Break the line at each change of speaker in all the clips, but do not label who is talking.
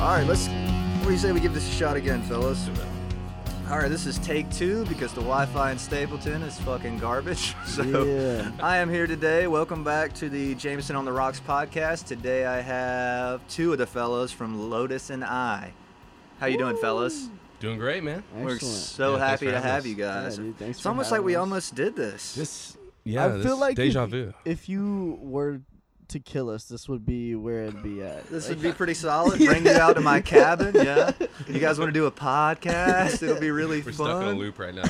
All right, let's. What do you say we give this a shot again, fellas? All right, this is take two because the Wi-Fi in Stapleton is fucking garbage. So
Yeah.
I am here today. Welcome back to the Jameson on the Rocks podcast. Today I have two of the fellas from Lotus and I. How you doing, fellas?
Doing great, man.
We're
Excellent.
so
Yeah, thanks
happy
for
to
having
have
us.
you guys.
Yeah, dude, thanks
it's
for
almost like
having
we
us.
almost did this.
This, yeah,
I feel like
deja
if,
vu.
If you were to kill us, this would be where it'd be at.
This
Like,
would be pretty solid. Bring you out to my cabin, yeah. You guys want to do a podcast? It'll be really
We're
fun.
stuck in a loop right now.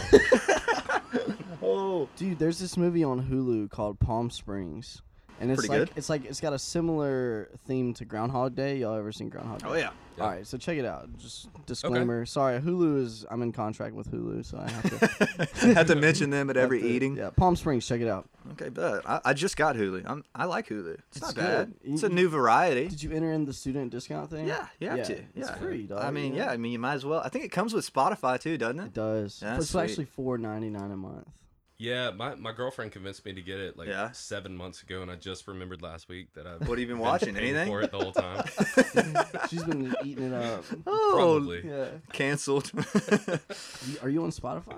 Oh.
dude, there's this movie on Hulu called Palm Springs. And it's
Pretty
like
good.
it's like it's got a similar theme to Groundhog Day. Y'all ever seen Groundhog Day?
Oh yeah.
Yeah.
All right, so check it out. Just disclaimer. Sorry, Hulu is I'm in contract with Hulu, so I have to have
Had to mention them at every
to-
eating.
Yeah, Palm Springs. Check it out.
Okay, but I, I just got Hulu. I'm, I like Hulu. It's, not
It's
bad.
good.
It's a
You-
new variety.
Did you enter in the student discount thing?
Yeah, you have
yeah,
to. Yeah.
It's free, dog.
I mean, yeah. I mean, you might as well. I think it comes with Spotify too, doesn't
It
it?
does.
That's
it's
sweet.
actually four ninety nine a month.
yeah, my, my girlfriend convinced me to get it like
Yeah.
seven months ago, and I just remembered last week that I've
What have you been
been
watching?
paying
Anything?
for it the whole time.
She's been eating it up.
Oh,
Probably. Yeah,
Yeah.
canceled.
You- Are you on Spotify?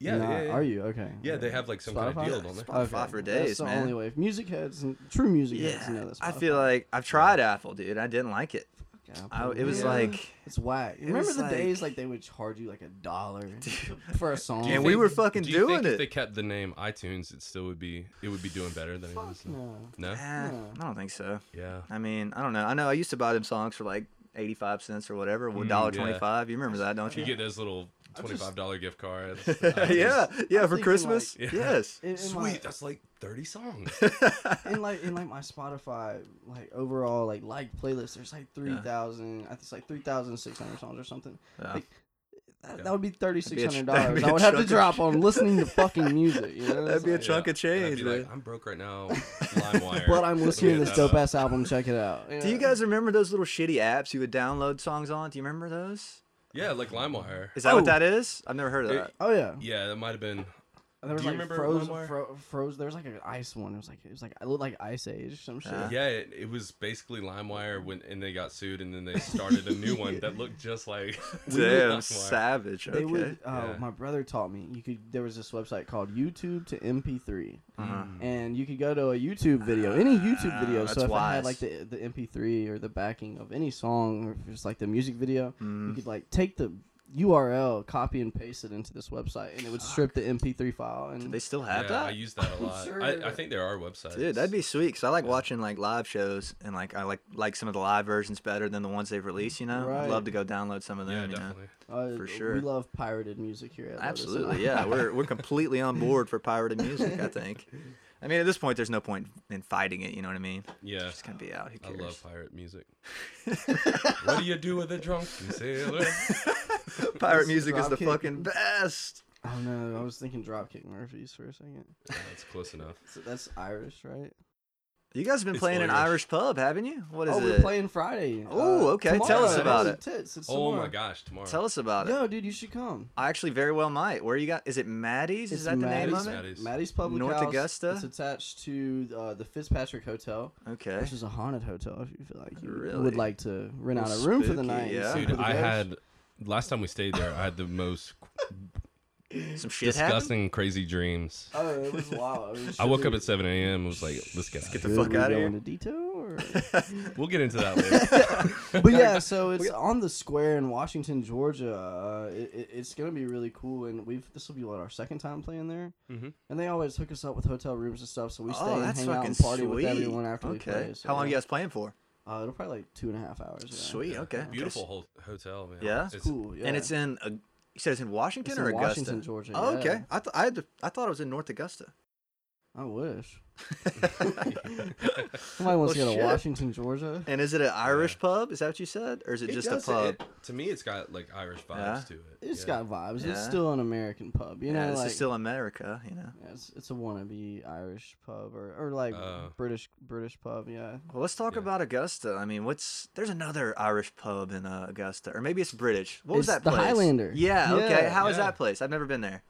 yeah,
Nah,
yeah.
Are you okay?
Yeah, they have like some kind of
Spotify?
deal, don't they?
Spotify for days,
That's the
man.
only way. If music heads and true music heads, you know
yeah.
that's.
I feel like I've tried Apple, dude. I didn't like it. I, it was
Yeah.
like,
it's whack.
it
Remember
was
the days
like-
like they would charge you like a dollar for a song.
Do you
And we
think-
were fucking
do you
doing
think
it.
If they kept the name iTunes, it still would be it would be doing better than it is. now?
No.
No.
eh,
Yeah.
I don't think so.
Yeah.
I mean, I don't know. I know I used to buy them songs for like eighty-five cents or whatever, one dollar
yeah.
twenty-five. You remember that, don't
You
Mm, you?
get those little twenty five dollar gift cards.
yeah, yeah,
I'm
for
thinking,
Christmas.
like- Yeah.
Yes.
In, in my-
Sweet, that's like thirty songs.
in like in like my Spotify like overall like like playlist, there's like three thousand. I think it's like three thousand six hundred songs or something.
Yeah.
Like, that,
Yeah.
that would be thirty six hundred
that'd
dollars.
be
I
a
would have to
chunk of
drop
shit.
on listening to fucking music. You know,
That'd be a
It's
chunk
Yeah.
of change,
And I'd be
man.
like, I'm broke right now. LimeWire.
like, but I'm
Let me
listening
hit
to this
that
dope
up.
ass album. Check it out.
Do you
Yeah.
guys remember those little shitty apps you would download songs on? Do you remember those?
Yeah, like LimeWire.
Is that
Oh.
what that is? I've never heard of
It-
that.
Oh yeah.
Yeah, that might have been.
And There was
you
like
remember
froze,
LimeWire?
fro- froze. There was like an ice one. It was like it was like it looked like Ice Age or some shit.
Uh,
Yeah, it, it was basically LimeWire when and they got sued and then they started a new one that looked just like
Damn,
LimeWire.
savage.
They
Okay.
would. Uh,
Yeah.
My brother taught me. You could. There was this website called YouTube to MP3.
uh-huh.
and you could go to a YouTube video, any YouTube video.
Ah,
so
that's
if I
wise.
had like the the MP3 or the backing of any song or just like the music video,
Mm.
you could like take the URL, copy and paste it into this website, and it would strip the MP3 file. And
Mm. They still have
Yeah, I
that?
use that a lot.
sure.
I, I think there are websites.
Dude, that'd be sweet because I like watching like live shows and like I like like some of the live versions better than the ones they've released. You know, I'd
Right.
love to go download some of
yeah,
them. you know?
definitely.
uh,
for sure.
we love pirated music here. At Lotus.
Absolutely, yeah. We're we're completely on board for pirated music. I think. I mean, at this point, there's no point in fighting it. You know what I mean?
Yeah,
It's gonna be out. Who
I
cares?
love pirate music. what do you do with a drunken sailor?
Pirate
This
music is the
Dropkick-
fucking best.
Oh no, I was thinking Dropkick Murphys for a second.
That's close enough.
So that's Irish, right?
You guys have been
It's
playing an
Irish.
Irish pub, haven't you? What is
oh,
it?
we're playing Friday. Uh,
Ooh, okay, tell
tomorrow.
us about
Tits,
it.
Tits. It's
Oh
tomorrow.
my gosh, tomorrow.
Tell us about it.
Yo, dude, you should come.
I actually very well might. Where you got? Is it Maddie's?
It's
is that the name
Maddie's.
of it?
Maddie's.
Maddie's Public
North
House.
Augusta?
It's attached to uh, the Fitzpatrick Hotel,
Okay.
which is a haunted hotel. If you feel like you
Really?
would like to rent out a
Little
room for the
spooky,
night, and
yeah.
sleep
Dude,
with the
I
ghost.
had last time we stayed there. I had the most
Some shit happened.
disgusting, crazy dreams.
Oh, it was wild. It was
I woke up
really-
at 7 a.m. and was like, let's get out. of
the
Should
fuck
we
outta
go
here.
into detail, or-
here. We'll get into that later.
but yeah, so it's on the square in Washington, Georgia. Uh, it, it- it's gonna be really cool, and we've this will be what our second time playing there.
Mhm.
And they always hook us up with hotel rooms and stuff, so we stay
Oh,
and
that's
hang out
fucking
and party
sweet.
with everyone after
okay.
we play. So,
How long
yeah.
you guys playing for?
Uh, it'll probably like two and a half hours. yeah.
Sweet. Okay.
Beautiful ho- hotel, man.
Yeah?
It's-
Cool. Yeah.
And it's in. uh, You said it's in Washington
It's
or
in
Augusta?
Washington, Georgia,
Oh,
yeah.
okay. I th- I, had to, I thought it was in North Augusta.
I wish.
It's
Somebody
Well,
wants to go to
Oh, shit.
Washington, Georgia.
and is it an Irish pub? Is that what you said, or is it, just a pub?
to me, it's got like Irish vibes
Yeah.
to it.
It's
Yeah.
got vibes. It's
Yeah.
still an American pub. You
yeah,
know,
this
like
is still America. You know.
yeah, it's, it's a wannabe Irish pub or, or like
Oh.
British British pub. Yeah.
Well, let's talk
Yeah.
about Augusta. I mean, what's there's another Irish pub in uh, Augusta, or maybe it's British. What was
It's
that
the
place?
Highlander.
Yeah. Okay.
Yeah.
How is
Yeah.
that place? I've never been there.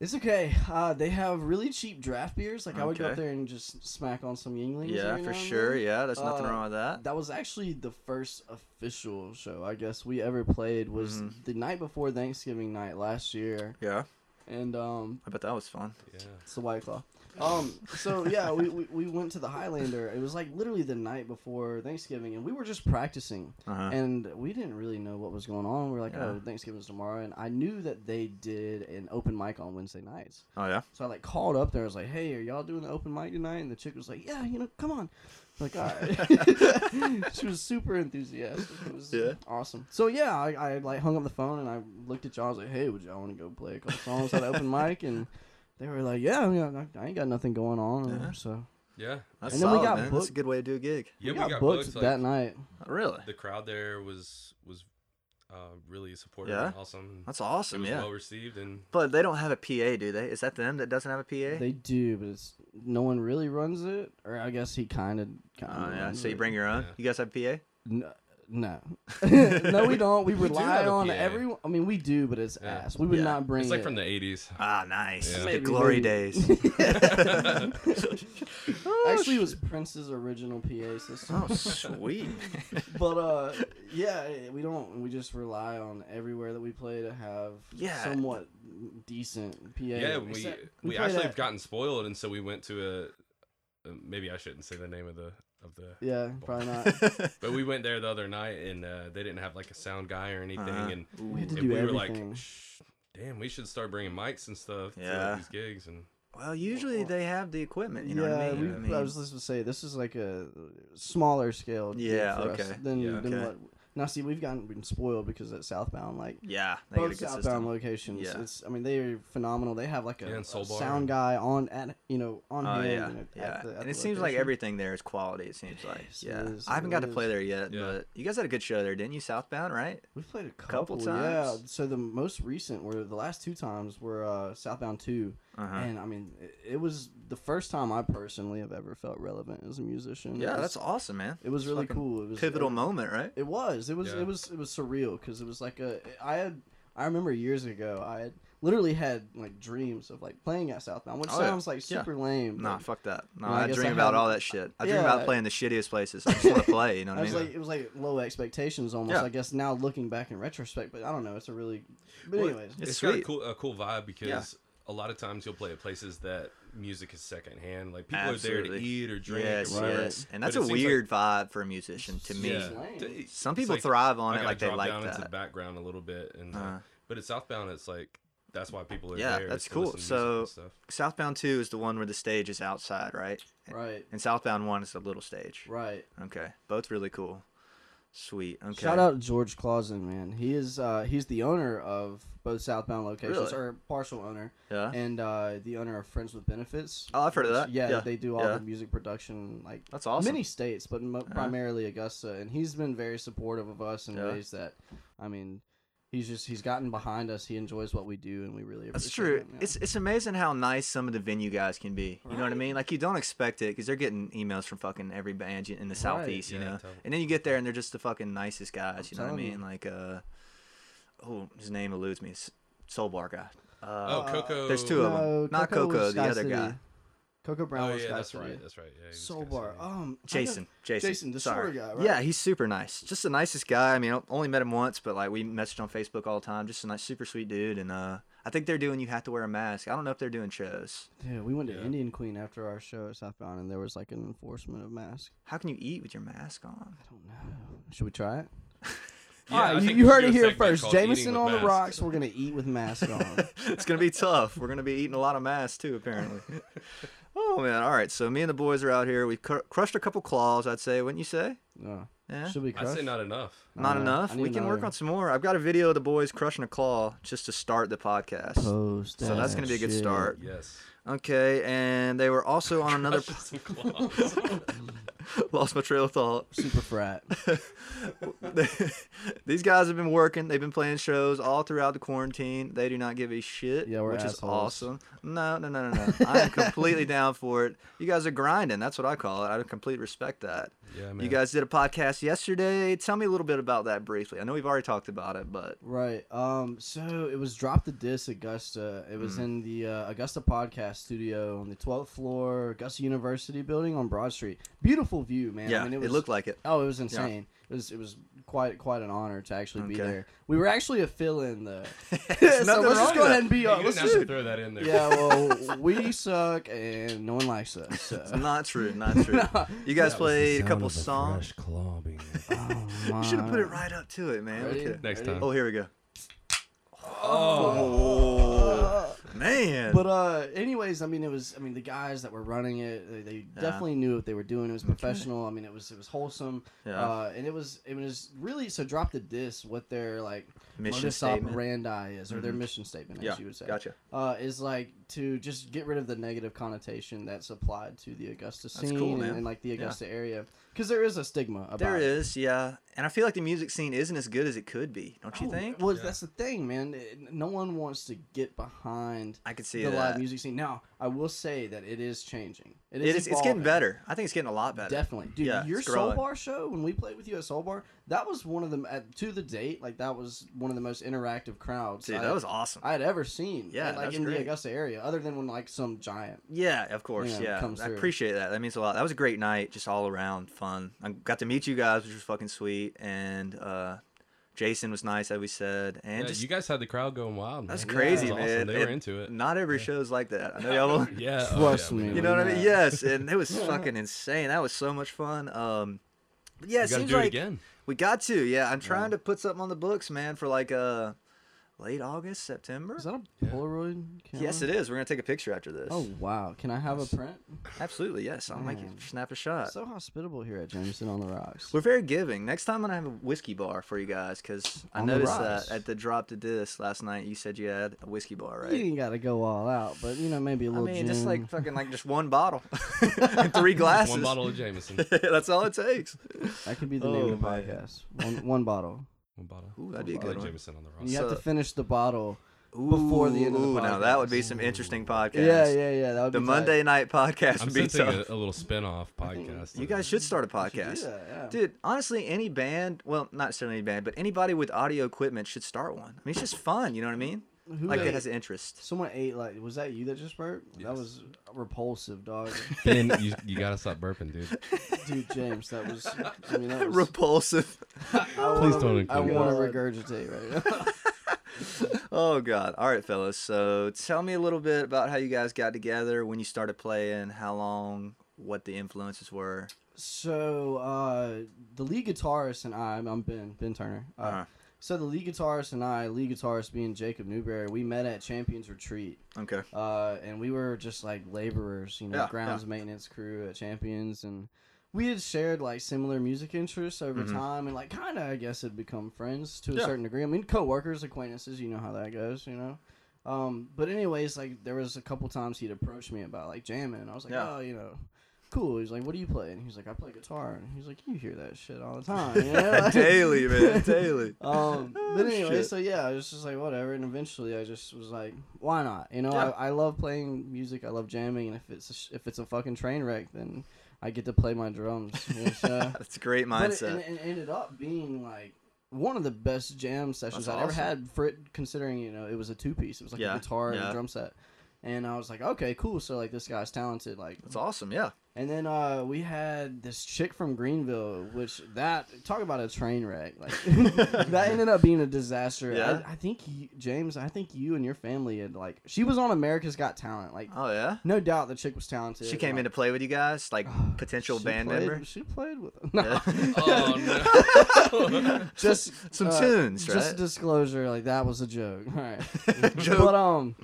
It's okay. Uh, they have really cheap draft beers. Like I would go up
Okay.
there and just smack on some Yinglings.
Yeah,
every now
for
and
sure.
then.
Yeah, there's nothing
Uh,
wrong with that.
That was actually the first official show I guess we ever played was
Mhm.
the night before Thanksgiving night last year,
Yeah,
and um,
I bet that was fun.
Yeah.
it's the White Claw. Um, so yeah, we, we we went to the Highlander. It was like literally the night before Thanksgiving, and we were just practicing.
Uh-huh.
and we didn't really know what was going on. We were like,
Yeah.
oh, Thanksgiving's tomorrow, and I knew that they did an open mic on Wednesday nights.
oh yeah.
So I like called up there. I was like, hey, are y'all doing the open mic tonight? And the chick was like, yeah, you know, come on. I'm like, all right. she was super enthusiastic. It was
Yeah.
awesome. So yeah, I, I like hung up the phone and I looked at y'all. I was like, hey, would y'all want to go play a couple songs at the open mic? And they were like, yeah, yeah, I ain't got nothing going on.
Yeah.
So
Yeah.
That's
And then we
solid, man.
got
That's a
booked-
good way to do a gig.
Yeah,
we, got booked, that night.
Really?
the crowd there was was uh, really supportive
Yeah?
and awesome.
That's
it
awesome.
was
Yeah.
well received and
But they don't have a PA, do they? Is that them that doesn't have a PA?
They do, but it's no one really runs it, or I guess he kind of.
oh yeah. So you bring your own.
Yeah.
You guys have PA?
No, no, no, we don't. We,
We do
rely
have a
on
PA.
everyone. I mean, we do, but it's
Yeah.
ass. We would
Yeah.
not bring.
it's like
it.
from the 80s.
Ah, nice.
Yeah.
The
Maybe,
glory
maybe.
days.
Actually, it was Prince's original PA system.
Oh, sweet.
But uh, yeah, we don't. We just rely on everywhere that we play to have
Yeah.
somewhat decent PA.
Yeah, we
Except
we,
played
actually
at-
have gotten spoiled, and so we went to a. Uh, maybe I shouldn't say the name of the of the.
Yeah, probably not.
But we went there the other night, and uh, they didn't have like a sound guy or anything,
Uh-huh.
and
we had to
and
do
we were
everything.
like, Shh, "Damn, we should start bringing mics and stuff to
Yeah.
like, these gigs." And
well, usually they have the equipment. You know
yeah,
what I mean?
we,
I
I,
mean,
was just gonna say this is like a smaller scale. gig
Yeah,
for us
okay.
than,
Yeah.
than
Okay.
what. Now, see, we've gotten been spoiled because at Southbound, like
yeah, they get a
both
good
Southbound
system.
locations,
Yeah.
it's I mean they are phenomenal. They have like a,
Yeah, and
a
Soul Bar.
sound guy on at you know on
Oh
hand.
yeah,
and at-
yeah.
at the- at
and
the
it seems like
location.
everything there is quality. It seems like,
Yes, it
yeah.
is,
I haven't
it
got to
is.
play there yet,
Yeah.
but you guys had a good show there, didn't you? Southbound, right?
We've played a couple,
Couple
Yeah.
times.
So the most recent were the last two times were uh, Southbound 2
Uh huh.
and I mean it, it was the first time I personally have ever felt relevant as a musician. It
Yeah,
was-
that's awesome, man.
It was
It's
really
fucking
cool. It was uh,
Pivotal
it-
moment, right?
It was. It was.
Yeah.
It was. It was surreal because it was like a. I had. I remember years ago. I had literally had like dreams of like playing at Southbound, which
Oh, yeah.
sounds like
Yeah.
super lame.
Nah,
but
fuck that. No,
Well, I
I,
guess
dream
I
about all
haven't-
that shit. I dream
Yeah.
about playing the shittiest places. I just want to play. You know
I
what I
was
mean?
like, it was like low expectations almost.
Yeah.
I guess now looking back in retrospect, but I don't know. It's a really. But
Well,
anyways,
It's
it's got a
sweet.
cool a cool vibe because a lot of times you'll play at places that music is secondhand. Like people are there
Absolutely.
to eat or drink.
yes,
or whatever.
yes. And
But
that's
it
a
seems like-
weird vibe for a musician to me.
Yeah. lame.
D-
Some
it's
people
like,
thrive on it,
I gotta
like they
drop
like
down into the
that.
background a little bit, and uh,
Uh-huh.
but at Southbound, it's like that's why people are
Yeah,
there.
that's
is to
cool.
listen to music and
So-
stuff.
Southbound 2 is the one where the stage is outside, right?
right,
And Southbound 1 is the little stage.
right.
Okay. Both really cool. Sweet. Okay.
Shout out George Clausen, man. He is. Uh, he's the owner of both Southbound locations,
Really?
or partial owner,
Yeah.
and uh, the owner of Friends with Benefits.
Oh, I've heard of that.
Yeah,
Yeah,
they do all
yeah.
the music production, like
That's awesome. Uh-huh.
many states, but mo- primarily Augusta. And he's been very supportive of us in
Yeah.
ways that, I mean, he's just he's gotten behind us. He enjoys what we do, and we really
That's
appreciate
true.
him, yeah.
It's it's amazing how nice some of the venue guys can be. You know what I mean? Like you don't expect it because they're getting emails from fucking every band you- in the southeast, you
yeah,
know.
totally.
And then you get there and they're just the fucking nicest guys. You know what I
telling you.
mean? Like uh, oh, his name eludes me. S- Soul Bar guy.
Oh,
Uh,
Coco.
there's two of them. Not
Coco was
Coco, the
Sky
other
City.
guy.
Coco Brown
Oh
was
yeah,
Sky
that's
City.
right. That's right. Yeah, he was
Soul
Sky
bar.
City.
Um, I know-
Jason, Jason,
Jason, the
sorry.
shorter guy, right?
Yeah, he's super nice. Just the nicest guy. I mean, I only met him once, but like we messaged on Facebook all the time. Just a nice, super sweet dude. And uh, I think they're doing you have to wear a mask. I don't know if they're doing shows.
Dude, we went to
Yeah.
Indian Queen after our show at Southbound, and there was like an enforcement of mask.
How can you eat with your mask on?
I don't know. Should we try it?
Yeah,
All
I
right, you,
think
you
we
heard
should
it
do a
here
segment
first.
called Eating
Jameson
with
on the
Masks.
rocks. We're gonna eat with mask on.
it's gonna be tough. We're gonna be eating a lot of mass too, apparently. oh man! All right. So me and the boys are out here. We cr- crushed a couple claws, I'd say. Wouldn't you say?
No.
Yeah.
Should we
I
crush?
say not enough.
Not
Uh,
enough.
I need
We can work
another.
on some more. I've got a video of the boys crushing a claw just to start the podcast.
Post
So that's
that
gonna be a good
shit.
start.
Yes.
Okay, and they were also on another.
That's just some claws.
Lost my trail of thought.
Super frat.
These guys have been working. They've been playing shows all throughout the quarantine. They do not give a shit,
Yeah, we're
which is
assholes.
awesome. No, no, no, no, no. I am completely down for it. You guys are grinding. That's what I call it. I completely respect that.
Yeah,
You
man.
guys did a podcast yesterday. Tell me a little bit about that briefly. I know we've already talked about it, but
Right. Um. So it was dropped the disc Augusta. It
Mm.
was in the uh, Augusta podcast studio on the twelfth floor, Augusta University building on Broad Street. Beautiful view, man.
yeah,
I mean,
it,
was,
looked like it.
Oh, it was insane. It was it was quite quite an honor to actually be
Okay.
there. We were actually a fill in though.
There's
so
nothing wrong
let's just go
with
ahead
that.
and be
Hey,
uh,
you
let's
didn't have to
just-
throw that in there.
Yeah, well, we suck and no one likes us. So.
Not true. Not true. You guys played a couple songs.
Oh,
You should have put it
my.
right up to it, man.
Ready?
Look at-
Next
Ready?
time.
Oh, here we go.
Oh,
Oh, man.
But uh, anyways, I mean, it was. I mean, the guys that were running it, they, they definitely knew what they were doing. It was professional. I mean, it was it was wholesome.
Mm-hmm. Yeah.
Uh, and it was it was really so drop the disc what their like
Mission
modus
statement. Mm-hmm.
operandi is, or their mission statement, as
yeah,
you would say.
gotcha.
Uh, is like to just get rid of the negative connotation that's applied to the Augusta
That's
scene
cool, man.
and, and, like the
Yeah.
Augusta area, because there is a stigma about
There
it.
is, yeah. And I feel like the music scene isn't as good as it could be, don't you
Oh,
think?
Well,
Yeah.
that's the thing, man. It- no one wants to get behind
I could see
the
that.
live music scene. Now, I will say that it is changing.
it is, it's getting
evolving.
better. I think it's getting a lot better.
Definitely, dude.
Yeah,
your
it's growing.
Soul Bar show when we played with you at Soul Bar, that was one of the at, to the date. Like that was one of the most interactive crowds.
Dude,
I,
that was awesome.
I had ever seen.
Yeah,
and, like
that's
in
great.
the Augusta area, other than when like some giant.
yeah, of course.
Yeah, it
Yeah.
comes
I
through.
appreciate that. That means a lot. That was a great night, just all around fun. I got to meet you guys, which was fucking sweet. And uh, Jason was nice, as we said. And
yeah,
just.
you guys had the crowd going wild.
that's
man.
crazy,
That was
man.
awesome. They were
And
into it.
Not every show's like that. I know y'all. don't-
Yeah. oh,
Trust
yeah, we
me.
know.
You know what I mean?
Yeah.
Yes, and it was fucking insane. That was so much fun. Um, but yeah,
We
it
gotta
seems
do
like
it again.
we got to. Yeah, I'm trying to put something on the books, man, for like uh late August, September.
Is that a Polaroid camera?
Yes, it is. We're gonna take a picture after this.
Oh wow! Can I have a print?
absolutely. Yes, I'll make you
Man.
snap a shot.
So hospitable here at Jameson on the Rocks.
We're very giving. Next time I'm gonna have a whiskey bar for you guys because I
On the
noticed
rise.
that at the drop to disc last night. You said you had a whiskey bar, right?
You ain't got to go all out, but you know maybe a
I
little.
mean, just
gin.
like fucking like just one bottle, and three glasses.
One bottle of Jameson.
That's all it takes.
That could be the name of the
Oh, man.
podcast. One, one bottle.
One bottle.
Ooh, that'd be a
One bottle
good
of
one.
Jameson on the
And
rocks.
you have to
So-
finish the bottle. before the end of the
Ooh, now that would be
podcast.
some interesting podcast.
Yeah, yeah, yeah. That would
The
be tight.
Monday night podcast
I'm
would be
sensing
tough.
a, a little spin-off podcast.
You guys should start a podcast.
that, yeah.
Dude, honestly, any band, well, not necessarily any band, but anybody with audio equipment should start one. I mean, it's just fun, you know what I mean?
Who
like,
ate-
it has an interest.
Someone ate like was that you that just burped? That
Yes.
was repulsive, dog.
Ben, you, you gotta stop burping, dude.
Dude, James, that was. I mean, that was.
Repulsive.
Please don't
I
include
want
that.
to regurgitate right now.
Oh, God. All right, fellas. So tell me a little bit about how you guys got together, when you started playing, how long, what the influences were.
so uh, the lead guitarist and I, I'm Ben Ben Turner. Uh,
Uh-huh.
So the lead guitarist and I, lead guitarist being Jacob Newberry, we met at Champions Retreat.
Okay.
uh, and we were just like laborers, you know,
Yeah,
grounds maintenance crew at Champions, and we had shared like similar music interests over time, and like kind of, I guess, had become friends to a
Mm-hmm. Yeah.
certain degree. I mean, coworkers, acquaintances, you know how that goes, you know. Um, but anyways, like there was a couple times he'd approach me about like jamming, and I was like,
Yeah.
oh, you know. Cool. He's like, "What do you play?" And he's like, "I play guitar." And he's like, "You hear that shit all the time, you know? Like-
daily, man. Daily.
um, but
Oh,
anyway,
shit.
so yeah, I was just like whatever, and eventually I just was like, why not? You know,
Yeah.
I, I love playing music, I love jamming, and if it's a sh- if it's a fucking train wreck, then I get to play my drums. you know, so-
That's a great
but it,
mindset.
and, and it ended up being like one of the best jam sessions
That's
I ever
awesome.
had for it, considering you know it was a two piece, it was like
Yeah,
a guitar and
yeah.
a drum set. And I was like, okay, cool. So like this guy's talented. Like
That's awesome, yeah.
and then uh, we had this chick from Greenville, which that talk about a train wreck. Like that ended up being a disaster.
Yeah.
I, I think you, James, I think you and your family had like she was on America's Got Talent. Like
Oh, yeah?
no doubt the chick was talented.
She came
like,
in to play with you guys, like potential
she
band
played-
member.
She played with
Yeah.
Oh no!
just uh,
Some tunes,
Just
right?
a disclosure, like that was a joke. All right.
Joke.
But um,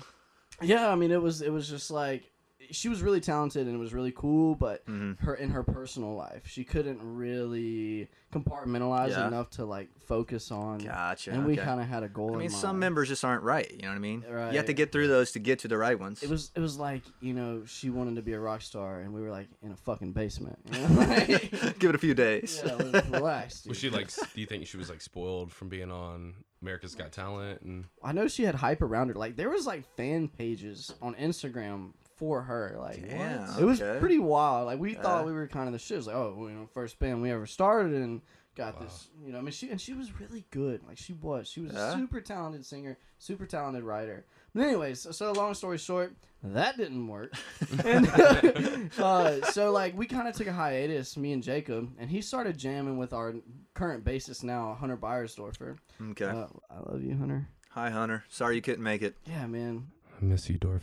yeah, I mean, it was it was just like she was really talented and it was really cool, but
Mhm.
her in her personal life, she couldn't really compartmentalize
Yeah.
enough to like focus on.
Gotcha.
and we
okay.
kind of had a goal.
I
in
mean, some
mind.
members just aren't right. You know what I mean? You have to
Right.
get through those to get to the right ones.
It was it was like you know she wanted to be a rock star and we were like in a fucking basement. You know? Like,
Give it a few days.
yeah, like, relax.
Was she
dude.
like? s- Do you think she was like spoiled from being on America's Got Talent? And
I know she had hype around her. Like there was like fan pages on Instagram for her. Like what?
Yeah,
it was
Oh, okay.
pretty wild. Like we
Yeah.
thought we were kind of the shit. It was like oh, you know, first band we ever started and got
Wow.
this. You know, I mean she and she was really good. Like she was. She was
Yeah.
a super talented singer, super talented writer. But anyways, so, so long story short, that didn't work. and uh, so like we kind of took a hiatus, me and Jacob, and he started jamming with our current bassist now, Hunter Byersdorfer.
Okay.
Uh, I love you, Hunter.
Hi, Hunter. Sorry you couldn't make it.
Yeah, man.
I miss you, Dorf.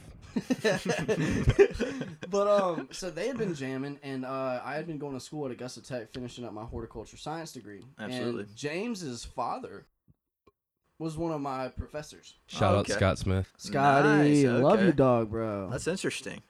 but um, so they had been jamming, and uh, I had been going to school at Augusta Tech, finishing up my horticulture science degree.
Absolutely.
And James's father was one of my professors.
Shout
Okay.
out Scott Smith.
Scotty,
Nice,
I love
okay.
you, dog, bro.
That's interesting.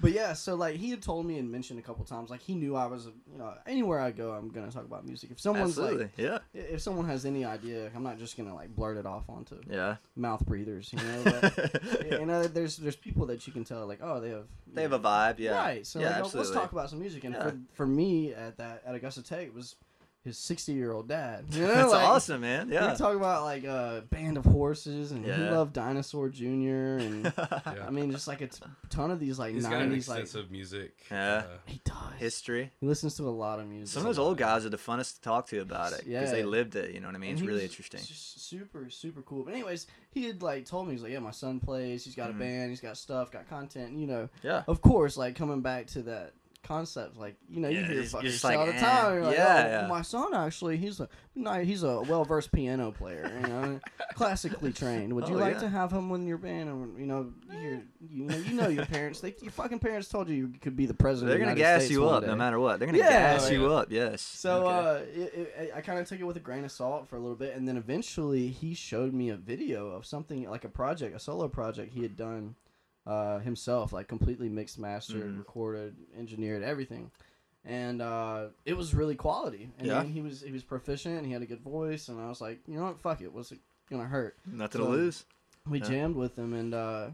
but yeah, so like he had told me and mentioned a couple times, like he knew I was, you know, anywhere I go, I'm gonna talk about music. If someone's
Absolutely.
like,
yeah.
if someone has any idea, I'm not just gonna like blurt it off onto
Yeah.
mouth breathers, you know. But, you know, there's there's people that you can tell like, oh, they have
They have a vibe. Yeah.
Right. So
yeah,
like, oh, let's
absolutely.
talk about some music. And
Yeah.
for, for me at that at Augusta Tech it was his sixty year old dad. You know,
That's
like,
awesome, man.
We
Yeah.
could talk about like uh, Band of Horses and he
Yeah.
loved Dinosaur Junior and
Yeah.
I mean just like a t- ton of these like
He's got an
nineties like
extensive music.
Yeah.
uh,
he does.
History.
he listens to a lot of music.
Some of those old guys are the funnest to talk to about it because they
Yeah.
lived it. You know what I mean?
And
It's
he
really
was
interesting.
s- Super, super cool. But anyways, he had like told me he's like, yeah, my son plays. He's got
Mhm.
a band. He's got stuff. Got content. You know,
Yeah.
of course, like coming back to that concept, like you know,
Yeah,
you hear
it's-
fuckers
it's
say
like,
all the
eh,
time. You're like,
yeah,
"Oh,
yeah."
my son actually, he's a ni- he's a well versed piano player, you know, classically trained. Would you
Oh,
like
yeah.
to have him in your band? Or you know, you hear- you know, you know your parents. They your fucking parents told you you could be the president.
They're
of
gonna
the United
gas
States
you
one
up no
day.
matter what. They're gonna
Yeah.
gas
Oh,
you
yeah.
up. Yes.
So
Okay.
uh, it, it, I kind of took it with a grain of salt for a little bit, and then eventually he showed me a video of something like a project, a solo project he had done uh, himself, like completely mixed, mastered,
Mhm.
recorded, engineered, everything, and uh, it was really quality. And
Yeah.
then he was he was proficient, he had a good voice, and I was like, you know what, fuck it, what's it gonna hurt?
nothing to
so-
lose.
we
Yeah.
jammed with them and uh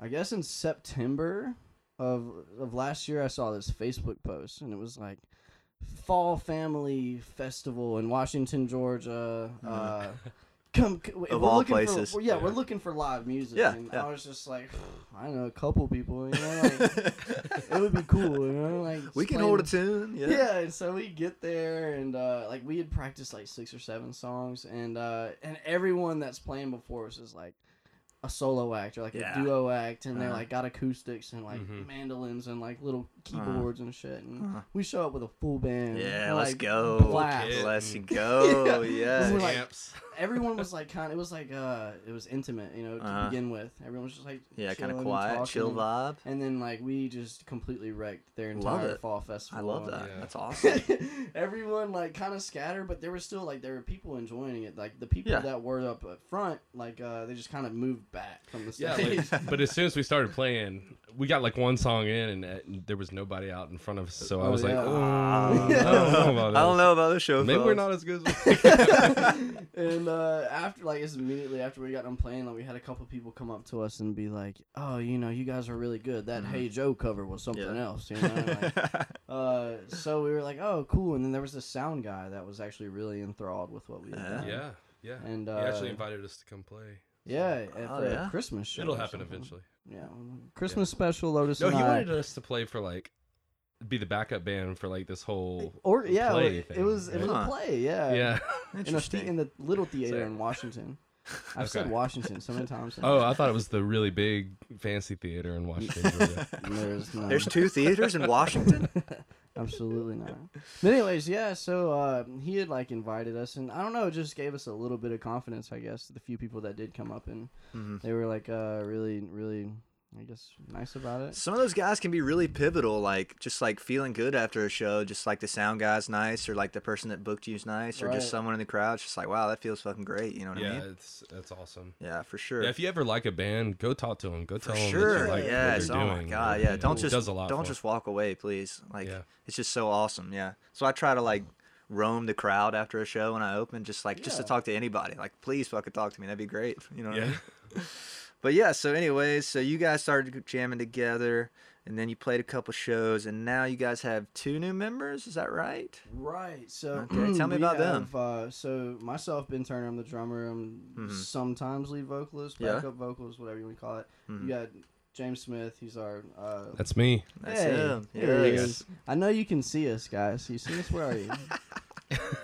i guess in september of of last year i saw this facebook post and it was like fall family festival in washington georgia uh come c- we're
Uh-huh. Of all
looking for-
places.
we're- yeah, we're
Yeah.
looking for live music
Yeah,
and
yeah.
i was just like i don't know a couple people you know like it would be cool you know like
we can
explain-
hold a tune. Yeah.
yeah. and so we get there and uh like we had practiced like six or seven songs and uh and everyone that's playing before us is like a solo act or like
Yeah.
a duo act and they're
Uh-huh. Mm-hmm.
like got acoustics and like
Mhm.
mandolins and like little
Uh-huh.
keyboards and shit and
Uh-huh.
we show up with a full band.
Yeah,
like,
let's go.
blast.
Yeah.
Let's go.
Yeah.
yeah.
We're like-
uh, Amps.
Everyone was like kind of it was like uh it was intimate, you know, to
Uh-huh.
begin with. Everyone was just like
Yeah, kind
chilling
of
and
quiet, chill
talking.
vibe.
And then like we just completely wrecked their
Love
entire
it.
fall
I
festival.
love
and
that.
Yeah.
That's awesome.
everyone like kind of scattered, but there was still like there were people enjoying it. Like the people
Yeah.
that were up at front, like uh, they just kind of moved back from the
Yeah,
stage.
like, but as soon as we started playing, we got like one song in, and uh, there was nobody out in front of us. So I
Oh,
was like,
yeah.
"Oh,
Ah.
I don't know about
I don't
this.
know about this show.
maybe we're
fellas.
not as good." as we-"
and uh, after like it's immediately after we got done playing, like we had a couple people come up to us and be like, "Oh, you know, you guys are really good. That Hey Joe cover was something
Mm-hmm. Yeah.
else." You know, like, uh, so we were like, "Oh, cool." And then there was this sound guy that was actually really enthralled with what we had
Yeah.
done.
yeah, yeah.
And
he
uh,
actually invited us to come play.
yeah,
Oh,
at- for a
yeah.
Christmas show.
It'll
or
happen
something.
eventually.
Yeah, Christmas special Lotus.
No,
and
he
I-
wanted us to play for like, be the backup band for like this whole.
or yeah,
play
it,
thing,
was it was
right?
a play. Yeah,
Yeah.
In, a the, in
Interesting.
the little theater
Sorry.
in Washington. I've said
Okay.
Washington so many times. now.
Oh, I thought it was the really big fancy theater in Washington. Georgia.
there's no,
There's two theaters in Washington.
absolutely not. But anyways, yeah. So uh, he had like invited us, and I don't know, it just gave us a little bit of confidence, I guess. The few people that did come up, and
Mhm.
they were like uh, really, really I guess nice about it.
Some of those guys can be really pivotal, like just like feeling good after a show, just like the sound guy's nice, or like the person that booked you's nice, or
Right.
just someone in the crowd, it's just like wow, that feels fucking great. You know what I
yeah,
mean?
it's that's awesome.
Yeah, for sure.
Yeah, if you ever like a band, go talk to them. Go tell
for
them.
sure.
That you like
yes.
What they're
Oh
doing.
my god. Yeah. Don't
It
just
does a lot
don't
for
just walk away, please. Like
Yeah.
it's just so awesome. Yeah. So I try to like roam the crowd after a show when I open, just like just to
Yeah.
talk to anybody. Like please fucking talk to me. That'd be great. You know. What I
Yeah.
mean? But yeah. So anyways, so you guys started jamming together, and then you played a couple shows, and now you guys have two new members. Is that right?
Right. So
Okay, tell me
we
about them.
have, Uh, so myself, Ben Turner, I'm the drummer. I'm
Mhm.
sometimes lead vocalist,
Yeah.
backup vocals, whatever you want to call it.
Mhm.
You got James Smith. He's our. Uh,
That's me.
That's
hey,
him.
there he
Yes.
is. I know you can see us, guys. You see us? Where are you? you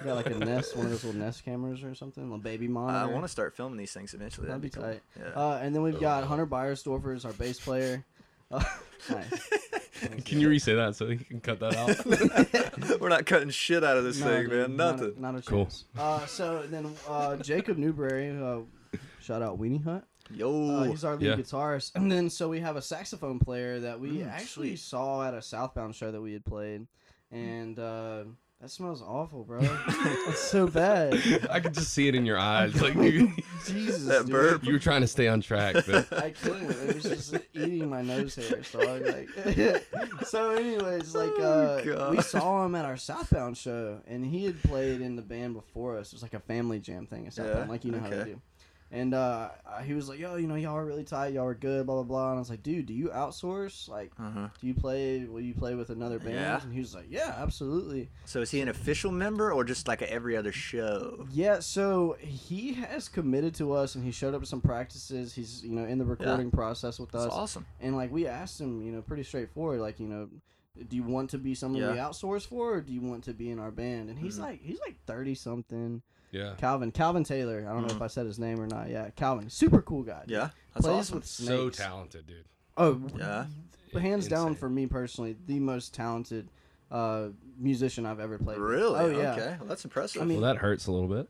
got like a nest, one of those little nest cameras or something, a little baby monitor.
I want to start filming these things eventually.
That'd be
cool.
tight.
Yeah.
Uh, and then we've got
Oh.
Hunter Byersdorfer is our bass player. Uh, nice.
Can you re-say that so you can cut that out?
We're not cutting shit out of this
No,
thing,
dude,
man.
not a-
Nothing.
Not a,
Cool.
chance. Uh, so then uh, Jacob Newberry, uh, shout out Weenie Hunt.
Yo.
Uh, he's our lead
Yeah.
guitarist. And then so we have a saxophone player that we
Mm,
actually
sweet.
saw at a Southbound show that we had played, and uh, that smells awful, bro. That's so bad.
I could just see it in your eyes. Like you,
Jesus,
That
dude.
burp.
you were trying to stay on track, but
I couldn't. It was just eating my nose hairs. So I was like, so anyways, like
Oh,
uh, we
God.
saw him at our Southbound show, and he had played in the band before us. It was like a family jam thing at Southbound,
Yeah,
like you know how
okay.
they do. And uh, I- he was like, "Yo, you know, y'all are really tight. Y'all are good. Blah blah blah." And I was like, "Dude, do you outsource? Like,
uh-huh.
do you play? Will you play with another band?"
Yeah.
And he was like, "Yeah, absolutely."
So is he an official member or just like a every other show?
Yeah, so he has committed to us, and he showed up to some practices. He's you know in the recording process with
That's
us.
awesome.
And like we asked him, you know, pretty straightforward, like, you know, do you want to be someone we
Yeah.
outsource for or do you want to be in our band? And he's
Mhm.
like he's like thirty something.
yeah.
Calvin. Calvin Taylor. I don't know if I said his name or not. Yeah. Calvin. Super cool guy. dude.
Mm-hmm. Yeah, that's
Plays
awesome.
with
So
snakes.
talented, dude.
Oh
Yeah.
hands down
Insane.
for me personally, the most talented uh musician I've ever played. with.
Really?
Oh yeah.
Okay. Well, that's impressive.
I mean-
Well, that hurts a little bit.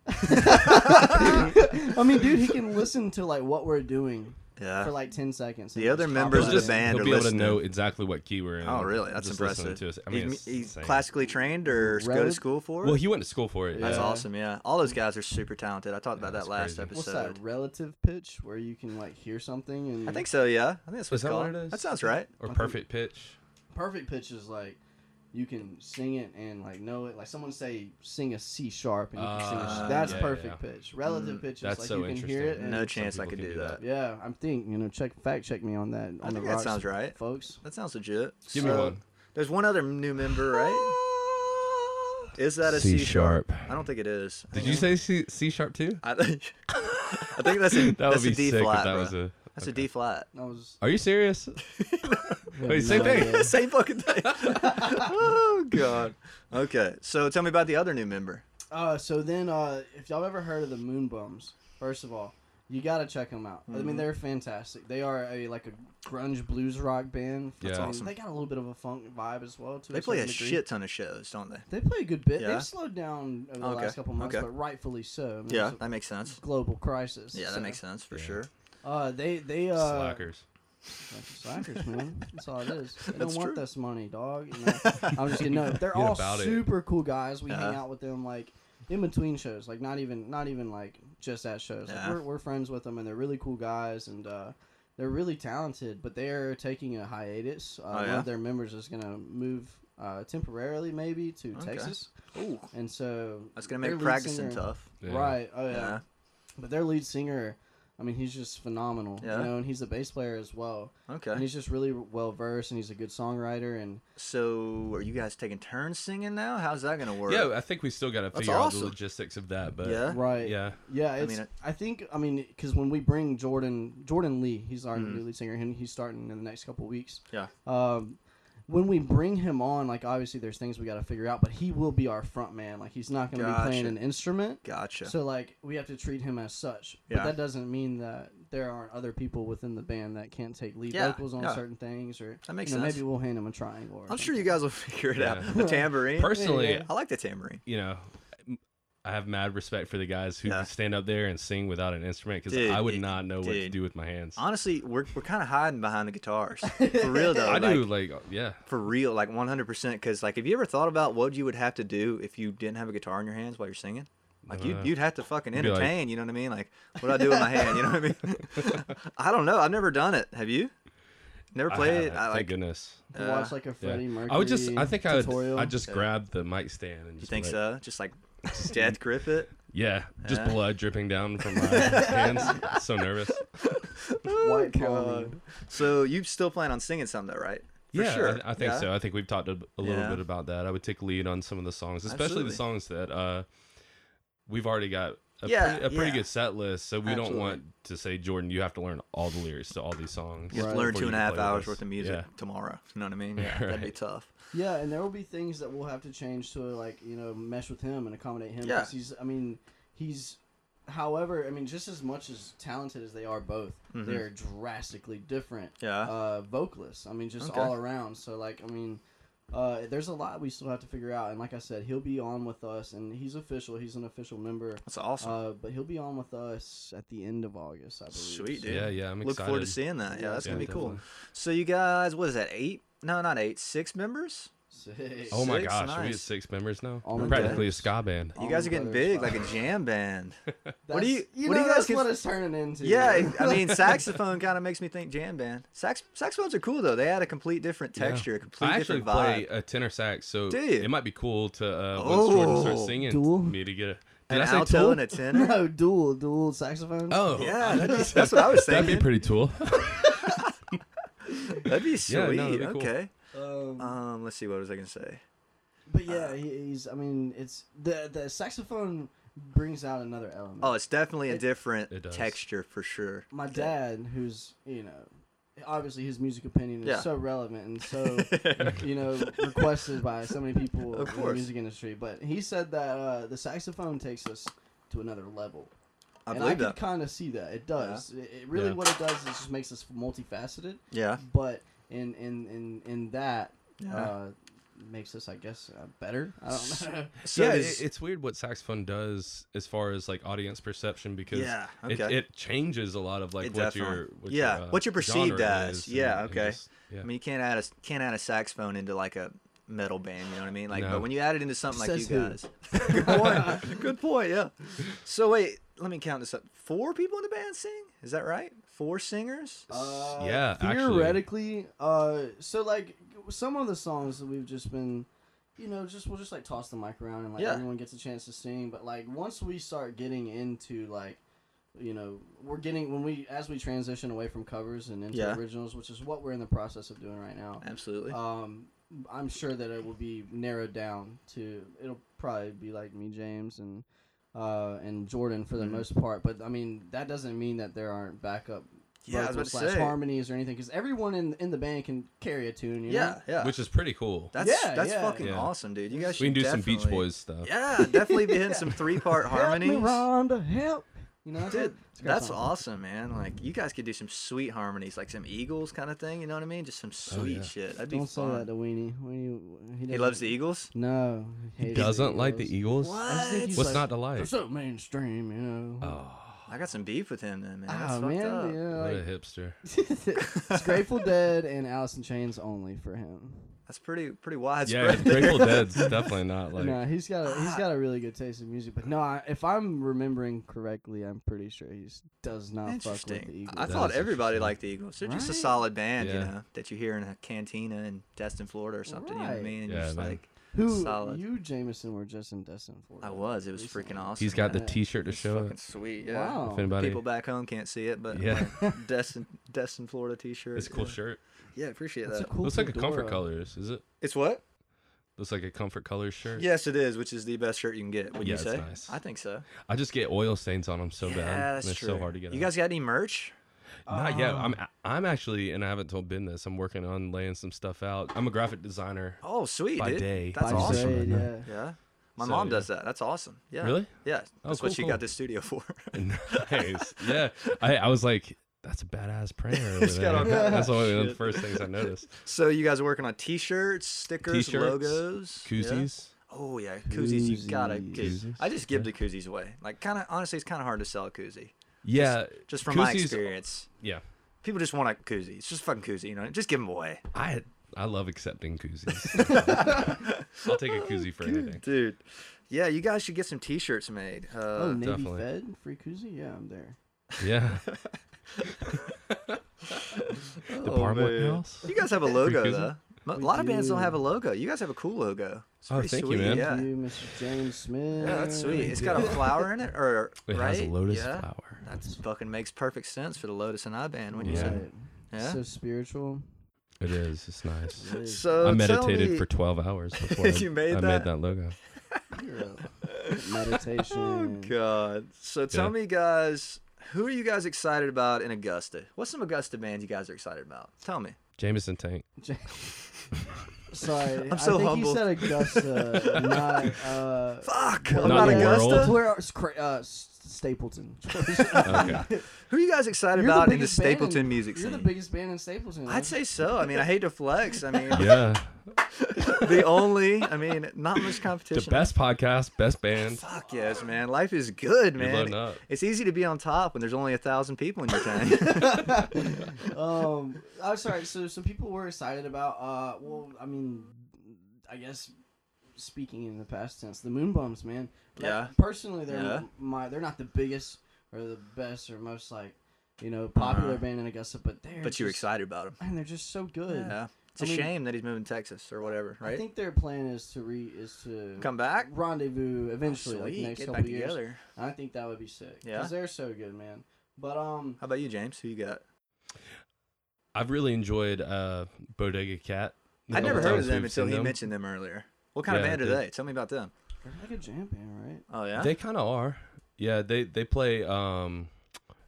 I mean, dude, he can listen to like what we're doing
yeah.
for like ten seconds. and
The other
just pop
members
it
of
up.
the band
He'll
are
be able
listening.
to know exactly what key we're in.
oh, really? That's
just listening
impressive.
To us. I mean,
he's
it's
he's
insane.
classically trained or go to
Road?
school for it?
Well, he went to school for it.
that's
yeah.
Yeah.
awesome. Yeah. All those guys are super talented. I talked
Yeah,
about that
that's
last
crazy.
What's
episode.
that relative pitch where you can like hear something and
I think so. Yeah. I think that's what
Is
it's
that
called.
what it is?
That sounds right.
I
Or
think-
perfect pitch.
perfect pitch is like you can sing it and like know it. Like someone say sing a C sharp and you can sing. A,
Ah,
sh- that's
yeah,
perfect
yeah.
pitch. Relative pitch is
Mm, That's
like
so
you can
interesting.
hear it. And,
No
Some
chance I
people
could
can
do
do
that.
yeah, I'm thinking. You know, check fact check me on that. On
I
the
think that
rocks,
sounds right.
folks.
That sounds legit.
Give me
So,
one.
There's one other new member, right? Is that a C
C
sharp?
sharp.
I don't think it is. I
Did
think
you
it's-
say C, C sharp too?
I think. I think that's a
That would
that's
be
a D
sick
flat,
if that
bro.
was a.
That's a D flat.
That was.
Are you serious? Wait, same
no
thing.
idea.
Same fucking thing. oh god. Okay, so tell me about the other new member.
Uh, so then, uh, if y'all ever heard of the Moon Bums, first of all, you gotta check them out. I
Mm-hmm.
mean, they're fantastic. They are a like a grunge blues rock band.
That's
I mean,
awesome.
They got a little bit of a funk vibe as well. To
They play a
certain degree.
shit ton of shows, don't they?
They play a good bit.
Yeah.
They've slowed down over the
Okay.
last couple months,
Okay.
but rightfully so. I mean,
Yeah,
it's
that makes
a
sense.
global crisis.
Yeah,
so.
that makes sense for
Yeah.
sure.
Uh, they they uh,
Slackers.
bunch of slackers, man. That's all it is. They don't
That's
want
true.
this money, dog. You know? I'm just kidding. No, they're
Get
all
about it.
super cool guys. We hang
Yeah.
out with them like in between shows, like not even not even like just at shows. Like,
Yeah.
we're we're friends with them, and they're really cool guys, and uh, they're really talented. But they are taking a hiatus. Uh, One
Oh, yeah?
of their members is gonna move uh, temporarily, maybe to
Okay.
Texas,
Ooh,
and so
that's gonna
their
make
lead
practicing
singer-
tough.
Yeah.
Right. Oh yeah.
Yeah.
But their lead singer, I mean, he's just phenomenal.
Yeah.
You know, and he's a bass player as well. And
Okay.
he's just really well versed, and he's a good songwriter. And
So, are you guys taking turns singing now? How's that gonna work?
Yeah, I think we still got to
That's
figure out
awesome.
the logistics of that, but
Yeah.
right,
yeah.
yeah. It's, I
mean, it-
think I mean because when we bring Jordan Jordan Lee, he's our new lead singer, and he's starting in the next couple weeks.
Mm-hmm. Yeah.
Um, when we bring him on, like obviously there's things we got to figure out, but he will be our front man. Like he's not going to be playing
Gotcha.
an instrument.
Gotcha.
So like we have to treat him as such,
Yeah.
but that doesn't mean that there aren't other people within the band that can't take lead
Yeah,
vocals on
yeah.
certain things, or
That makes
you know,
sense.
Maybe we'll hand him a triangle. Or
I'm sure you
something.
guys will figure it out.
Yeah.
The tambourine.
Personally,
Yeah.
I like the tambourine.
you know, I have mad respect for the guys who
Yeah.
stand up there and sing without an instrument because
Dude,
I would
it-
not know what to
dude.
do with my hands.
Honestly, we're we're kind of hiding behind the guitars. For real though.
I
like,
do like, oh, yeah.
For real, like 100%. Because, like, have you ever thought about what you would have to do if you didn't have a guitar in your hands while you're singing? Like,
Uh,
you'd, you'd have to fucking
be like-
entertain, you know what I mean? Like, what do I do with my hand? You know what I mean? I don't know. I've never done it. Have you? Never
I
played?
have,
I,
thank
like, you
goodness.
You watch
uh,
like a
Yeah.
Freddie Mercury.
I would just, I think I would,
tutorial.
I just grab the mic stand and just
think
like-
so? Just like death grip it?
Yeah, just
Yeah.
blood dripping down from my hands. So nervous.
White
Oh, God. So, you still plan on singing some, though, right? For
yeah,
sure.
I, I think
Yeah?
so. I think we've talked a, a little
Yeah.
bit about that. I would take lead on some of the songs, especially
Absolutely.
the songs that uh, we've already got a,
Yeah,
pretty, a pretty
yeah.
good set list. So we
Absolutely.
don't want to say, Jordan, you have to learn all the lyrics to all these songs.
You have
Right.
to learn
before
two
you
and a
can
half
play
hours
this."
worth of music
Yeah.
tomorrow. You know what I mean? Yeah, That'd be
Right.
tough.
Yeah, and there will be things that we'll have to change to like you know mesh with him and accommodate him.
Yeah.
'cause he's, I mean, he's, however, I mean, just as much as talented as they are both,
Mhm.
they're drastically different
Yeah.
uh, vocalists. I mean, just
Uh-huh. Okay.
all around. So like, I mean, uh, there's a lot we still have to figure out. And like I said, he'll be on with us, and he's official. He's an official member.
That's awesome.
Uh, but he'll be on with us at the end of August, I believe.
Sweet,
So-
dude.
Yeah, yeah, I'm
Look forward to
excited.
seeing that. Yeah,
Yeah,
that's
yeah,
gonna be cool.
definitely.
So you guys, what is that? Eight? No, not eight. Six members.
Sick.
Oh my
Six,
gosh, we
nice.
have six members now.
Oh
We're
my
practically
goodness.
a ska band.
You guys are getting
Allman
big,
Brothers
like a jam band. What do
That's-
you-
You
what do
know,
you guys
that's
cons-
what it's turning into.
Yeah, I mean saxophone kind of makes me think jam band. Sax saxophones are cool though. They add a complete different
Yeah.
texture, a complete
I actually
different vibe.
play a tenor sax, so
Do you?
it might be cool to uh, once Jordan starts
Oh.
singing,
Dual?
me to get a. Did
An
I say
alto
tool?
and a tenor.
no, dual, dual saxophone.
Oh,
Yeah, that'd be, that's what I was
that'd be
thinking.
pretty cool.
That'd be sweet.
Yeah, no, that'd be cool.
okay.
Um,
Um, let's see. What was I gonna say?
but
uh.
yeah, he, he's. I mean, it's the the saxophone brings out another element.
Oh, it's definitely a
It-
different
It does.
texture for sure.
my dad, who's you know, obviously his music opinion is
Yeah.
so relevant and so you know requested by so many people
Of
in the
course.
music industry. But he said that uh, the saxophone takes us to another level.
I
and I
believe
could
that.
kind of see that it does. It, it really
Yeah.
what it does is just makes us multifaceted.
Yeah.
but in in in in that
Yeah.
uh, makes us, I guess, uh, better. I don't know.
So
yeah,
does-
it, it's weird what saxophone does as far as like audience perception because
Yeah,
it,
okay.
it changes a lot of like
It
what
definitely-
your what
yeah,
your, uh,
what you're perceived
genre
as.
is
Yeah,
and- and
okay.
just- yeah.
I mean, you can't add a can't add a saxophone into like a metal band. You know what I mean? Like,
No.
but when you add it into something like you
Says who?
guys, good point. Good point. Yeah. So wait, let me count this up. Four people in the band sing. Is that right? Four singers.
Uh,
yeah, actually.
theoretically, uh, so like some of the songs that we've just been, you know, just we'll just like toss the mic around and like
Yeah.
everyone gets a chance to sing. But like once we start getting into like. You know, we're getting when we as we transition away from covers and into
Yeah.
originals, which is what we're in the process of doing right now.
Absolutely.
Um, I'm sure that it will be narrowed down to. It'll probably be like me, James, and uh, and Jordan for the
Mhm.
most part. But I mean, that doesn't mean that there aren't backup
yeah, I was
vocal
about to
slash
say.
harmonies or anything, because everyone in in the band can carry a tune. You
Yeah, yeah.
which is pretty cool.
that's
Yeah,
that's
yeah.
fucking
Yeah.
awesome, dude. You guys
we can
should
do some Beach
definitely-
Boys stuff.
Yeah, definitely be hitting some three part
know? Help me,
harmonies.
Rhonda, help. You know,
Dude,
It's a good
that's
song.
awesome, man. Like you guys could do some sweet harmonies, like some Eagles kind of thing. You know what I mean? Just some sweet
Oh, yeah.
shit. That'd be
Don't say
fun.
that to Weenie. Weenie
he loves the Eagles.
No,
He
hates the
doesn't like the
Eagles.
Eagles.
What?
I just think he's
What's
like,
not to
They're
like?
so mainstream, you know.
Oh,
I got some beef with him then, man. That's
Ah,
fucked
man,
up.
yeah,
what
like-
a hipster.
it's Grateful Dead and Alice in Chains only for him.
That's pretty pretty
Yeah,
widespread. there.
Grateful Dead's definitely not like.
no, he's got a, he's
ah.
got a really good taste in music, but no, I, if I'm remembering correctly, I'm pretty sure he does not fuck with the
Interesting.
Eagles.
I
That
thought
is
everybody
interesting.
liked the Eagles. They're just a
Right?
solid band, you
Yeah.
know, that you hear in a cantina in Destin, Florida or something. You know what I
Right.
mean? And
Yeah,
you're just
man.
like
Who
solid.
you, Jameson, were just in Destin for?
I was. It was freaking
Recently.
awesome.
He's got the
Yeah.
T-shirt to
It's
show
fucking
it.
sweet. Yeah.
Wow.
If anybody,
People back home can't see it, but
Yeah.
like, Destin, Destin, Florida T-shirt.
it's a cool
yeah.
shirt.
Yeah, appreciate
That's a
that.
cool
Looks like a comfort
fedora.
colors, is it?
It's what?
Looks like a comfort colors shirt.
Yes, it is, which is the best shirt you can get. Would
Yeah,
you
it's
say?
nice.
I think so.
I just get oil stains on them so
yeah,
bad.
that's
They're
true.
so hard to get.
You um,
out.
guys got any merch?
Not yet. I'm I'm actually, and I haven't told Ben this. I'm working on laying some stuff out. I'm a graphic designer.
Oh, sweet,
By
dude.
day.
That's
By
By
awesome.
trade,
Right
yeah.
Yeah. My
So,
mom
yeah.
does that. That's awesome. Yeah.
Really?
Yeah. That's
Oh,
what
cool,
she
cool.
got this studio for.
nice. Yeah. I, I was like, that's a badass printer. Over
It's got
there.
all kinds
That's
of
one of the
shit.
first things I noticed.
so you guys are working on t-shirts, stickers,
T-shirts,
logos, yeah?
Koozies.
Oh yeah, koozies. You gotta.
Koozies.
'cause I just give the koozies away. Like kind of honestly, it's kind of hard to sell a koozie.
Yeah,
Just from my
koozies-
experience,
Yeah,
people just want a koozie. It's just a fucking koozie, you know. Just give them away,
I I love accepting koozies. I'll take a koozie for anything.
dude. Yeah, you guys should get some T-shirts made. Uh,
oh, Navy
definitely.
Fed free koozie. Yeah, I'm there.
Yeah. the Parliament
oh, man.
House.
You guys have a logo
koozie?
though. Mo- A
We
lot of bands don't
do.
have a logo. You guys have a cool logo. It's
Oh,
pretty
thank you,
sweet,
man.
Yeah.
Thank you, Mr. James Smith.
Yeah, that's sweet. It's got a flower in it, or
It
right?
has a lotus
yeah.
flower.
That fucking makes perfect sense for the Lotus and I band when you
Yeah.
said
Right.
yeah.
So spiritual.
It is. It's nice.
It is.
So
I
tell
meditated
me-
for 12 hours before
You
I,
made
I
that?
made that logo.
You're a- meditation.
Oh God! So tell
Yeah.
me, guys, who are you guys excited about in Augusta? What's some Augusta bands you guys are excited about? Tell me.
Jameson Tank.
Ja- Sorry,
I'm so
I think
humble.
you said Augusta, not uh,
Fuck!
Well,
about
not the
Augusta.
world.
where are, Scra- uh, S- Stapleton.
Okay.
Who are you guys excited
You're
about in the
biggest band
Stapleton
in-
music
You're
scene?
the biggest band in Stapleton.
I'd say so. I mean, I hate to flex. I mean,
Yeah.
the only. I mean, not much
The
competition.
best podcast, best band.
Fuck yes, man. Life is good,
You're
man.
loading up.
It's easy to be on top when there's only a thousand people in your tank.
um, I'm sorry. So some people were excited about. Uh, well, I mean, I guess speaking in the past tense, the Moon Bums, man. That-
Yeah.
Personally, they're
Yeah.
my. They're not the biggest or the best or most like, you know, popular
Uh-huh.
band in Augusta, but they're.
but you're
just-
excited about him.
Man, they're just so good.
Yeah. It's
I
a
mean-
shame that he's moving to Texas or whatever,
I
right?
think their plan is to re is to
Come back.
rendezvous eventually, like
Sweet,
next
get
couple
back
years.
together.
I think that would be sick.
Yeah?
because they're so good, man. But um,
How about you, James? Who you got?
I've really enjoyed uh, Bodega Cat. the
I'd never heard
couple
of
times
them
we've
until
seen
he
them.
mentioned them earlier. What kind
Yeah,
of band are
dude.
they? Tell me about them.
they're like a jam band, right?
Oh yeah.
They kind of are. Yeah, they they play. Um,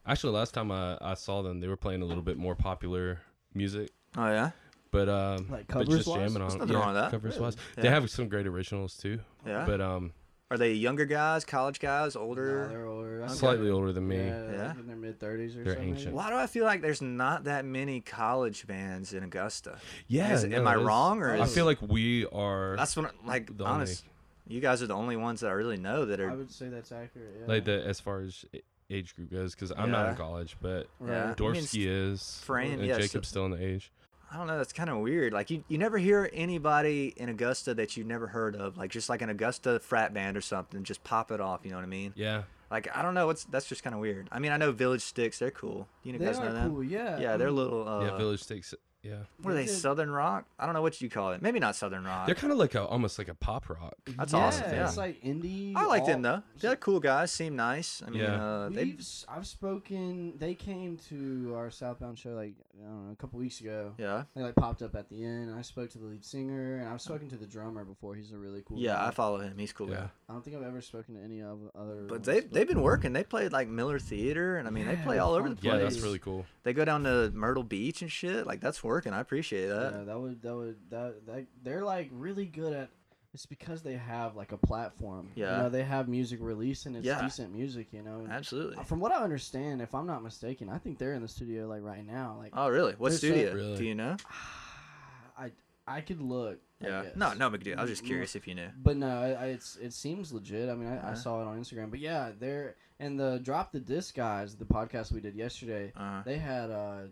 actually, last time I, I saw them, they were playing a little bit more popular music,
oh yeah.
but um,
Like
but
covers
just
wise?
jamming
There's
on
nothing
yeah,
wrong with that,
covers
really.
wise. They
Yeah.
have some great originals too.
Yeah.
But um,
are they younger guys, college guys,
No,
older?
they're older. I think
slightly
they're-
older than me.
Yeah, they're like
Yeah.
in their mid thirties or
They're
something.
ancient.
Why do I feel like there's not that many college bands in Augusta?
Yeah,
Is- am
no,
I
it's-
wrong, or
I
is-
feel like we are
That's when like
the only
honest. You guys are the only ones that I really know that
I
are.
would say that's accurate. Yeah.
like the as far as a- age group goes because I'm not in
Yeah.
college, but
Right.
Yeah. I mean, it's-
Dorsky is,
Fran,
and
yeah, so-
Jacob's still in the age.
I don't know. That's kind of weird. Like you, you never hear anybody in Augusta that you've never heard of. Like just like an Augusta frat band or something. Just pop it off. You know what I mean?
Yeah,
Like I don't know. What's that's just kind of weird. I mean, I know Village Sticks. They're cool. You
They
guys
are
know them?
cool. Yeah.
Yeah,
I
they're
mean,
little. Uh,
yeah, Village Stakes. Yeah,
What are
They
they?
did-
Southern rock? I don't know what you call it. Maybe not Southern rock.
they're kind of like a almost like a pop rock.
That's
yeah,
awesome,
It's
yeah.
like indie.
I like them
alt-
though. They're cool guys. Seem nice. I mean,
Yeah.
uh, they.
We've s- I've spoken. They came to our Southbound show like I don't know a couple weeks ago.
Yeah.
They like popped up at the end. And I spoke to the lead singer and I've spoken to the drummer before. He's a really cool.
Yeah,
guy.
I follow him. He's cool.
Yeah.
guy.
I don't think I've ever spoken to any of other.
But
ones,
they they've been working. They played like Miller Theater, and I mean they
Yeah,
play all over the
funk
place.
Yeah, that's
Place.
really cool.
They go down to Myrtle Beach and shit. Like that's working. I appreciate that.
Yeah, that would that would that, that they're like really good at. It's because they have like a platform.
Yeah.
you know, they have music release and it's
Yeah.
decent music. You know, And
Absolutely.
from what I understand, if I'm not mistaken, I think they're in the studio like right now. Like
Oh really? What
They're so-
studio? Do
Really?
you know?
I I could look. I
Yeah.
guess.
No, no big deal. I was just
Mm,
curious if you knew.
But no, I, I, it's it seems legit. I mean, I, I
Yeah.
saw it on Instagram. But yeah, they're and the drop the disc guys, the podcast we did yesterday.
Uh,
They had uh,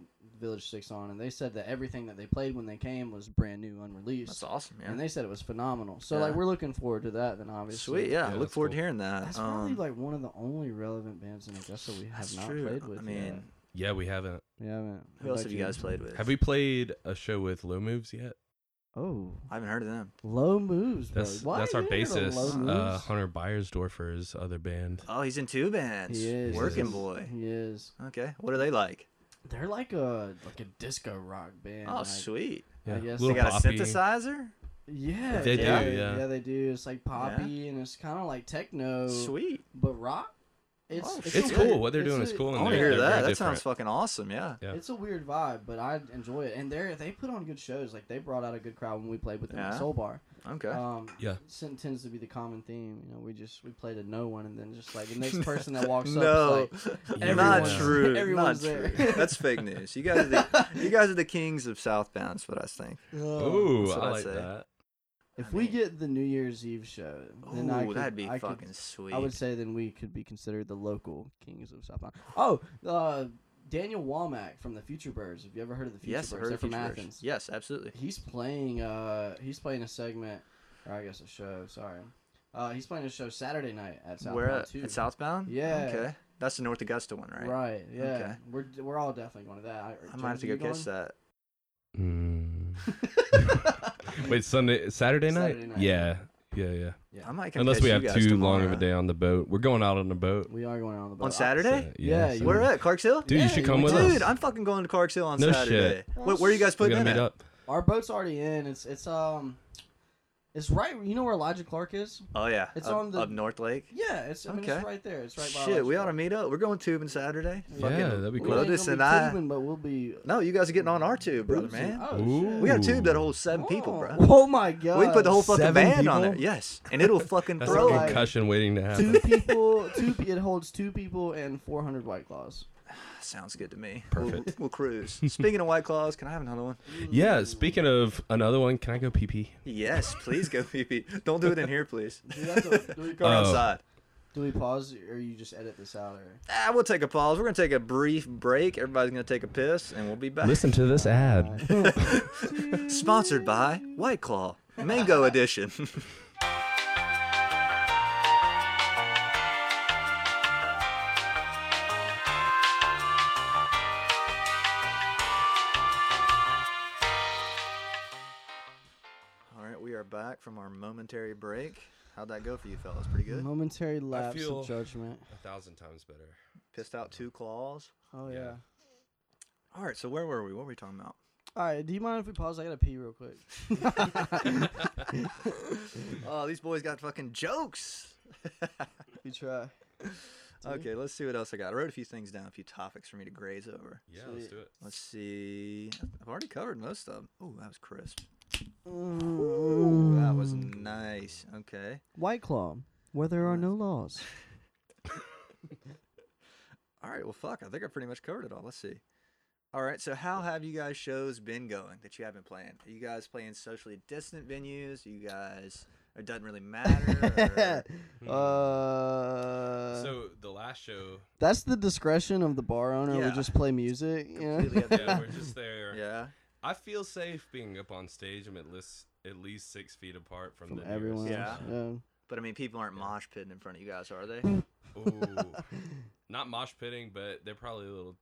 Village Six on, and they said that everything that they played when they came was brand new, unreleased.
that's awesome,
and
man.
they said it was phenomenal. So
Yeah.
like we're looking forward to that. Then obviously,
Sweet. Yeah.
Yeah,
I look
that's
forward to
cool.
hearing that.
that's
um,
probably like one of the only relevant bands in Augusta we have
that's
not
true.
played with.
I mean,
Yeah, we
yet.
haven't.
we haven't.
who
What
else
about
have you guys played with?
Have we played a show with Low Moves yet?
Oh,
I haven't heard of them.
low moves. Bro.
That's
Why
that's
are
our
you into the Low
bassist, uh,
Moves?
Hunter Byersdorfer's other band.
Oh, he's in two bands.
he is
Working
he's-
boy.
He is.
Okay. What are they like?
They're like a like a disco rock band.
oh,
like-
sweet.
Yeah,
guess
They
Little
got
poppy.
a synthesizer.
Yeah,
They do,
yeah,
yeah.
yeah, they do. It's like poppy and it's kind of like techno,
Sweet.
but rock. It's
Oh,
It's
a
cool.
weird-
What they're
it's
doing
a-
is cool.
I
And
want to
they're,
hear
they're
that.
very
That sounds
different.
fucking awesome. Yeah.
Yeah.
It's a weird vibe, but I enjoy it. And they they put on good shows. Like they brought out a good crowd when we played with them
Yeah.
at Soul Bar.
Okay.
Um,
Yeah.
sin- tends to be the common theme. You know, we just we played a no one, and then just like the next person that walks
no,
up, is
not
everyone-
true.
everyone's
not
there.
true. That's fake news. You guys, are the, you guys are the kings of Southbound. Is what I think.
like, "Oh,
Ooh,
Oh, That's what
I
I
like
say.
that.
I
If we
mean-
get the New Year's Eve show, then I
Ooh,
could,
that'd be
I could-
fucking sweet.
I would say then we could be considered the local kings of South Carolina. Oh, uh, Daniel Womack from the Future Birds. Have you ever heard of the Future
yes, I
Birds?
heard
They're
of
from
Future Birds.
Athens.
Yes, absolutely.
He's playing. Uh, he's playing a segment, or I guess a show. Sorry, uh, he's playing a show Saturday night at South
Where
Hall
at?
too.
At Southbound?
Yeah.
Okay. That's the North Augusta one, right?
right? Yeah,
Okay.
we're we're all definitely going to that. I,
I might have to go catch that.
Mm.
that.
Wait, Sunday, Saturday night?
Saturday night.
Yeah, yeah, yeah.
I might come
Unless
catch
we
you
have
guys
too long of a
tomorrow.
day on the boat. We're going out on the boat.
we are going on the boat.
On Saturday?
So,
Yeah, you-
so-
Where at? Clarks Hill?
Dude,
Yeah,
you should
you
come
went
with
to-
us.
Dude, I'm fucking going to Clarks Hill on
No
Saturday. Wait, where are you guys
We're
putting
gonna
in
meet
at?
up.
Our boat's already in. It's it's um, it's right. You know where Elijah Clark is?
Oh yeah,
It's
up,
on the-
up North Lake.
Yeah, it's I mean,
Okay.
it's right there. It's right by.
Shit, we ought
Elijah
to
Clark.
meet up. We're going tubing Saturday.
Yeah, that'd
We
be cool.
ain't
Lotus
gonna
and
be
I-
tubing, but we'll be.
No, you guys are getting on our tube, brother,
boozing.
man.
Oh,
Ooh.
shit.
We got a tube that holds seven people, bro.
Oh. Oh my god.
We put the whole fucking
Seven
band on there.
people?
Yes, and it'll fucking
That's
throw.
a
like-
Like,
concussion waiting to happen.
two people. Two. pe- It holds two people and four hundred white claws.
Sounds good to me. We'll,
Perfect.
we'll cruise. Speaking of White Claws, can I have another one?
Yeah, speaking of another one, can I go pee pee?
Yes, please go pee pee. Don't do it in here, please.
Do, we have to- do, we,
Go
Uh,
outside.
do we pause or you just edit this out? Or
Ah, we'll take a pause. We're gonna take a brief break. Everybody's gonna take a piss, and we'll be back.
Listen to this ad.
Sponsored by White Claw, Mango Edition. All right, we are back from our momentary break. How'd that go for you, fellas? Pretty good.
momentary lapse
feel-
of judgment.
A thousand times better.
Pissed out two claws.
Oh yeah.
Yeah.
All right, so where were we? What were we talking about?
All right. Do you mind if we pause? I gotta pee real quick.
Oh, these boys got fucking jokes.
We try.
Okay, let's see what else I got. I wrote a few things down, a few topics for me to graze over.
Yeah, let's do it.
Let's see. I've already covered most of them. Oh, that was crisp. Ooh,
Mm.
that was nice. Okay.
White Claw, where there are no laws.
All right. Well, fuck. I think I pretty much covered it all. Let's see. All right. So, how have you guys' shows been going that you have been playing? Are you guys playing socially distant venues? Are you guys. It doesn't really matter.
uh,
So the last show,
that's the discretion of the bar owner.
Yeah.
We just play music. You know?
Completely up to
yeah, we're just there.
or- yeah.
I feel safe being up on stage. I'm at least at least six feet apart from,
From
the
everyone.
nearest.
else,
Yeah. But I mean, people aren't mosh pitting in front of you guys, are they?
Ooh. Not mosh pitting, but they're probably a little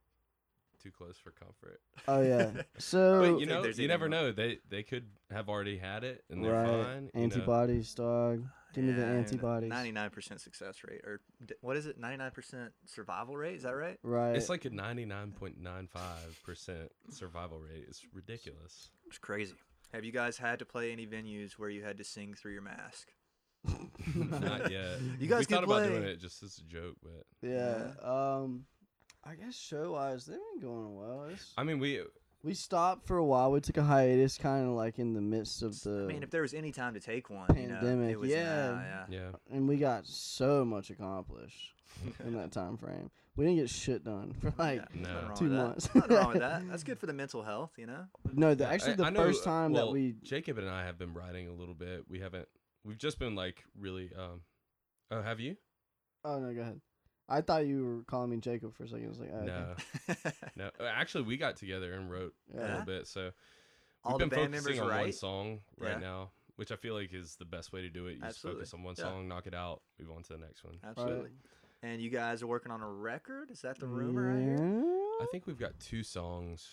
too close for comfort.
Oh yeah. So
But you
think
know,
there's
you
even
never
more.
know. They they could have already had it and they're
right,
fine. you know. e-
antibodies, dog. Give me the
Yeah, and
antibodies.
99% success rate. Or d- what is it? 99% survival rate? Is that right?
Right.
It's like a 99.95% survival rate. It's ridiculous.
It's crazy. Have you guys had to play any venues where you had to sing through your mask?
Not yet.
You guys
we
can
thought about doing
play.
it just as a joke, but
yeah. Um, I guess show wise, they've been going well. It's-
I mean, we
we stopped for a while. We took a hiatus, kind of like in the midst of the.
I mean, if there was any time to take one, you know,
Pandemic,
it was
yeah.
now, yeah.
yeah.
and we got so much accomplished in that time frame. We didn't get shit done for like
Yeah,
No.
nothing wrong
two
with that.
months.
Nothing wrong with that. That's good for the mental health, you know.
no. The, actually,
I-
the
I know,
first
uh,
time that
well,
we
Jacob and I have been writing a little bit. We haven't. We've just been like really. um Oh, have you?
Oh no, go ahead. I thought you were calling me Jacob for a second. I was like, oh, okay.
No, no. Uh, Actually, we got together and wrote a
Yeah.
little bit. So
All the
we've been
band
focusing
members
on one
right.
song right
Yeah.
now, which I feel like is the best way to do it. You just
Absolutely.
focus on one
Yeah.
song, knock it out, move on to the next one.
Right.
Absolutely. And you guys are working on a record? Is that the rumor I hear?
I think we've got two songs.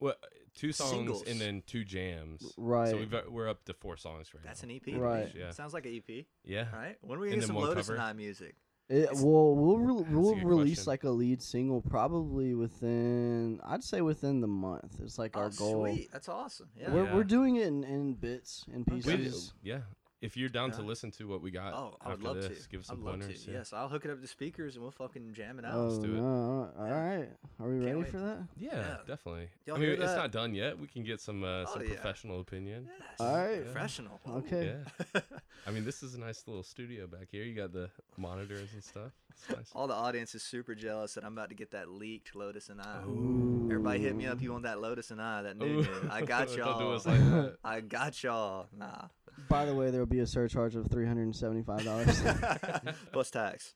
Well, two songs
Singles.
and then two jams.
Right.
So we've got, we're up to four songs right
That's an
now.
E EP.
Right.
Yeah.
Sounds like an EP.
yeah.
All right. When are we gonna get
And then
some
one
Lotus
cover.
and I music?
It, Eh, well, we'll re-
That's a
we'll
good
release
question.
like a lead single probably within I'd say within the month. It's like
Oh,
our goal.
sweet. That's awesome. Yeah.
We're
Yeah.
we're doing it in, in bits and
Okay.
We
Sounds-
pieces.
just, yeah. If you're down to
Yeah.
listen to what we got,
Oh, I would
after
love
this,
to.
give us
I'd
some
love
pointers.
to.
yeah.
Yes, I'll hook it up to speakers and we'll fucking jam it out.
oh
let's do it.
no! All
Yeah.
right, are we
Can't
ready
wait.
for that?
Yeah,
Yeah,
that definitely.
Y'all
I mean,
hear
it's
that?
not done yet. We can get some uh,
Oh,
some
yeah.
professional opinion.
Yes.
All right.
Professional.
Okay.
Yeah. I mean, this is a nice little studio back here. You got the monitors and stuff. It's nice.
All the audience is super jealous that I'm about to get that leaked Lotus and I. Everybody hit me up. You want that Lotus and I? That new
Ooh.
dude. I got y'all.
Don't do us like that.
I got y'all. Nah.
By the way, there will be a surcharge of three hundred and seventy-five dollars.
Plus tax.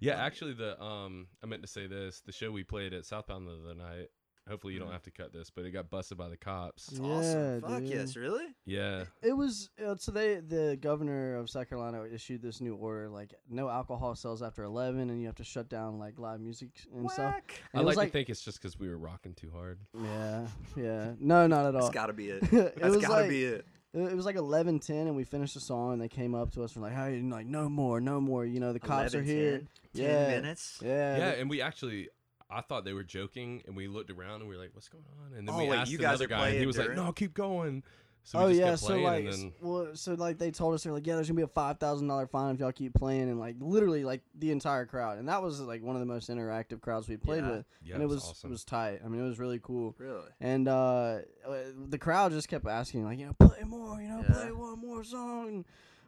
Yeah, actually, the um, I meant to say this. The show we played at Southbound the other night. Hopefully, you don't have to cut this, but it got busted by the cops.
It's awesome.
Yeah,
Fuck
dude.
yes. Really?
Yeah,
It was uh, so they the governor of South Carolina issued this new order like no alcohol sells after eleven, and you have to shut down like live music and stuff.
Whack.
And
I
it
like,
was
to think it's just because we were rocking too hard.
Yeah, yeah. No, not at all.
That's gotta be it.
It
That's
was
gotta
like-
be it.
It it was like eleven ten, and we finished the song, and they came up to us and were like, "Hey, and like no more, no more." You know, the cops are
11,
here.
10, 10
yeah,
minutes.
Yeah,
yeah,
they-
and we actually, I thought they were joking, and we looked around and we were like, "What's going on?" And then
Oh,
we
wait,
asked
you guys
another
are
guy, and he
playing
was
during-
like, "No, keep going." So we
oh
just
yeah,
kept
so
playing,
like,
and
s-
then
well, so like they told us they're like, yeah, there's gonna be a five thousand dollar fine if y'all keep playing, and like literally like the entire crowd, and that was like one of the most interactive crowds we played
Yeah.
with,
Yeah,
and
it
it
was
was it
awesome.
was tight. I mean, it was really cool.
Really?
And uh, uh, the crowd just kept asking, like, you know, play more, you know,
Yeah.
play one more song. And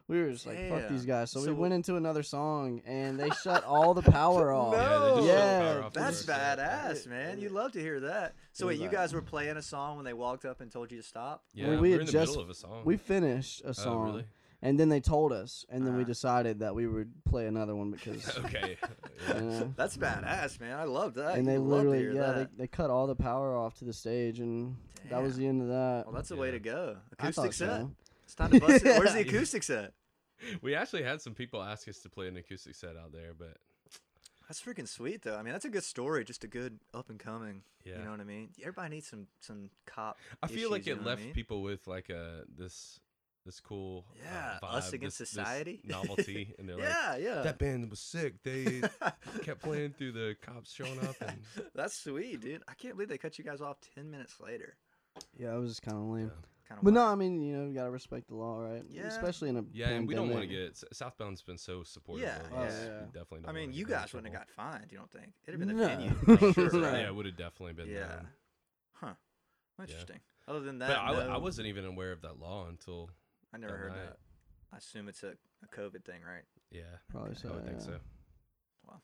we were just like, fuck
Yeah.
these guys. So, we
So
went into another song, and they shut all the power off.
yeah, they just shut the
Yeah,
power off
That's
for us, yeah.
badass, man. You love to hear that. So
uh, It
wait,
was
you
like-
guys were playing a song when they walked up and told you to stop?
Yeah,
Well,
we,
we
were
had
in the
just-
middle of a song.
We finished a song,
Oh, really?
and then they told us, and then we
Uh-huh.
decided that we would play another one because.
okay.
you know,
That's badass, man. I love that.
and they
You love to
literally,
hear
yeah, they,
that.
they cut all the power off to the stage, and that was
Damn.
the end of that.
Well, that's the way
Yeah.
to go.
I thought
Acoustics set.
so.
It's time to bust it. Where's the
Yeah.
acoustics at?
We actually had some people ask us to play an acoustic set out there, but
That's freaking sweet, though. I mean, that's a good story. Just a good up and coming.
Yeah.
You know what I mean? Everybody needs some some cop.
I feel like
issues, you
it
know what I
left
mean?
people with like a this this cool uh,
Yeah, us
vibe,
against
this- this
society.
novelty, and they're
yeah,
like,
yeah.
that band was sick. They kept playing through the cops showing up, and
That's sweet, dude. I can't believe they cut you guys off ten minutes later.
Yeah, it was just kind of lame.
Kind of.
But no, I mean, you know, you gotta respect the law, right?
Yeah.
Especially in a
yeah, and we don't want to
pandemic.
get S- Southbound's been so supportive.
Yeah,
of
Oh,
us.
yeah.
We definitely. Don't
I mean,
wanna
you
get in
guys wouldn't have
trouble.
got fined. You don't think it'd have been
No.
a venue? For sure,
got-
Yeah,
right?
it would have definitely been.
Yeah.
down.
Huh. Interesting. Other than that,
but I, w- I
no.
wasn't even aware of that law until
I never
that
heard
night.
that. I assume it's a, a COVID thing, right?
yeah,
Probably so.
I would think
yeah.
so.
Wow.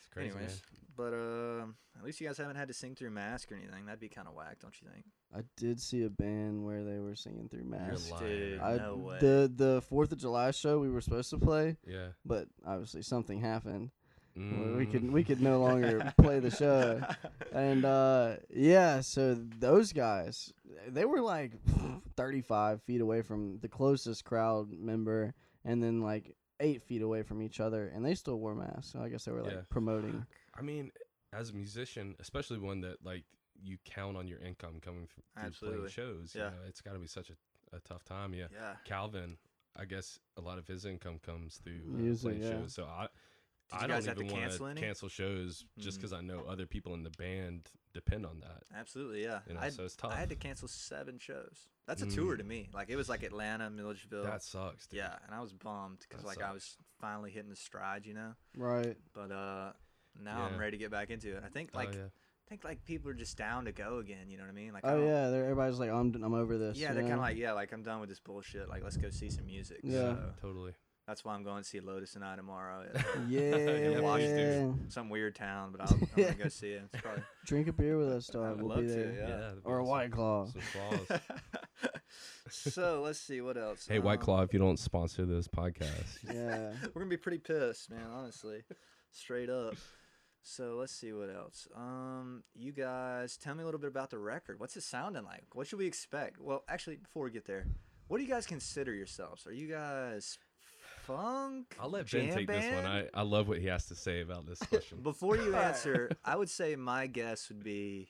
it's crazy. man.
Anyways, but um, at least you guys haven't had to sing through mask or anything. That'd be kind of whack, don't you think?
I did see a band where they were singing through masks.
lying.
Dude,
I,
no way.
The the Fourth of July show we were supposed to play,
Yeah.
but obviously something happened. where We
Mm.
could we could no longer play the show, and uh, yeah, so those guys they were like thirty five feet away from the closest crowd member, and then like eight feet away from each other, and they still wore masks. So I guess they were like
Yeah.
promoting.
I mean, as a musician, especially one that like you count on your income coming from playing
Absolutely.
shows,
Yeah.
you know, it's got to be such a, a tough time. Yeah.
yeah.
Calvin, I guess a lot of his income comes through uh,
Music,
playing
yeah.
shows. So I,
Did
I
you
don't
guys have to
even want
cancel
to
any?
cancel shows just
Mm.
because I know other people in the band depend on that.
Absolutely, yeah.
You know,
I,
so it's tough. Mm.
I had to cancel seven shows. That's a tour to me. Like it was like Atlanta, Milledgeville.
that sucks. Dude.
yeah, and I was bummed because
That
like I was finally hitting the stride, you know.
Right.
But uh, now I'm
Yeah.
ready to get back into it. I think
Oh,
like
yeah.
I think like people are just down to go again. You know what I mean? Like I
Oh
don't-
yeah, they're, everybody's like, I'm, I'm over this.
Yeah,
you
they're kind
know?
of like, yeah, like I'm done with this bullshit. Like, let's go see some music.
Yeah.
So
Totally.
that's why I'm going to see Lotus and I tomorrow at uh,
yeah,
Yeah, watch
yeah.
dude.
some weird town, but I'll, I'm gonna go see it. It's probably
Drink a beer with us, dog.
I would
we'll
love
be there.
to.
Yeah.
Yeah.
that'd be
Or a
awesome.
white claw.
Some claws.
so let's see what else.
hey, White
Um,
Claw, if you don't sponsor this podcast,
yeah.
We're gonna be pretty pissed, man. Honestly, straight up. So let's see what else. Um, you guys, tell me a little bit about the record. What's it sounding like? What should we expect? Well, actually, before we get there, what do you guys consider yourselves? Are you guys funk?
I'll let
jam
Ben take this one.
band?
I, I love what he has to say about this question.
Before you answer, I would say my guess would be.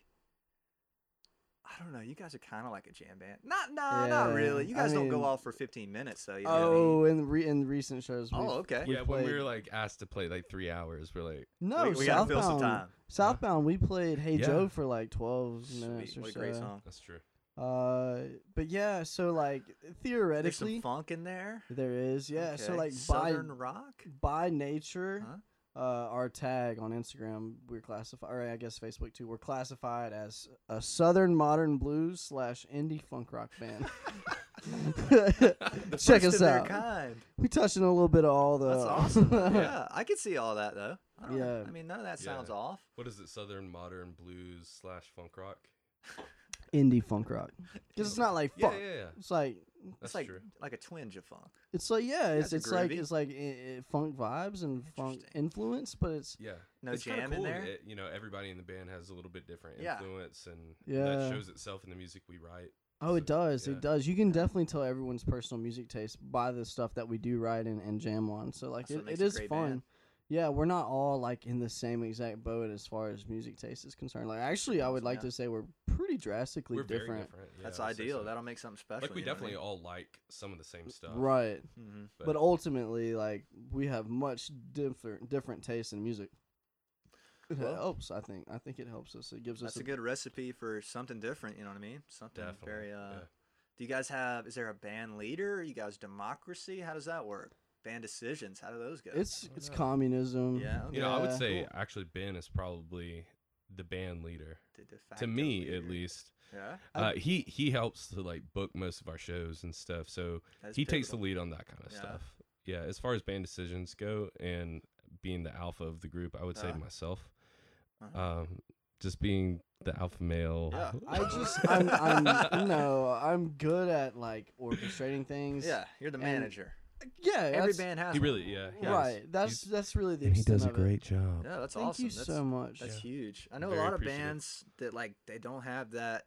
I don't know. You guys are kind of like a jam band. Not, no, not
Yeah,
really. You
I
guys don't
mean-
go off for 15 minutes, though. You know what I mean?
Oh, in re- in recent shows.
Oh,
we've-
okay.
we've
yeah, when we
played-
were like asked to play like three hours, we're like,
no,
We- we gotta
Southbound.
fill some time.
Southbound. We played Hey
Yeah.
Joe for like 12 minutes
Sweet.
or
What a
so.
great song.
that's true.
Uh, but yeah, so like
There's some
theoretically,
funk in there.
there is. Yeah, so
Okay.
like
Southern rock.
by by nature,
Huh?
uh, our tag on Instagram, we're classified, or I guess Facebook too, we're classified as a Southern Modern Blues slash indie funk rock band.
The
Check
first
us
of their
out.
kind.
We touched on a little bit of all the.
That's awesome. yeah, I could see all that though. I don't-
Yeah.
I mean, none of that sounds
Yeah.
off.
What is it? Southern modern blues slash funk rock.
indie funk rock. Because it's not like
Yeah,
funk.
yeah, yeah.
It's like
That's
it's like
true.
like a twinge of funk.
it's like yeah, it's
it's a
it's like
groovy.
it's like i i funk vibes and funk
Interesting.
influence, but it's
Yeah.
No
It's kinda
jam in
cool
there?
that, you know, everybody in the band has a little bit different
Yeah.
influence, and
Yeah.
that shows itself in the music we write.
oh,
So,
it does,
yeah.
it does. You can definitely tell everyone's personal music taste by the stuff that we do write and, and jam on. So like
That's what
it, it
makes a
is
great
fun.
band.
Yeah, we're not all like in the same exact boat as far as music taste is concerned. Like actually, I would like
Yeah.
to say we're pretty drastically
We're
different.
very different. yeah,
That's
I'd say
ideal.
so.
That'll make something special.
Like we definitely all like some of the same stuff.
Right.
hmm
But, ultimately, like we have much different different tastes in music. It
Well-
helps, I think. I think it helps us. It gives us
That's
a
a good recipe for something different. You know what I mean? Something
Definitely,
very. Uh,
yeah.
Do you guys have? Is there a band leader? you guys democracy? How does that work? Band decisions? How do those go?
It's
Oh,
it's
no.
communism.
yeah.
you know, I would
Yeah.
say actually Ben is probably the band leader
the de facto
to me
leader.
at least.
Yeah.
Uh,
I-
he he helps to like book most of our shows and stuff. So
that's
he takes the
pivotal.
lead on that kind of
Yeah.
stuff. Yeah, as far as band decisions go and being the alpha of the group, I would say
Uh-huh.
myself.
Uh-huh.
Um, just being the alpha male.
Yeah.
I just I'm, I'm no, I'm good at like orchestrating things.
Yeah, you're the
and
manager.
yeah.
Every
that's-
band has.
he
one.
really yeah. he has-
right. That's
he's-
that's really the
and he
extent
does a
of it.
great job.
Yeah, that's
Thank
awesome.
you
that's,
so much.
That's
Yeah.
huge. I know
Very
a lot of
appreciative.
bands that like they don't have that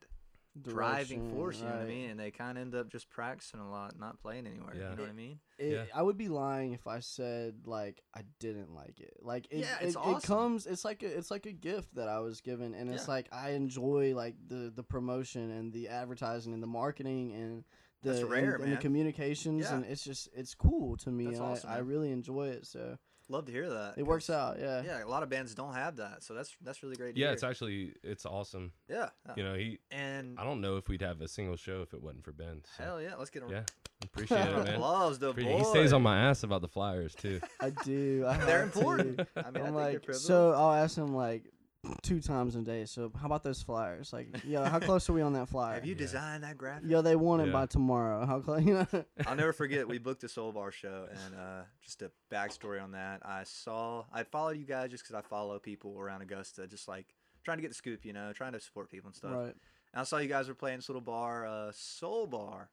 driving
Direction,
force. You know what I
right.
mean? And they kind of end up just practicing a lot, not playing anywhere.
Yeah.
You know what I mean?
It,
Yeah.
I would be lying if I said like I didn't like it. Like it,
Yeah,
it,
it's
it
awesome.
comes. It's like a, it's like a gift that I was given, and it's
Yeah.
like I enjoy like the the promotion and the advertising and the marketing and the
That's rare,
and, and
man.
the communications,
Yeah.
and it's just it's cool to me.
That's
and I-
awesome,
I,
man.
really enjoy it. So
Love to hear that.
it works
'cause-
out. Yeah.
Yeah, a lot of bands don't have that, so that's that's really great. To
Yeah,
hear.
it's actually it's awesome.
yeah, yeah.
You know, he
and
I don't know if we'd have a single show if it wasn't for Ben. So.
mm. hell yeah, let's get a
Yeah, appreciate it,
round of
man.
applause, the
Appreciate-
boy.
He stays on my ass about the flyers too.
I do. I
They're
have to.
important. I mean, I
I'm
think
like,
they're
so I'll ask him like two times a day. So how about those flyers? Like, yo, how close are we on that flyer?
Have you
Yeah.
designed that graphic?
Yo, they want it
Yeah.
by tomorrow. How close? You know.
I'll never forget. We booked a Soul Bar show, and uh, just a backstory on that. I saw, I followed you guys just because I follow people around Augusta, just like trying to get the scoop, you know, trying to support people and stuff.
Right.
And I saw you guys were playing this little bar, uh, Soul Bar.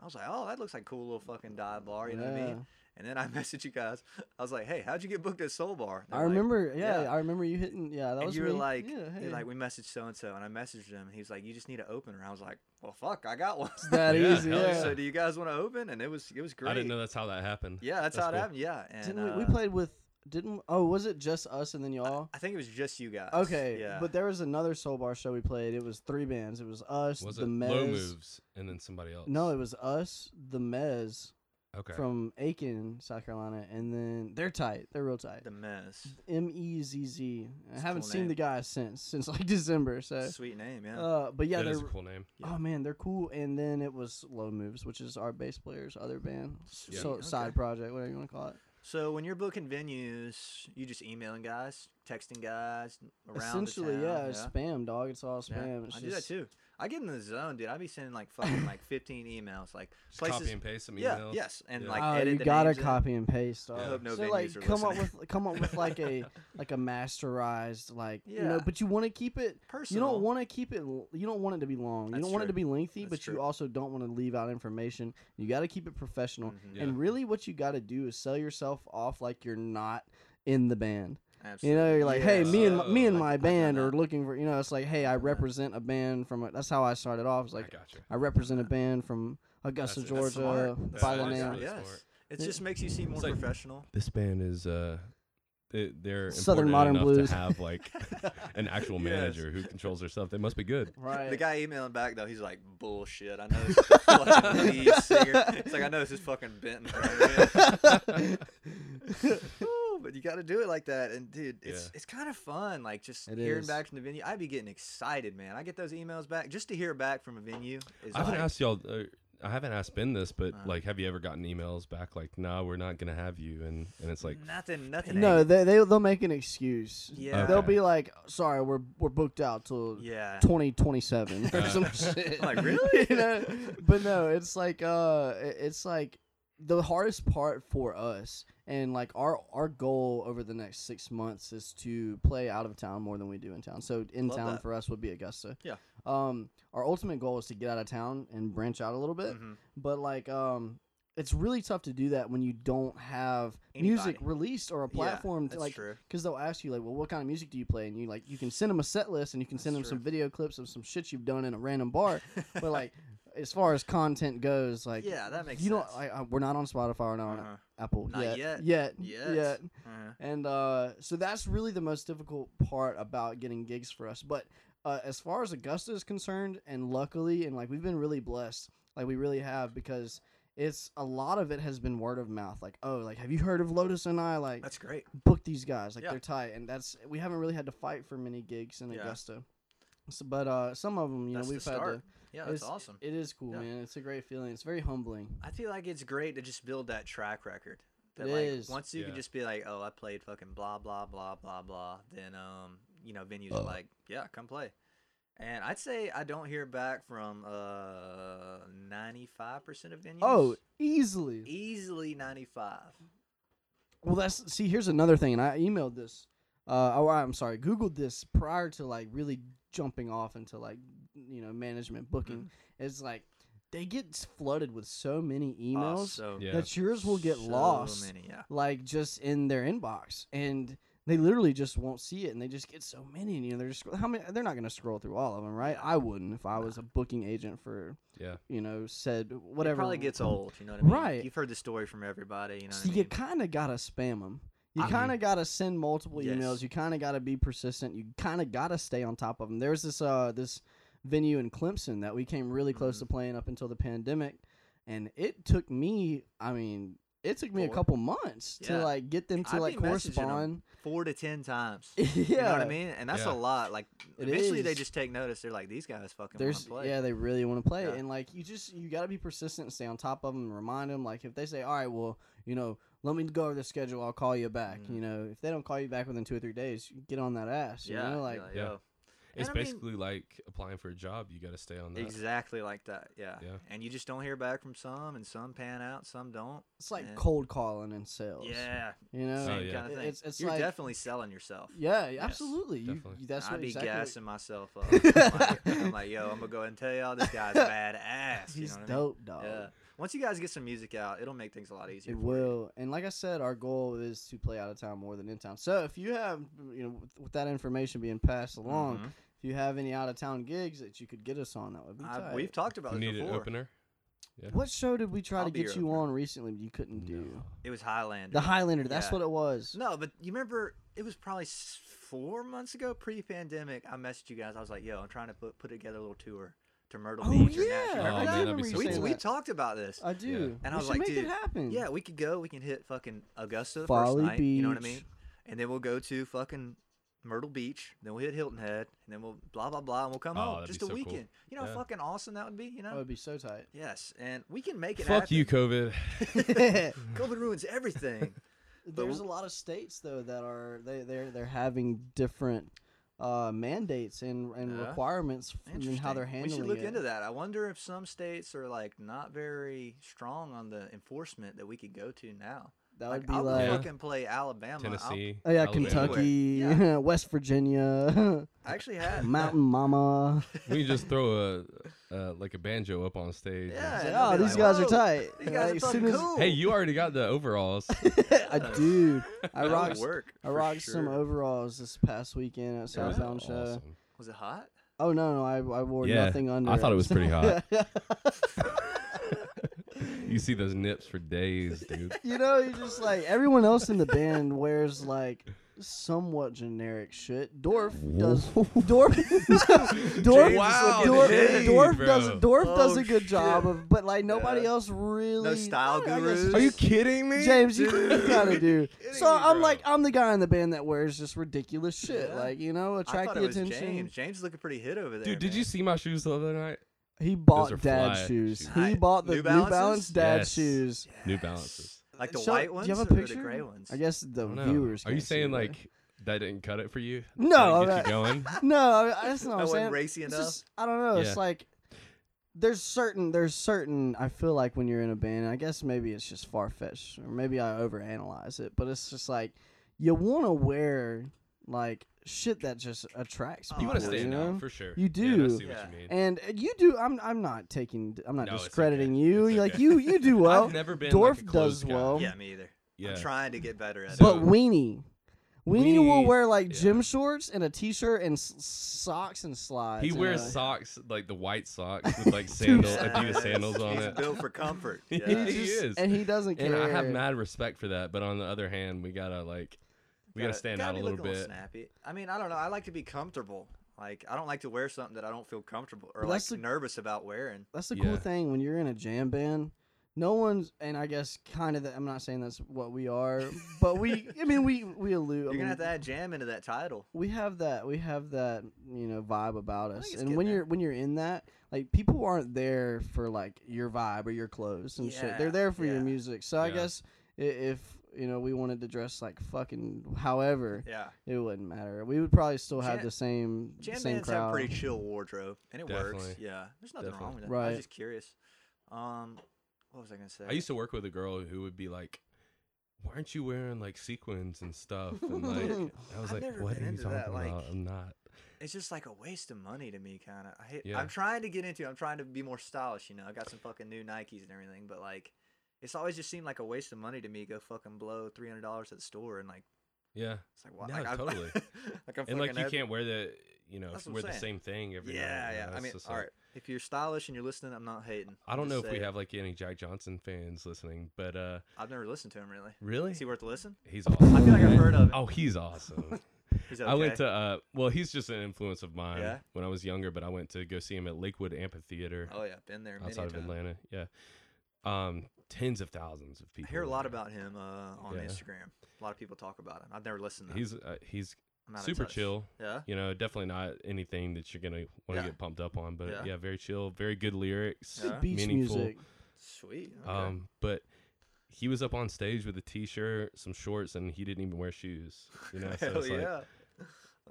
I was like, oh, that looks like a cool little fucking dive bar, you know what I mean? And then I messaged you guys. I was like, hey, how'd you get booked at Soul Bar?
I
They're like,
remember. Yeah,
yeah.
I remember you hitting. Yeah, that
and
was
you were
me.
like,
yeah, hey.
you're like, we messaged so and so, and I messaged him. and He was like, you just need an opener. I was like, well, fuck, I got one.
it's that
Yeah,
easy.
hell
Yeah.
so do you guys want to open? And it was it was great.
I didn't know that's how that happened.
Yeah, that's,
That's
how it
cool.
happened. Yeah, and
didn't we, we
uh,
played with? Didn't? Oh, was it just us and then y'all?
I think it was just you guys.
Okay,
yeah,
but there was another Soul Bar show we played. It was three bands. It was us,
Was
the
it
Mez.
low moves and then somebody else?
No, it was us, the Mez
okay.
from Aiken, South Carolina, and then they're tight. They're real tight.
the mess,
M E Z Z. I
a
haven't
cool
seen
name.
the guy since since like December. So,
sweet name, yeah.
uh, but yeah,
that
they're
is a cool name.
Yeah.
Oh man, they're cool. And then it was Low Moves, which is our bass player's other band,
Sweet,
so
okay.
side project, whatever you want to call it.
so when you're booking venues, you just emailing guys, texting guys around. the
Essentially,
town,
yeah, it's spam, dog. It's all
Yeah,
spam. It's
I
just,
do that too. I get in the zone, dude. I be sending like fucking like 15 emails, like
Just
places.
copy and paste some
yeah,
emails.
yes, and
Yeah.
like
oh,
edit
you
the
gotta
names in.
copy and paste. Dog.
I hope no
so
venues
like,
are
come up
listening.
with come up with like a like a masterized like you know,
Yeah.
but you want to keep it.
Personal.
You don't want to keep it. l- You don't want it to be long. you
That's
don't want it
true.
to be lengthy,
That's
but you
true.
also don't want to leave out information. You got to keep it professional.
Mhm.
Yeah.
And really, what you got to do is sell yourself off like you're not in the band. You
Absolutely.
know, you're like, hey,
Yeah.
me and
Oh,
me and
I've-
my
I've done
band are
that.
looking for, you know, it's like, hey, I
I've done that.
represent a band from. A, that's how I started off. It's
I
like
gotcha.
I represent a band from Augusta,
That's-
that's
Georgia,
smart. That's
by the
smart.
name
Yeah. Yes.
smart.
It
Yeah.
just makes you seem more
like-
professional.
This band is uh, they, they're
Southern Modern
important enough
Blues.
to have like an actual
Yes.
manager who controls their stuff. They must be good.
Right.
The guy emailing back though, he's like, "Bullshit! I know this is fucking lead singer." It's like I know this is fucking Benton. Woo, but you got to do it like that, and dude, it's
Yeah.
it's kind of fun. Like just
It
hearing
is.
back from the venue, I'd be getting excited, man. I get those emails back just to hear back from a venue. Is
I haven't
like,
asked y'all uh, I haven't asked Ben this, but
Uh.
like, have you ever gotten emails back like, "No, we're not gonna have you," and and it's
Mm.
like,
nothing, nothing.
No,
ain't-
they, they they'll make an excuse.
Yeah.
They'll
Okay.
be like, "Sorry, we're we're booked out till
yeah.
2027 or
Uh.
some shit."
Like, really?
You know? But no, it's like uh, i- it's like the hardest part for us, and like our our goal over the next six months is to play out of town more than we do in town. So in
Love
town
that.
for us would be Augusta.
Yeah.
Um, our ultimate goal is to get out of town and branch out a little bit
Mhm.
but like um it's really tough to do that when you don't have music
Anybody.
released or a
Yeah,
platform to
that's
like
true.
because they'll ask you like well what kind of music do you play and you like you can send them a set list and you can send them
That's
some video clips of some shit you've done in a random bar but like as far as content goes like
Yeah, that makes
you
sense.
don't like uh, we're not on spotify we're not on
Uh-huh.
apple
Not
yet
yet.
yet
Yes.
yet
Uh-huh.
and uh, so that's really the most difficult part about getting gigs for us. But uh, as far as Augusta is concerned, and luckily, and like we've been really blessed, like we really have, because it's a lot of it has been word of mouth. Like, oh, like have you heard of Lotus and I? Like,
That's great.
book these guys, like
Yeah.
they're tight, and that's we haven't really had to fight for many gigs in
Yeah.
Augusta. So, but uh, some of them, you
That's
know,
the
we've had to.
start. Yeah, that's
it's-
awesome.
It is cool,
Yeah.
man. It's a great feeling. It's very humbling.
I feel like it's great to just build that track record. That
It
like
is.
once you can
Yeah.
just be like, oh, I played fucking blah blah blah blah blah. Then um, you know, venues
Oh.
are like, yeah, come play. And I'd say I don't hear back from uh ninety five percent of venues.
Oh, easily.
easily ninety five.
Well, that's see. Here's another thing, and I emailed this. Uh, oh, I'm sorry, Googled this prior to like really jumping off into like you know management booking.
Mm-hmm.
It's like they get flooded with so many emails
Ah, so
Yeah.
that yours will get
so
lost,
Many, yeah.
like just in their inbox, and they literally just won't see it, and they just get so many, and you know they're just how many? They're not gonna scroll through all of them, right? I wouldn't if I was a booking agent for
yeah,
you know said
It
whatever.
probably gets old. You know what I mean?
Right.
You've heard the story from everybody. You know. What
So
I
you
mean?
kind of gotta spam them. You
Mhm.
kind of gotta send multiple emails.
Yes.
You kind of gotta be persistent. You kind of gotta stay on top of them. There's this uh this venue in Clemson that we came really close
Mhm.
to playing up until the pandemic, and it took me. I mean, it took me a
Four.
couple months to
Yeah.
like get them to
I'd
like
be messaging 'em.
correspond.
Four to ten times.
yeah,
You know what I mean? And that's
Yeah.
a lot. Like
It
eventually they
is.
just take notice. They're like, these guys fucking want
There's
to play.
yeah, they really want to play,
Yeah.
and like you just you got to be persistent and stay on top of them and remind them. Like if they say, all right, well, you know, let me go over the schedule, I'll call you back.
Mhm.
You know, if they don't call you back within two or three days, you get on that ass. You
Yeah,
know,
you're
like
like,
Yeah.
yo.
it's
I mean-
basically like applying for a job. You got to stay on that.
Exactly like that. Yeah.
Yeah.
And you just don't hear back from some, and some pan out, some don't.
it's like
Yeah.
cold calling in sales.
Yeah.
you know,
Same
Oh, yeah.
kind of thing.
Oh, It's- it's
You're
like-
definitely selling yourself.
yeah,
Yes,
absolutely. You,
definitely.
you- that's
I'd
what
be
exactly.
gassing myself up. I'm like, I'm like, yo, I'm gonna go ahead and tell y'all this guy's badass. You
He's
know what
dope,
I
dog.
mean? Yeah. Once you guys get some music out, it'll make things a lot easier.
It
for you.
will, and like I said, our goal is to play out of town more than in town. So if you have, you know, with, with that information being passed along,
Mhm.
if you have any out of town gigs that you could get us on, that would be.
I,
tight.
we've talked about
You
this
need an
before.
opener. Yeah.
What show did we try
I'll
to
be
get
your
you
opener.
on recently? You couldn't do
It was Highlander.
the Highlander. That's
Yeah.
what it was.
No, but you remember it was probably s- four months ago, pre-pandemic. I messaged you guys. I was like, "Yo, I'm trying to put, put together a little tour to Myrtle
Oh
Beach." or
yeah,
Nashville."
Oh,
Remember
I
man,
that?
do
that'd be
remember you
so
We,
saying
cool.
we
that.
talked about this.
I do.
And I
we
was
should
like,
make it
dude,
happen.
Yeah, we could go. We can hit fucking Augusta the
Folly
first night. You know what I
Beach.
mean? And then we'll go to fucking Myrtle Beach. Then we'll hit Hilton Head. And then we'll blah blah blah. And we'll come
Oh,
home
that'd
just
be
a
so cool.
weekend. You know how
Yeah.
fucking awesome that would be. You know?
that would be so tight.
yes, and we can make it.
Fuck you,
happen.
COVID.
COVID ruins everything.
There's a lot of states though that are they they're they're having different uh, mandates and and
Yeah.
requirements f- and
Interesting.
how they're handling
We should look
it.
into that. I wonder if some states are like not very strong on the enforcement that we could go to now.
That
like
would be
I'll
like.
Yeah.
fucking play Alabama. I'll-
Tennessee.
Oh, yeah,
Alabama.
Kentucky,
Yeah.
West Virginia,
I actually had
Mountain Mama.
We can just throw a uh, like a banjo up on stage. and-
Yeah.
It's like,
and they'll
oh,
be
these
like,
guys are
"Whoa,
tight.
These guys
Like,
are
as soon
fucking
as-
cool.
Hey, you already got the overalls.
I do. I
That would
rocked.
work.
I
for
rocked some
sure.
overalls this past weekend at
It was
Southbound Show.
awesome.
Was it hot?
Oh no, no, I, I wore
Yeah,
nothing under.
I thought it was pretty hot.
you
You see those nips for days, dude.
know, you just like everyone else in the band wears like somewhat generic shit. Dwarf does. Dwarf. Dwarf.
Wow,
Dwarf,
dude,
Dwarf
bro.
does. Dwarf does
Oh,
a good job
shit.
of, but like nobody
Yeah.
else really.
style
I guess
gurus?
it's
Are you
just-
kidding me?
James, you gotta do.
kidding
So
me,
I'm
bro?
like, I'm the guy in the band that wears just ridiculous shit,
Yeah.
like you know,
I
attract
thought
the
it was
attention.
James. James is looking pretty hit over there.
Dude, did you
man.
see my shoes the other night?
He bought
are
dad
fly
shoes.
shoes.
He
Nice.
bought the New
New
Balance,
Balances?
dad
Yes.
shoes.
New
Yes.
Balances.
Like the
Show-
white ones
Do you have a
or
picture?
the gray ones?
I guess the
I don't know.
viewers.
Are you
can't see
saying
it, right?
like that didn't cut it for you?
No,
Didn't get
that-
you going.
No, I- I- that's
that
not what I'm
wasn't
saying.
racy
It's
enough.
just- I don't know.
Yeah.
It's like there's certain there's certain I feel like when you're in a band, and I guess maybe it's just far fetched, or maybe I overanalyze it, but it's just like you want to wear like shit that just attracts people.
You want to
Oh,
stand
know?
out for sure.
You
Yeah, and I
do.
see what
Yeah.
you mean.
And uh, you do. I'm. I'm not taking. I'm not
No, it's
discrediting
okay.
you.
It's
like
okay.
you. You do well.
I've never been
Dwarf
like a
does
closed guy.
well.
yeah, me either.
Yeah.
I'm trying to get better at
So-
it.
But weenie. Weenie will
Weenie-
wear like
yeah.
gym shorts and a t-shirt and s- socks and slides.
He
and,
wears
uh,
socks like the white socks with like sandals, Adidas
Yes.
sandals on
He's
it.
built for comfort.
He
Yeah.
just- is.
and he doesn't care.
And I have mad respect for that, but on the other hand, we gotta like, we gotta
Gotta-
stand
gotta
out a
be
little
looking
bit.
snappy. I mean, I don't know. I like to be comfortable. Like, I don't like to wear something that I don't feel comfortable or
But
like
that's the-
nervous about wearing.
That's the
Yeah.
cool thing when you're in a jam band. No one's, and I guess kind of. The, I'm not saying that's what we are, but we. I mean, we we allude.
You're
I mean,
gonna have to add jam into that title.
we have that we have that you know vibe about us
it's
and
getting
when
there.
you're when you're in that like people aren't there for like your vibe or your clothes and shit they're
Yeah,
there for your
yeah.
music so i
Yeah.
guess i- if you know we wanted to dress like fucking however
Yeah,
it wouldn't matter we would probably still have
Jam-
the same
jam
same
bands
crowd
have pretty chill wardrobe, and it works.
Definitely.
Yeah, there's nothing wrong with it. I
Right.
was just curious. Um, what was I gonna say?
I used to work with a girl who would be like, "Why aren't you wearing like sequins and stuff?" And like, I was
I've
like,
never
"What
been
are you
into
talking
that, like-
about? I'm not."
It's just like a waste of money to me, kind of. I hate,
Yeah.
I'm trying to get into. I'm trying to be more stylish. You know, I got some fucking new Nikes and everything, but like, it's always just seemed like a waste of money to me. Go fucking blow three hundred dollars at the store and like,
Yeah,
it's like why?
No,
like, I'm-
totally.
like I'm
and like
fucking
you
happy-
can't wear the, you know,
That's what I'm
wear the
saying.
same thing every. night,
Yeah,
you
yeah.
know,
I
it's
mean,
just,
all
like-
right. If you're stylish and you're listening, I'm not hating.
I don't know
Just
if we
saying.
have like any Jack Johnson fans listening, but uh,
I've never listened to him really.
really,
Is he worth a listen?
he's awesome.
I feel like I've heard of.
Oh, he's awesome.
He's okay.
I went to uh well, he's just an influence of mine
Yeah?
when I was younger, but I went to go see him at Lakewood Amphitheater
Oh yeah, been there many
outside
times.
of Atlanta. Yeah. Um tens of thousands of people.
I hear a
were
lot
there.
about him uh, on
Yeah.
Instagram. A lot of people talk about him. I've never listened. to
He's uh, he's
him.
super chill.
Yeah.
You know, definitely not anything that you're gonna want to
Yeah.
get pumped up on, but yeah.
Yeah.
very chill, very good lyrics,
Yeah.
beach
meaningful.
music
Sweet. Okay.
Um, but he was up on stage with a t-shirt, some shorts, and he didn't even wear shoes. You know, so
Hell
it's like
yeah.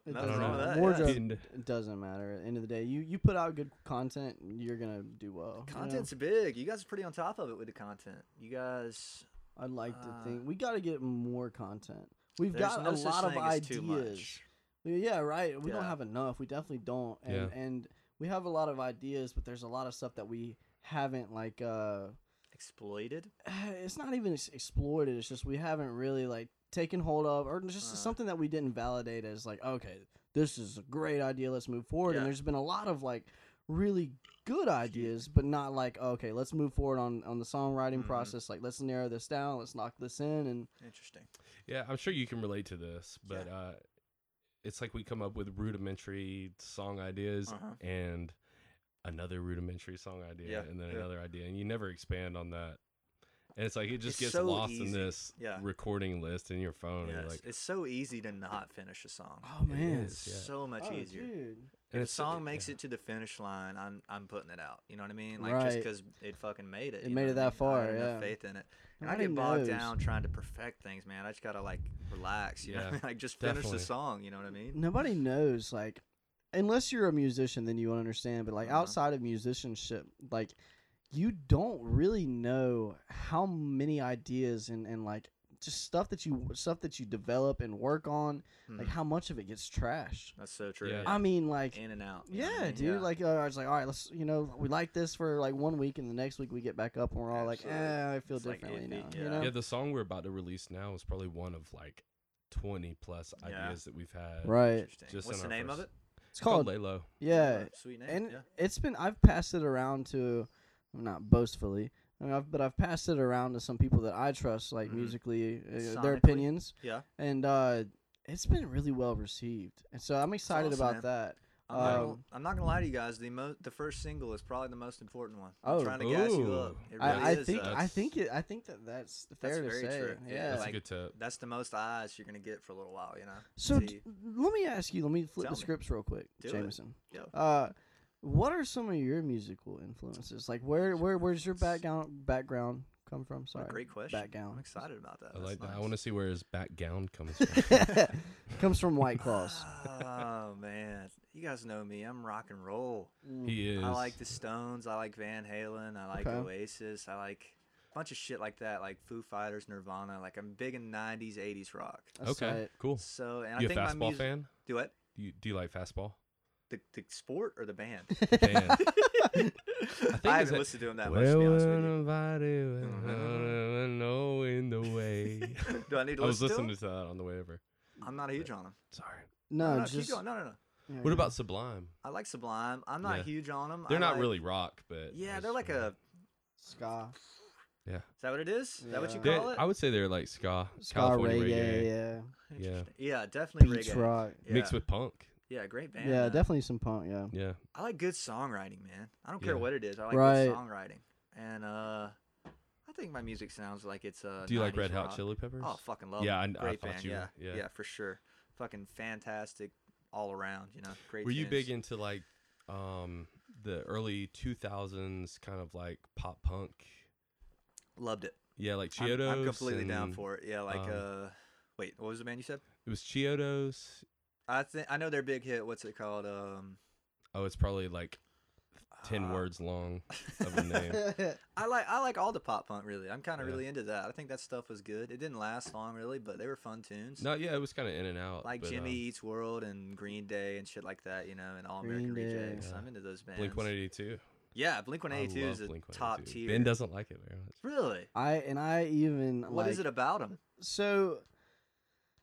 It
Nothing
doesn't
wrong with
matter.
that, yeah.
Wardrobe
Didn't-
it doesn't matter at the end of the day you you put out good content you're gonna do well you know?
Content's big. You guys are pretty on top of it with the content. You guys,
I'd like to
Uh,
think we got to get more content. We've
there's
got
no
a
such
lot of
thing as too
ideas.
much.
Yeah, right. We don't
Yeah.
have enough. We definitely don't. And
Yeah.
and we have a lot of ideas, but there's a lot of stuff that we haven't like uh
Exploited.
it's not even ex- explored. It's just we haven't really like taken hold of or just
Uh.
something that we didn't validate as like okay, this is a great idea. Let's move forward.
Yeah.
And there's been a lot of like really good ideas, but not like okay, let's move forward on on the songwriting
Mhm.
process. Like let's narrow this down. Let's knock this in and
Interesting.
Yeah, I'm sure you can relate to this, but
Yeah.
uh, it's like we come up with rudimentary song ideas
Uh-huh.
and another rudimentary song idea
Yeah,
and then
yeah.
another idea, and you never expand on that. And it's like it just
It's
gets
so
lost in
easy.
this
Yeah.
recording list in your phone, and
Yes.
you're like,
it's so easy to not finish a song.
oh man,
is.
It's
yeah.
so much
Oh,
easier.
dude.
If
and
a
it's-
song makes
yeah.
it to the finish line, I'm I'm putting it out. You know what I mean? Like just
Right.
because it fucking made it. you
It made
know
it
what I
that
mean? I had
far,
enough
yeah.
Faith in it. And I
Nobody
get bogged
knows.
down trying to perfect things, man. I just gotta like relax. You know, what I
Yeah,
mean? like just finish
definitely.
the song. You know what I mean?
Nobody knows like unless you're a musician then you understand, but like
Uh-huh.
outside of musicianship, like you don't really know how many ideas and and like just stuff that you stuff that you develop and work on, like
Mhm.
how much of it gets trashed.
That's so true.
Yeah.
I mean like
in and out. you know
yeah,
what I mean?
dude. Like, uh, I was like, all right, let's, you know, we like this for like one week, and the next week we get back up, and we're all
Absolutely.
like, eh, I feel
It's like
differently now.
iffy,
You
yeah.
know,
yeah, the song we're about to release now is probably one of like 20 plus
Yeah.
ideas that we've had.
right?
Interesting.
Just
What's the
in our
name of
first-
it?
It's
It's called
called
Lalo.
yeah.
Oh, Sweet name.
and
yeah.
it's been I've passed it around to not boastfully, I mean, I've, but I've passed it around to some people that I trust, like
Mhm.
musically, uh, their
Sonically.
opinions,
Yeah.
and uh, it's been really well received. And so I'm excited
awesome,
about
man.
that.
I'm, not gonna,
Um,
I'm not gonna lie to you guys. The most, the first single is probably the most important one. I'm
Oh.
trying to gas you
Ooh.
up. It
Yeah.
really
I, I
is.
think
though.
I think it, I think that that's fair
very
to say.
true. Yeah,
Yeah.
That's
like- Oh,
a good tip.
that's the most eyes you're gonna get for a little while. You know.
so
See,
d- let me ask you. Let me flip
Tell
the
me.
scripts real quick,
Do it.
Jameson.
Yo.
Uh, What are some of your musical influences? Like where where where's your background background come from?
What
Sorry.
a great question. I'm
Background.
excited about that.
I
That's
like that. I
nice.
want to see where his back gown comes from.
Comes from White Claws.
oh man, you guys know me. I'm rock and roll.
he is.
I like the Stones. I like Van Halen. I like
Okay.
Oasis. I like a bunch of shit like that, like Foo Fighters, Nirvana. Like I'm big in '90s, '80s rock.
That's
Okay,
tight.
cool.
So, and
Oh.
I
You a
think my
fastball
music.
fan?
Do what?
Do you, do you like fastball?
The, the sport or the band?
Damn. I think
I,
it's
haven't
a-
listened to him that much. To
Well,
be honest
when
with you.
invited, when
Mhm.
I'm knowing the way.
Do I need to
I was
listen to
listening to
him?
that on the way over.
I'm not huge on him.
Sorry.
No,
No,
no, keep
just
going. No, no, no.
yeah,
What
yeah.
about Sublime?
I like Sublime. I'm not
Yeah.
huge on them.
They're
I
not
like-
really rock, but
Yeah,
I
they're
just
like
wanna-
a.
ska?
yeah.
Is that what it is? Is that what you
Yeah.
They're-
call it?
I would say they're like ska,
Ska
California
reggae,
reggae,
yeah.
yeah.
Interesting. Yeah, definitely
Beach
reggae.
rock.
Yeah.
mixed with punk.
yeah, great band.
Yeah,
man.
definitely some punk, yeah.
Yeah,
I like good songwriting, man. I don't care
Yeah.
what it is. I like
Right.
good songwriting, and uh, I think my music sounds like it's uh.
Do you like
90s
Red Hot
rock.
Chili Peppers?
Oh, fucking love.
Yeah,
them.
I- I
great
thought
band.
you
yeah.
were-
yeah,
yeah.
for sure. Fucking fantastic, all around. You know, great.
Were you
tunes.
big into like um the early 2000s kind of like pop punk?
Loved it.
Yeah, like
I'm-
Chiodos.
I'm, completely down
and-
for it. Yeah, like
um,
uh, wait, what was the band you said?
It was Chiodos.
I think I know their big hit. What's it called? Um,
Oh, it's probably like 10
uh,
words long of a name.
I like I like all the pop punk really. I'm kind of
Yeah.
really into that. I think that stuff was good. It didn't last long really, but they were fun tunes.
No, yeah, it was kind of in and out.
like
but,
Jimmy
um,
Eats World and Green Day and shit like that, you know, and All American
Green Day.
Rejects.
Yeah.
I'm into those bands.
Blink 182.
Yeah, Blink
I
182 is
love
a
Blink-182.
top tier.
Ben doesn't like it very much.
really.
I and I even
What is
like,
it about him?
so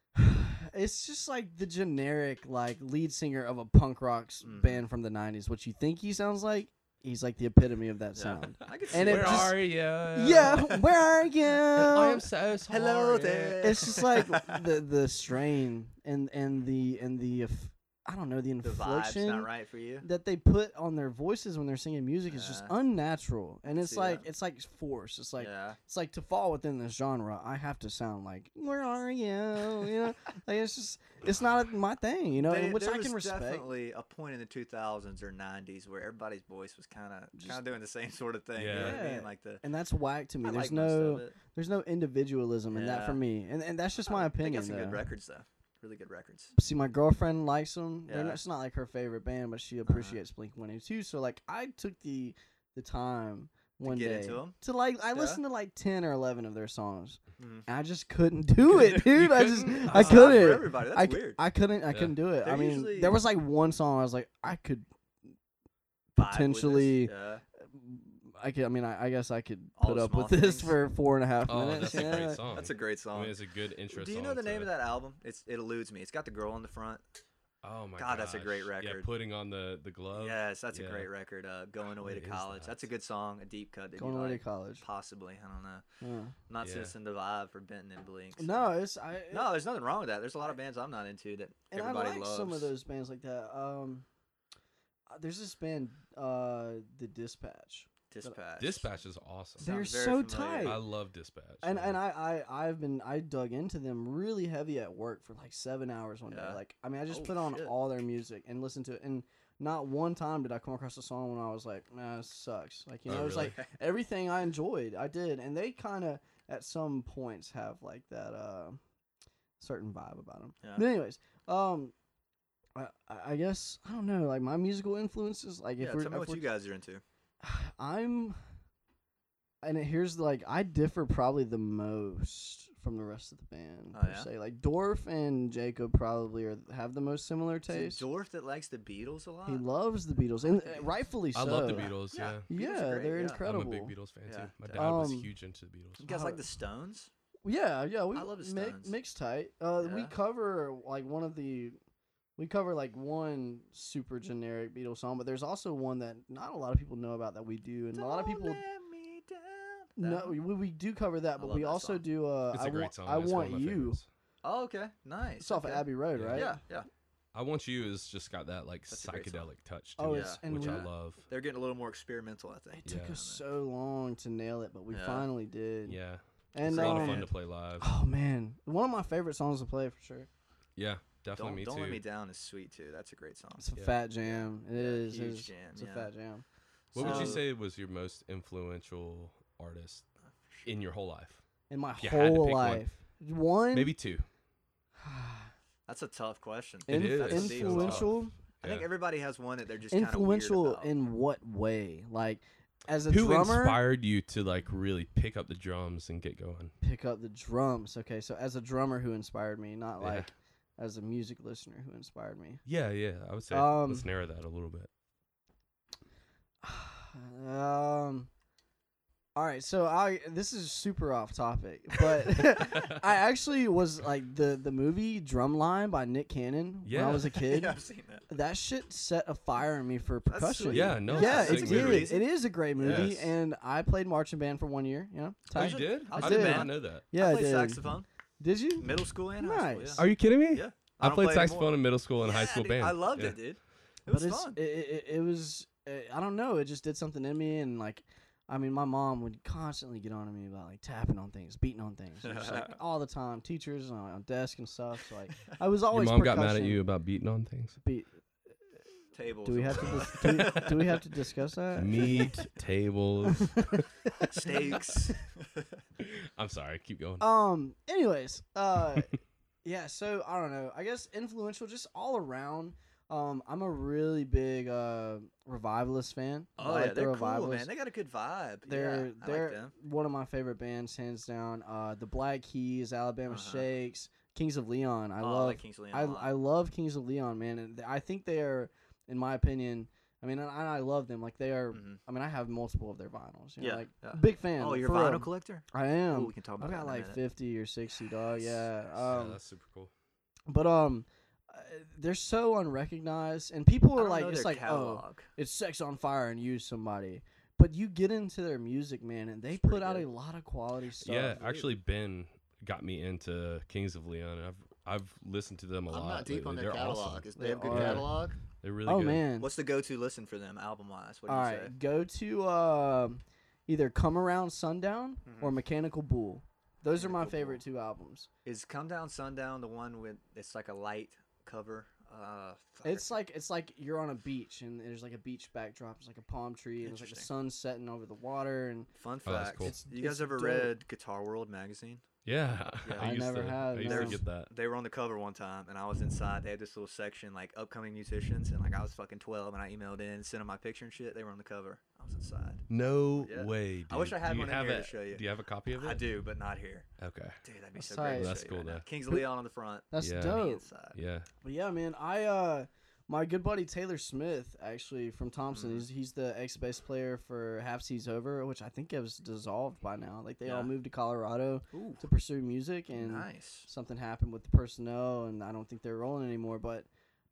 it's just like the generic like lead singer of a punk rock s-
Mhm.
band from the 90s what you think he sounds like he's like the epitome of that
Yeah.
sound
I could see
And it
that.
just-
you?
yeah where are you
I am so sorry.
Hello there.
it's just like the the strain and and the and the eff- i don't know the
the vibe's
inflection
not right for you.
that they put on their voices when they're singing music is just
Yeah.
unnatural and it's
see that.
like it's like force it's like
yeah.
it's like to fall within this genre, I have to sound like "Where are you?" You know, like it's just it's not my thing, you know,
They-
and which
there
I can
was
respect.
definitely a point in the 2000s or 90s where everybody's voice was kind of
Just-
kind of doing the same sort of thing. You know what I
Yeah.
mean? Like the
And that's whack to me.
I like
there's
most of
no
it.
there's no individualism in that
Yeah.
for me, and and that's just my
I
opinion.
They got some
though.
good records though. Really good records.
See, my girlfriend likes them. They're
Yeah. Uh-huh.
not- It's not like her favorite band, but she appreciates Blink One Eighty Two. So like, I took the the time one
get
day
into 'em?
to like I
Yeah.
listened to like ten or eleven of their songs,
Mhm.
and I just couldn't do it,
You
dude. I just
couldn't?
I
It's not for
couldn't.
everybody. That's
I, c-
weird.
I couldn't. I
Yeah.
couldn't do it. I
They're
mean,
usually-
there was like one song I was like, I could,
Vibe with this.
potentially-
Yeah.
I could. I mean, I, I guess I could
All
put
the
up with
small
this
things.
for four and a half
Oh,
minutes.
that's a
yeah.
great song.
That's a great
I
song.
mean, it's a good intro
Do you know
song
the name
to-
of that album? It's it eludes me. It's got the girl on the front.
Oh my
God, that's a great
gosh. Yeah,
record.
putting on the the glove.
yes, that's
Oh, yeah.
a great record. Uh, going away to
What is
college.
that?
That's a good song. A deep cut. That
Going
you
away to
like.
college.
Possibly, I don't know.
Yeah.
I'm not
Yeah.
Citizen to Vibe for Benton and Blink. so-
No, it's I.
no, there's nothing wrong with that. There's a lot of bands I'm not into that
and I
everybody
like
loves.
some of those bands like that. Um, uh, there's this band, uh, The Dispatch.
Dispatch.
Dispatch is awesome.
They're
Sounds very
so
familiar.
tight.
I love Dispatch.
And
man.
and I, I I've been I dug into them really heavy at work for like seven hours one day.
Yeah.
Like I mean I just
Oh,
put on
shit.
all their music and listened to it and not one time did I come across a song when I was like, nah, this sucks. Like you
Oh,
know, it was
really?
like everything I enjoyed, I did. And they kinda at some points have like that uh certain vibe about them.
Yeah.
But anyways, um I, I- I guess I don't know, like my musical influences, like
Yeah,
if we're,
tell me
if
what
we're
you guys are into.
I'm, and it- here's like I differ probably the most from the rest of the band
Oh,
per
yeah?
se. Like Dorf and Jacob probably are have the most similar
Is
taste.
it Dorf that likes the Beatles a lot.
He loves the Beatles, and
Fucking
uh,
Beatles.
rightfully so.
I love the
Yeah.
Beatles.
Yeah.
Yeah.
Beatles
Yeah,
are great,
they're
yeah. I'm a
incredible.
I'm a big Beatles fan
Yeah,
too. My dad
definitely.
was
Um,
huge into the Beatles.
you guys like
Oh.
the Stones?
Yeah, yeah. We
I love the
mi-
Stones.
mix tight. Uh, we
Yeah.
cover like one of the, we cover like one super generic Beatles song, but there's also one that not a lot of people know about that we do, and a lot of
Don't
people
let me down. That
No,
one?
we, we do cover that, but
love
we
that
also
song.
do. Uh,
It's
I
a great
want,
song.
I
It's one
want
of my
you.
favorites.
Oh, okay, nice.
It's off
okay.
of Abbey Road,
Yeah.
right?
Yeah, yeah.
I want you has just got that like
That's a great song.
psychedelic touch to
Oh,
it,
it's and
which
we,
I
Yeah.
love.
They're getting a little more experimental, I think.
it took
Yeah.
us so long to nail it, but we
Yeah.
finally did.
Yeah,
and
it's a lot of
um,
fun to play live.
oh man, one of my favorite songs to play for sure.
Yeah, Definitely
Don't,
me
Don't
too.
Let Me Down is sweet too. That's a great song.
It's a
Yeah.
fat jam. It
Yeah,
is.
huge
it's,
jam,
It's a
yeah.
fat jam.
What would you
So-
say was your most influential artist
Uh,
in your whole life?
In my
you had to
whole
pick one.
life, one,
Maybe two.
That's a tough question.
It
Inf-
is.
That's deep.
influential.
I think
Yeah.
everybody has one that they're just kinda weird
Influential
about.
in what way? Like as a
Who
drummer,
inspired you to like really pick up the drums and get going?
pick up the drums. Okay, so as a drummer, who inspired me? Not
Yeah.
like as a music listener, who inspired me?
Yeah, yeah. I would say let's
Um,
narrow that a little bit.
Um. All right, so I this is super off topic, but I actually was like the the movie Drumline by Nick Cannon when
Yeah.
I was a kid.
yeah, I've seen that.
That shit set a fire in me for
That's
percussion.
sweet.
Yeah, no.
Yeah,
yeah,
a
it's
it's
sick
Oh, a
good.
good
movie.
reason.
It is a great movie,
Yes.
and I played marching band for one year. You know,
Oh,
tight.
you did?
I
I,
did.
did not know that.
yeah,
I
I
played
did.
saxophone,
Did you?
middle school and high
Nice.
school.
Are you kidding me?
Yeah. yeah.
I,
don't
played
play
saxophone
anymore.
in middle school and high
Yeah,
school
dude,
band.
I loved
Yeah.
it, dude. It
but
was
it's,
fun.
It, it, it was. It, I don't know. It just did something in me, and like, I mean, my mom would constantly get on to me about like tapping on things, beating on things, and just, like all the time. Teachers and on, on desk and stuff. So like, I was
Your
always.
mom got mad at
percussion
you about beating on things.
Beat.
Tables.
Do we
and
have to
stuff.
dis- do, we, do we have to discuss that?
Meat tables.
steaks?
I'm sorry. Keep going.
Oh,
Um. Anyways, uh, yeah. So I don't know. I guess influential, just all around. Um, I'm a really big uh revivalist fan. I
oh
like
yeah,
the
they're cool,
Revivalists.
man. They got a good vibe.
They're
yeah,
they're
I like them.
one of my favorite bands, hands down. Uh, the Black Keys, Alabama
Uh-huh.
Shakes, Kings of Leon. I
oh,
love
I like Kingsley. and
I,
Lon.
I love Kings of Leon, man, and th- I think they are, in my opinion, I mean, and I, I love them. Like they are.
Mhm.
I mean, I have multiple of their vinyls. You know,
Yeah,
like
yeah.
big fan.
Oh,
like,
you're a
for real.
vinyl collector?
I am.
Ooh, we can talk about
I've
that.
got
in a
like
minute.
fifty or sixty, dog.
Yes,
Yeah.
yes.
Yeah,
Um,
that's super cool.
but um, uh, they're so unrecognized, and people
I
are
don't
like,
know
it's
their
like, oh,
catalog.
it's Sex on Fire and Use Somebody. But you get into their music, man, and they
It's pretty
put out
good.
a lot of quality stuff.
yeah,
dude.
actually, Ben got me into Kings of Leon, and I've I've listened to them a lot.
I'm not deep on
lately.
their
They're
catalog.
Awesome.
Is-
They
They have good
are.
catalog.
They're really
oh
good.
man.
What's the go-to listen for them album-wise? What do
All
you
right,
say?
go to um either Come Around Sundown or Mechanical Bull. Those are my
Mm-hmm. Mechanical
favorite two albums.
Is "Come Down Sundown" the one with it's like a light cover? Uh, fucker.
It's like it's like you're on a beach and there's like a beach backdrop. It's like a palm tree and there's like the
Interesting.
sun setting over the water and
fun
Oh, that's
fact.
cool.
It's-
You guys
it's
ever
dope.
read Guitar World magazine?
Yeah,
Yeah.
I,
I
used
never
to,
had,
I used
no.
to get that.
They were on the cover one time, and I was inside. They had this little section like upcoming musicians, and like I was fucking twelve, and I emailed in, sent them my picture and shit. They were on the cover. I was inside.
No
Yeah.
way. Dude.
I wish I had
do you
one in
have
here
it?
to show you.
Do you have a copy of it?
I do, but not here.
Okay.
Dude, that'd be so
Sorry.
great. to
That's
show you
cool,
right now.
though.
Kings of Leon on the front.
that's
Yeah.
me
dope.
inside.
Yeah.
But yeah, man, I uh my good buddy Taylor Smith actually from Thompson.
Mm-hmm.
He's he's the ex bass player for Half Seas Over, which I think is dissolved by now. Like they all
Yeah.
moved to Colorado
Ooh,
to pursue music and
nice.
something happened with the personnel and I don't think they're rolling anymore. But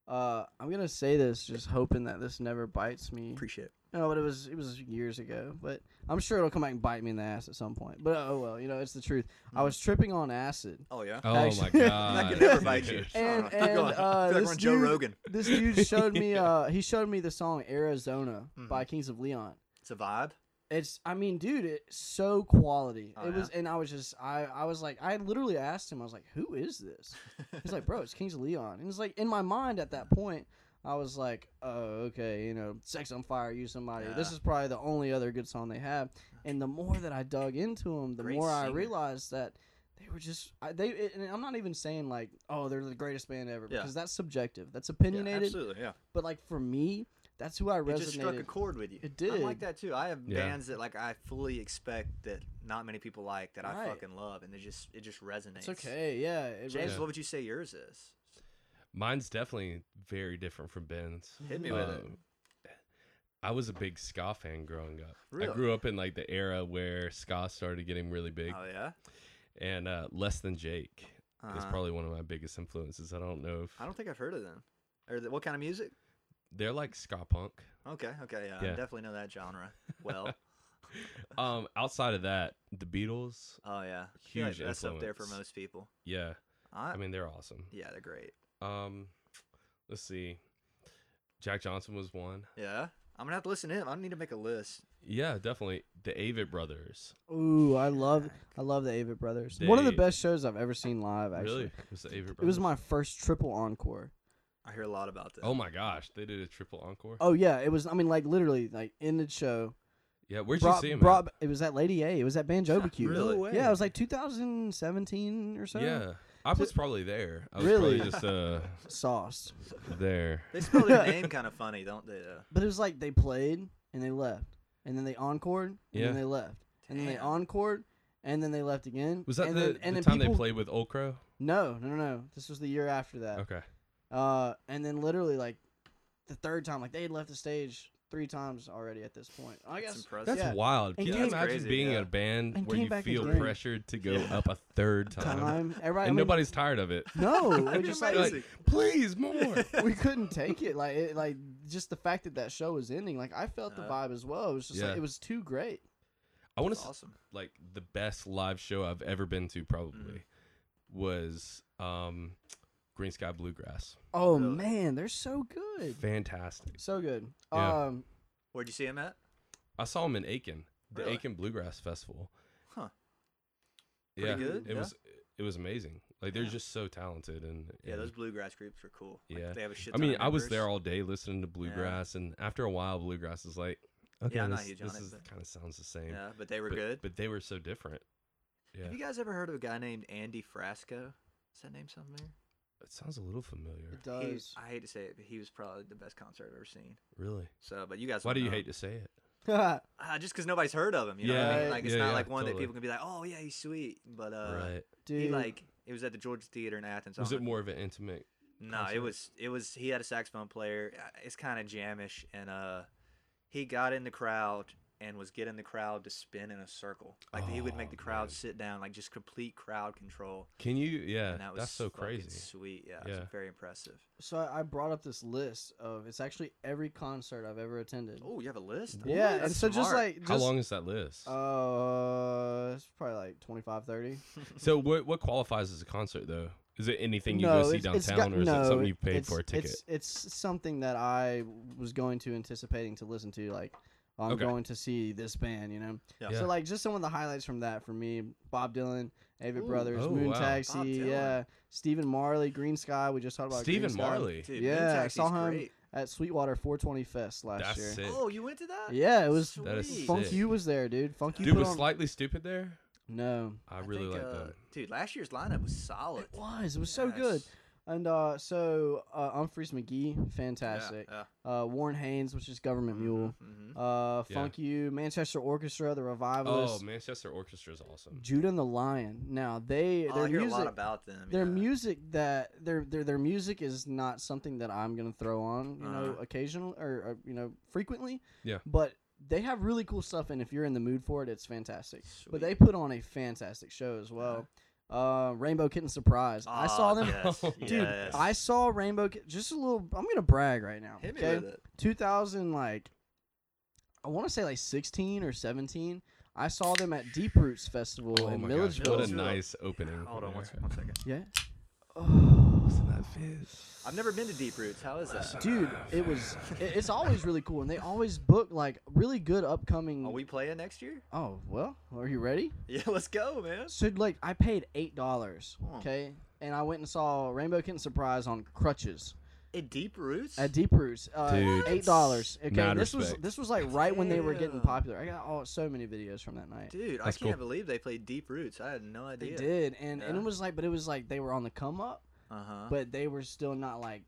uh, I'm gonna say this, just hoping that this never bites me.
Appreciate it.
No, but it was it was years ago. But I'm sure it'll come back and bite me in the ass at some point. But oh well, you know it's the truth.
Mm-hmm.
I was tripping on acid.
Oh yeah.
Oh
Actually-
my
I
god.
could never bite you.
Dude.
And-
I don't know. Keep
and,
going. I
uh,
feel like
this
we're on Joe
dude-
Rogan.
This dude showed me. Uh, he showed me the song Arizona
Mm-hmm.
by Kings of Leon.
It's a vibe.
It's I mean, dude, it's so quality.
Oh,
it was, and I was just I I was like I literally asked him. I was like, who is this? He's like, bro, it's Kings of Leon. And it's like in my mind at
Mm-hmm.
that point, I was like, oh, okay, you know, Sex on Fire, you somebody. This
Yeah.
is probably the only other good song they have. And the more that I dug into them, the
Great
more I
singer.
realized that they were just I, they. It, and I'm not even saying like, oh, they're the greatest band ever
Yeah.
because that's subjective. That's
Yeah,
opinionated.
absolutely. Yeah.
but like for me, that's who I resonated.
It just struck a chord with you.
It
I
did.
like that too. I have
Yeah.
bands that like I fully expect that not many people like that I
Right.
fucking love, and it just it just resonates.
It's okay, yeah. It
James,
res-
what would you say yours is?
Mine's definitely very different from Ben's.
Hit me with it.
Um, I was a big ska fan growing up.
Really?
I grew up in like the era where ska started getting really big,
Oh yeah.
and uh, Less Than Jake is
Uh-huh.
probably one of my biggest influences. I don't know if
I don't think I've heard of them. Or th- what kind of music?
they're like ska punk.
Okay, okay, yeah, I
Yeah.
definitely know that genre. Well,
Um, outside of that, the Beatles,
oh yeah, I feel like
Huge
that's up there for
influence.
most people.
yeah,
I,
I mean they're awesome.
Uh, yeah, they're great.
Um, let's see, Jack Johnson was one.
Yeah, I'm gonna have to listen to him. I need to make a list.
Yeah, definitely. The Avett Brothers.
Ooh, I love I love the Avid Brothers. One of the
They-
best shows I've ever seen live. Actually,
Really? It was the Avett Brothers.
it was my first triple encore.
I hear a lot about this.
Oh my gosh, they did a triple encore.
Oh yeah, it was. I mean, like literally, like in the show.
yeah, where'd
brought-
you see him?
brought- it was at Lady A. It was at Banjo
Really? No
Yeah, it was like 2017 or so.
yeah, I was probably there. I was
Really?
probably just uh
sauce.
there.
They spell their name kind of funny, don't they? Though?
But it was like they played and they left, and then they encored, and
Yeah.
then they left, and then they
Damn.
encored, and then they left again.
Was that
and
the,
then, and
the
then
time
people-
they played with Old Crow?
No, no, no, no. This was the year after that.
Okay.
Uh, and then literally like the third time, like they had left the stage three times already at this point. I
That's
guess.
impressive.
That's
Yeah.
wild.
And
Can you
came-
imagine
Crazy,
being
yeah.
in a band
And
where
came
you
back
feel
again.
pressured to go
Yeah.
up a third time?
Time. Everybody, I
And
mean,
nobody's tired of it.
No, it
That'd be
just, like,
You're
amazing.
like, please more.
we couldn't take it. Like, it, like just the fact that that show was ending. Like, I felt the
Uh,
vibe as well. It was just
yeah.
like it was too great.
I want
That's
to
awesome.
like the best live show I've ever been to
Mm.
probably was um Green Sky Bluegrass.
Oh
Really?
man, they're so good,
Fantastic.
so good.
Yeah.
Um,
Where'd you see him at?
I saw him in Aiken, the
Really?
Aiken Bluegrass Festival.
Huh.
yeah,
Pretty good,
it
yeah.
was it was amazing. Like they're
Yeah.
just so talented and
Yeah,
and-
those bluegrass groups are cool. Like,
Yeah.
they have a shit.
I
ton of
mean, I was
members.
there all day listening to bluegrass, and after a while, bluegrass is like, okay,
I'm not
this,
huge on
this
it,
is
but-
kind of sounds the same.
Yeah, but they were
but,
good.
but they were so different. Yeah,
Have you guys ever heard of a guy named Andy Frasco? Is that name something?
it sounds a little familiar.
it
There? He-
does.
I hate to say it, but he was probably the best concert I've ever seen.
Really?
So, but you guys.
Why
won't
do you
know.
hate to say it?
Uh, just because nobody's heard of him. You know what I
Yeah,
mean? Like, it's
yeah,
not
yeah,
like one that
totally.
people can be like, oh, yeah, he's sweet. But uh,
right?
Dude,
he, like, it was at the George Theater in Athens. I
Was
don't
it
know if-
more of an intimate?
No, it
concert?
was, it was, he had a saxophone player. Uh, It's kind of jamish. And uh, he got in the crowd and was getting the crowd to spin in a circle. Like, he would make
Oh,
the crowd
man.
sit down, like, just complete crowd control.
Can you? Yeah,
and that was
that's so
fucking
crazy.
sweet. Yeah, it was
Yeah.
very impressive.
so I I brought up this list of it's actually every concert I've ever attended.
Oh, you have a list?
yeah,
That's
and so just
smart.
like just,
How long is that list?
Uh, it's probably like 25, 30.
so what what qualifies as a concert though? Is it anything you go see
it's- it's
downtown,
got-
or is
no,
it something
it-
you paid
it's-
for a ticket?
It's, it's something that I was going to anticipating to listen to. Like, I'm
Okay.
going to see this band, you know?
Yeah.
Yeah.
So, like, just some of the highlights from that for me Bob Dylan, Avid
Ooh.
Brothers,
Oh,
Moon
wow.
Bob
Taxi,
Dylan.
yeah. Stephen Marley, Green Sky. We just talked about Green
Stephen
Sky
Marley.
Dude,
Yeah, I
Moon Taxi's
saw him
great.
At Sweetwater 420 Fest last
That's
year.
sick.
Oh, you went to that?
Yeah, it was.
That is
Sweet.
sick.
Funk U was there, dude. Funk U
Dude,
put
was
on-
slightly stupid there.
No.
I really
think,
like
uh,
that.
Dude, last year's lineup was solid.
It was. It was so
Yes.
good. And uh, so uh, Humphreys McGee,
Yeah,
fantastic.
yeah.
Uh, Warren Haynes, which is Government Mule.
Mhm.
Uh,
Yeah.
Funk You, Manchester Orchestra, the
Oh,
Revivalists,
Manchester Orchestra is awesome.
Judah and the Lion. Now they
Oh,
their
I hear
music,
a lot about them.
their
yeah.
music that their their their music is not something that I'm gonna throw on, you know,
Uh-huh.
occasionally or, or you know frequently.
Yeah.
But they have really cool stuff, and if you're in the mood for it, it's fantastic. But they
Sweet. Uh-huh.
put on a fantastic show as well. Uh, Rainbow Kitten Surprise. I saw
Aw,
them.
Oh, yes,
Dude,
Dude,
yes.
I saw Rainbow. Ki- Just a little. I'm gonna brag right now.
Hit me
okay?
with it.
2000, like I want to say like 16 or 17. I saw them at Deep Roots Festival
Oh
in
my gosh,
Milledgeville.
what a
Milledgeville.
nice opening.
Hold on one,
there.
se- one second.
yeah. Oh,
Listen to that fizz.
I've never been to Deep Roots. How is that?
Dude, it was. It, it's always really cool, and they always book like really good upcoming.
Are we playing next year?
oh well, are you ready?
Yeah, let's go, man.
So like, I paid eight dollars,
Huh.
okay, and I went and saw Rainbow Kitten Surprise on crutches.
At Deep Roots?
At Deep Roots, uh,
Dude.
eight dollars. Okay,
Mad
this was
respect.
this was like right when they were getting
Damn.
popular. I got all so many videos from that night.
Dude, I
That's
can't
cool.
believe they played Deep Roots. I had no
They
idea.
did, and and it
Yeah.
was like, but it was like they were on the come up,
Uh huh.
but they were still not like,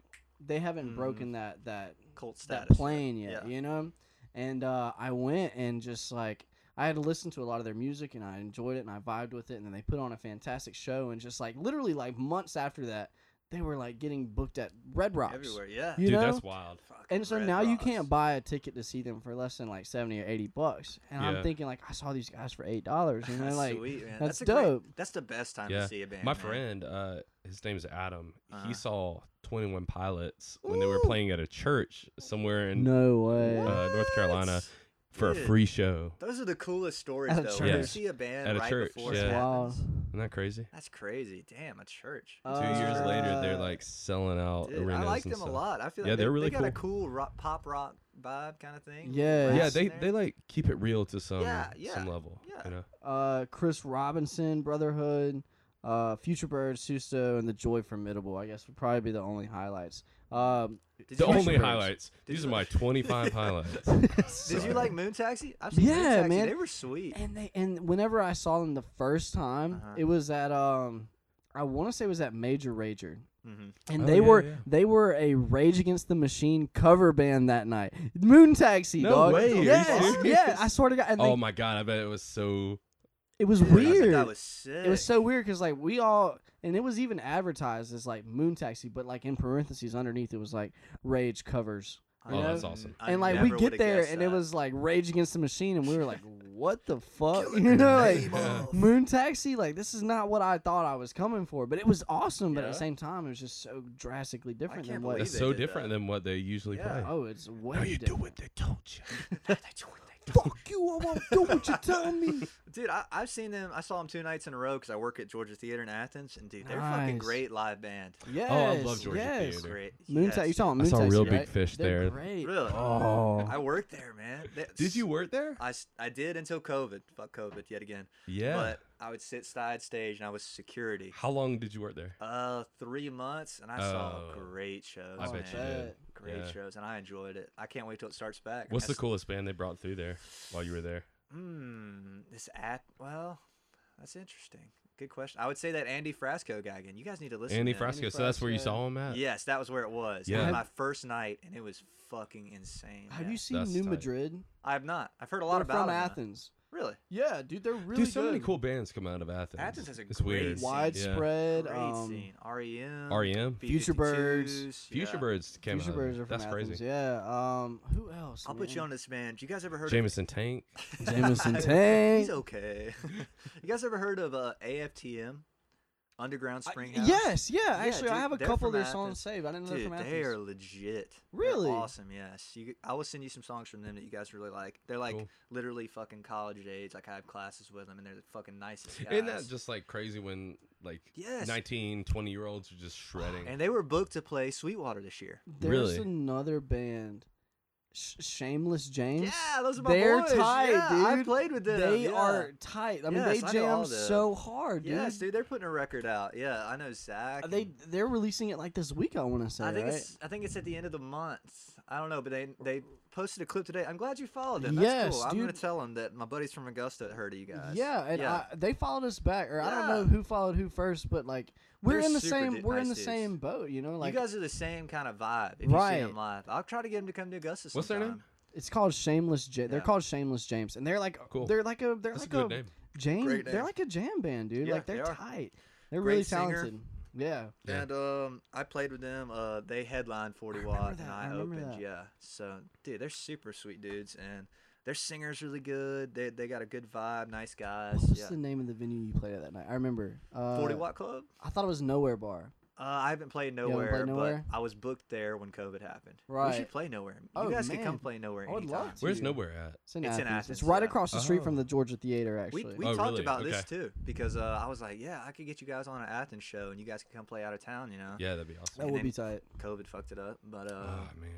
they haven't
Mhm.
broken that that
Cult status.
that plane yet,
Yeah.
you know. And uh, I went and just like I had to listen to a lot of their music, and I enjoyed it, and I vibed with it, and then they put on a fantastic show, and just like literally like months after that, they were like getting booked at Red Rocks.
Everywhere, yeah.
You
Dude,
know?
that's wild.
Fucking
And so
Red
now you
Rocks.
can't buy a ticket to see them for less than like seventy or eighty bucks. And I'm
Yeah.
thinking like I saw these guys for eight dollars, and they're
That's
like,
sweet, man.
that's
a great-
dope.
that's the best time
Yeah.
to see a band.
My
man.
friend, uh, his name's Adam.
Uh-huh.
He saw Twenty One Pilots when they were
Ooh.
playing at a church somewhere in
no
uh,
way.
North Carolina
What?
for a
Dude.
free show.
Those are the coolest stories,
At a
though. When you
church.
see a band
At a
right
church,
before
yeah.
it
Wow.
happens.
Isn't that crazy?
That's crazy. Damn, a church.
Uh,
Two years later,
Uh,
they're like selling out
Dude,
uh, arenas.
I like
and
them a
stuff.
lot. I feel like
Yeah,
they,
they're
they
really
got a cool rock, pop rock vibe kind of thing.
Yeah.
Little
yeah,
laughs in
they,
there.
they like keep it real to some
Yeah, yeah,
some level.
yeah.
You know?
uh, Chris Robinson, Brotherhood, uh, Future Bird, Suso, and The Joy Formidable. I guess would probably be the only highlights. Um,
Did
The
you like-
only highlights.
Did
These
you
are my
like-
25 highlights.
Did you
Sorry.
like Moon Taxi? I've seen Moon
Yeah,
Taxi.
man.
They were sweet.
and they and whenever I saw them the first time,
Uh-huh.
it was at um, I want to say it was at Major Rager.
Mm-hmm.
And
Oh,
they
yeah,
were
yeah.
they were a Rage Against the Machine cover band that night. Moon Taxi,
No
dog.
way, are you
Yes,
serious?
yeah. I swear to God, and they-
Oh my god, I bet it was so.
it was
That,
weird.
was sick.
It was so weird because like we all, and it was even advertised as like Moon Taxi, but like in parentheses underneath it was like Rage covers.
I
Oh,
know-
that's
awesome.
I
and like we
never
get
would've
there,
guessed
and it
that.
was like Rage Against the Machine, and we were like, "What the fuck?" You know, like Moon Taxi. Like this is not what I thought I was coming for, but it was awesome. But at
Yeah.
the same time, it was just so drastically different than
can't
what.
believe
That's
they
so
did
different
that.
than what they usually
Yeah.
play.
Oh, it's way different.
they told you.
Fuck you! I won't do what you tell me.
Dude, I, I've seen them. I saw them two nights in a row because I work at Georgia Theater in Athens, and dude, they're fucking
Nice.
great live band.
Yes.
Oh, I love Georgia
yes.
Theater.
Great.
Moon
yes.
Taxi. You talking
I
Moon
saw
Taxi?
Real Big
right?
Fish
They're
there.
Great.
Really?
Oh.
I worked there, man. That-
Did you work there?
I, s- I did until COVID. Fuck COVID yet again.
Yeah.
But I would sit side stage, and I was security.
How long did you work there?
Uh, three months, and I saw
Oh.
great shows.
I
Oh,
bet you
man.
bet.
did.
Great
Yeah.
shows, and I enjoyed it. I can't wait till it starts back.
What's the
That's-
coolest band they brought through there while you were there?
Hmm. This at well, that's interesting. Good question. I would say that Andy Frasco guy again. You guys need to listen.
Andy
to him.
Frasco. So that's where you
Frasco.
saw him at.
Yes, that was where it was. It
Yeah.
was my first night, and it was fucking insane.
Have
man.
you seen
That's
New
tight.
Madrid?
I have not. I've heard a lot
They're
about
from
him, though.
Athens.
Really?
Yeah, dude, they're really
Dude, so many
good.
cool bands come out of Athens.
Athens has a
it's
great
weird.
scene.
Widespread.
Great
um,
scene. E REM.
R.E.M.
Future Birds.
B-52s,
E Future
yeah.
Birds came
Future
out. of
Birds
it.
are from
That's
Athens.
crazy.
Yeah. Um, who else?
I'll put you on
man?
this man. You guys ever heard
Jameson Tank.
of
Jameson
He's
Tank.
okay. you guys ever heard of uh, AFTM? Underground Spring House?
Yes, yeah.
Yeah,
Actually, I
dude,
have a
they're
couple of
from
their songs
Athens.
saved. I didn't know they're
Dude,
from
they are
Athens.
legit. They're
Really?
awesome. Yes. You, I will send you some songs from them that you guys really like. They're like
Cool.
literally fucking college age. Like I have classes with them, and they're the fucking nicest guys.
Isn't that just like crazy when like
Yes.
nineteen, twenty 19, 20 year olds are just shredding?
and they were booked to play Sweetwater this year.
There's
Really?
another band, Sh- Shameless James.
Yeah, those are my
They're
boys.
tight,
yeah, I
dude.
played with them.
They
yeah.
are tight. I mean,
Yes,
they
I know all
jam
them.
so hard, dude.
Yes, dude. They're putting a record out. Yeah, I know Zach.
Uh, They
and-
they're releasing it like this week. I want to say,
I think
right?
it's I think it's at the end of the month. I don't know, but they they posted a clip today. I'm glad you followed them. That's
Yes,
cool. I'm gonna
dude.
tell them that my buddies from Augusta heard of you guys.
Yeah, and
uh, yeah.
I, they followed us back, or I don't
Yeah.
know who followed who first, but like we're
They're
in the
super
same
du-
we're
nice
in the
dudes.
same boat, you know. Like
you guys are the same kind of vibe. If you see
Right.
them live, I'll try to get them to come to Augusta.
What's their
sometime.
name?
it's called Shameless. Ja- They're
Yeah.
called Shameless James, and they're like
Cool.
they're like a they're
That's a
like
good name.
jam.
Great
They're
name.
like a jam band, dude.
Yeah,
like they're
they are.
tight. They're
Great
really
singer.
talented. Yeah.
Yeah.
And um, I played with them. Uh, they headlined 40
remember
Watt,
that,
and
I
I,
remember
opened.
that.
Yeah. So, dude, they're super sweet dudes, and their singer's really good. They they got a good vibe, nice guys.
What was
yeah.
the name of the venue you played at that night? I remember. Uh,
40 Watt Club.
I thought it was Nowhere Bar.
Uh, I haven't played
haven't
nowhere,
played Nowhere?
but I was booked there when COVID happened. We
Right.
should play nowhere. You
Oh,
guys could
man.
come play nowhere.
I would
anytime.
love to.
Where's
you.
Nowhere at?
It's in
It's
Athens.
in
It's
Athens,
right
yeah.
across the street from
Oh.
the Georgia Theater,
We,
actually.
we
Oh,
talked
really?
about this
Okay.
too because uh, I was like, yeah, I could get you guys on an Athens show and you guys could come play out of town, you know.
Yeah, that'd be
that
awesome.
and
would
then-
be tight.
COVID fucked it up, but uh,
Oh man.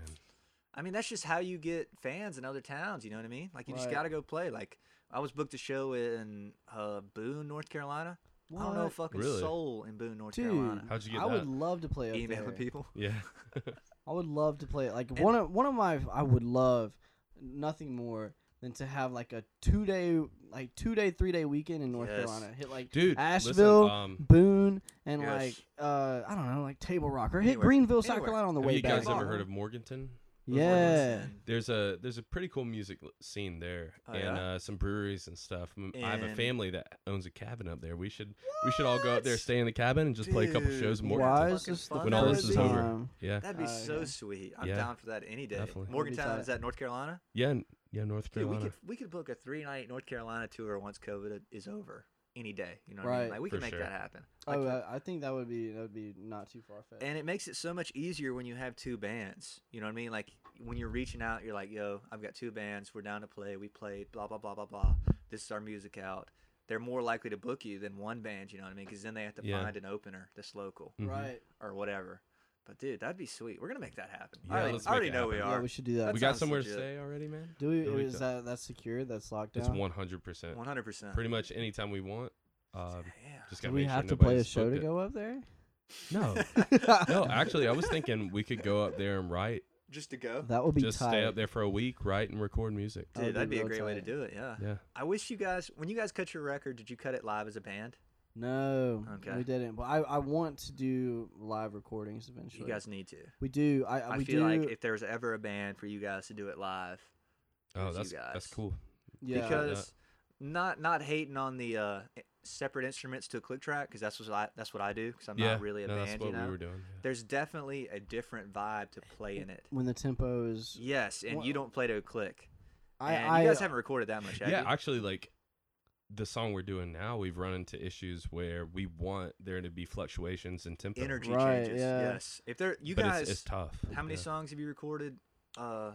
I mean, that's just how you get fans in other towns. You know what I mean? Like, you just
Right.
gotta go play. Like, I was booked a show in uh, Boone, North Carolina. I don't know a
What?
fucking
Really?
soul in Boone, North
Dude,
Carolina.
How'd you get
I would
that?
love to play up
Emailing
there.
people.
Yeah.
I would love to play it. Like
And-
one of one of my I would love nothing more than to have like a two day like two day three day weekend in North
Yes.
Carolina. Hit like
Dude,
Asheville,
listen, um,
Boone, and
Yes.
like uh I don't know like Table Rock or hit
Anywhere.
Greenville, South
Anywhere.
Carolina on the
have
way
you
back.
guys
Uh-huh.
ever heard of Morganton?
Yeah.
There's a there's a pretty cool music l- scene there,
Oh,
and
yeah?
uh, some breweries and stuff. M- I have a
And-
family that owns a cabin up there. We should we should all go up there,
What?
stay in the cabin, and just play a couple
Dude,
shows. in
Morganton.
Why
Morganton.
Fucking
is this the
fun.
When all this
first
is over.
time?
Yeah,
That'd be
Uh,
so
yeah.
sweet. I'm
Yeah.
down for that any day.
Definitely.
Morgantown
That'd be
is
tight.
that North Carolina?
yeah, n- yeah. North
Dude, we
Carolina.
could we could book a three night North Carolina tour once COVID is over. Any day, you know what I mean?
Right.
Like we
For
can make
sure.
that happen. Like,
Oh, I, I think that would be that would be not too far fetched.
and it makes it so much easier when you have two bands. You know what I mean? Like when you're reaching out, you're like, "Yo, I've got two bands. We're down to play. We played. Blah blah blah blah blah. This is our music out." They're more likely to book you than one band. You know what I mean? Because then they have to
Yeah.
find an opener that's local
Mhm.
Right.
or whatever. But dude, that'd be sweet. We're gonna make that happen.
Yeah,
I already,
let's
I already
make it
know we
happen.
Yeah,
are.
we should do that.
we
That's
got
sounds
somewhere to
legit.
stay already, man.
do we?
Yeah, we
Is
do.
that that's secured? That's locked
It's
down.
one hundred percent.
One hundred percent.
Pretty much anytime we want. Um,
Yeah.
just
Do
gotta
we
make sure
have to play a
nobody's
show to
booked it.
go up there?
No, no. Actually, I was thinking we could go up there and write.
Just to go.
That would be
just
tight.
stay up there for a week, write and record music.
That would
Dude, that'd
be
be a
real
great way to
tight.
do it. Yeah.
Yeah.
I wish you guys, when you guys cut your record, did you cut it live as a band?
No,
Okay.
we didn't. But I, I want to do live recordings eventually.
You guys need to.
we do.
I
I, Uh, we
feel
do.
like if there's ever a band for you guys to do it live,
Oh,
With you
that's that's
guys.
cool.
yeah,
because not not hating on the uh, separate instruments to a click track because that's what I that's what I do because I'm
yeah.
not really a
no,
band.
that's what
you know?
we were doing. yeah.
There's definitely a different vibe to playing it.
when the tempo is,
Yes, and you
Well-
don't play to a click.
I,
and
I
you guys haven't recorded that much, have
yeah
you?
actually like the song we're doing now we've run into issues where we want there to be fluctuations in tempo
Energy
Right,
changes.
yeah.
Yes. If there, you
but
guys,
it's, it's tough
how many
yeah.
songs have you recorded? Uh,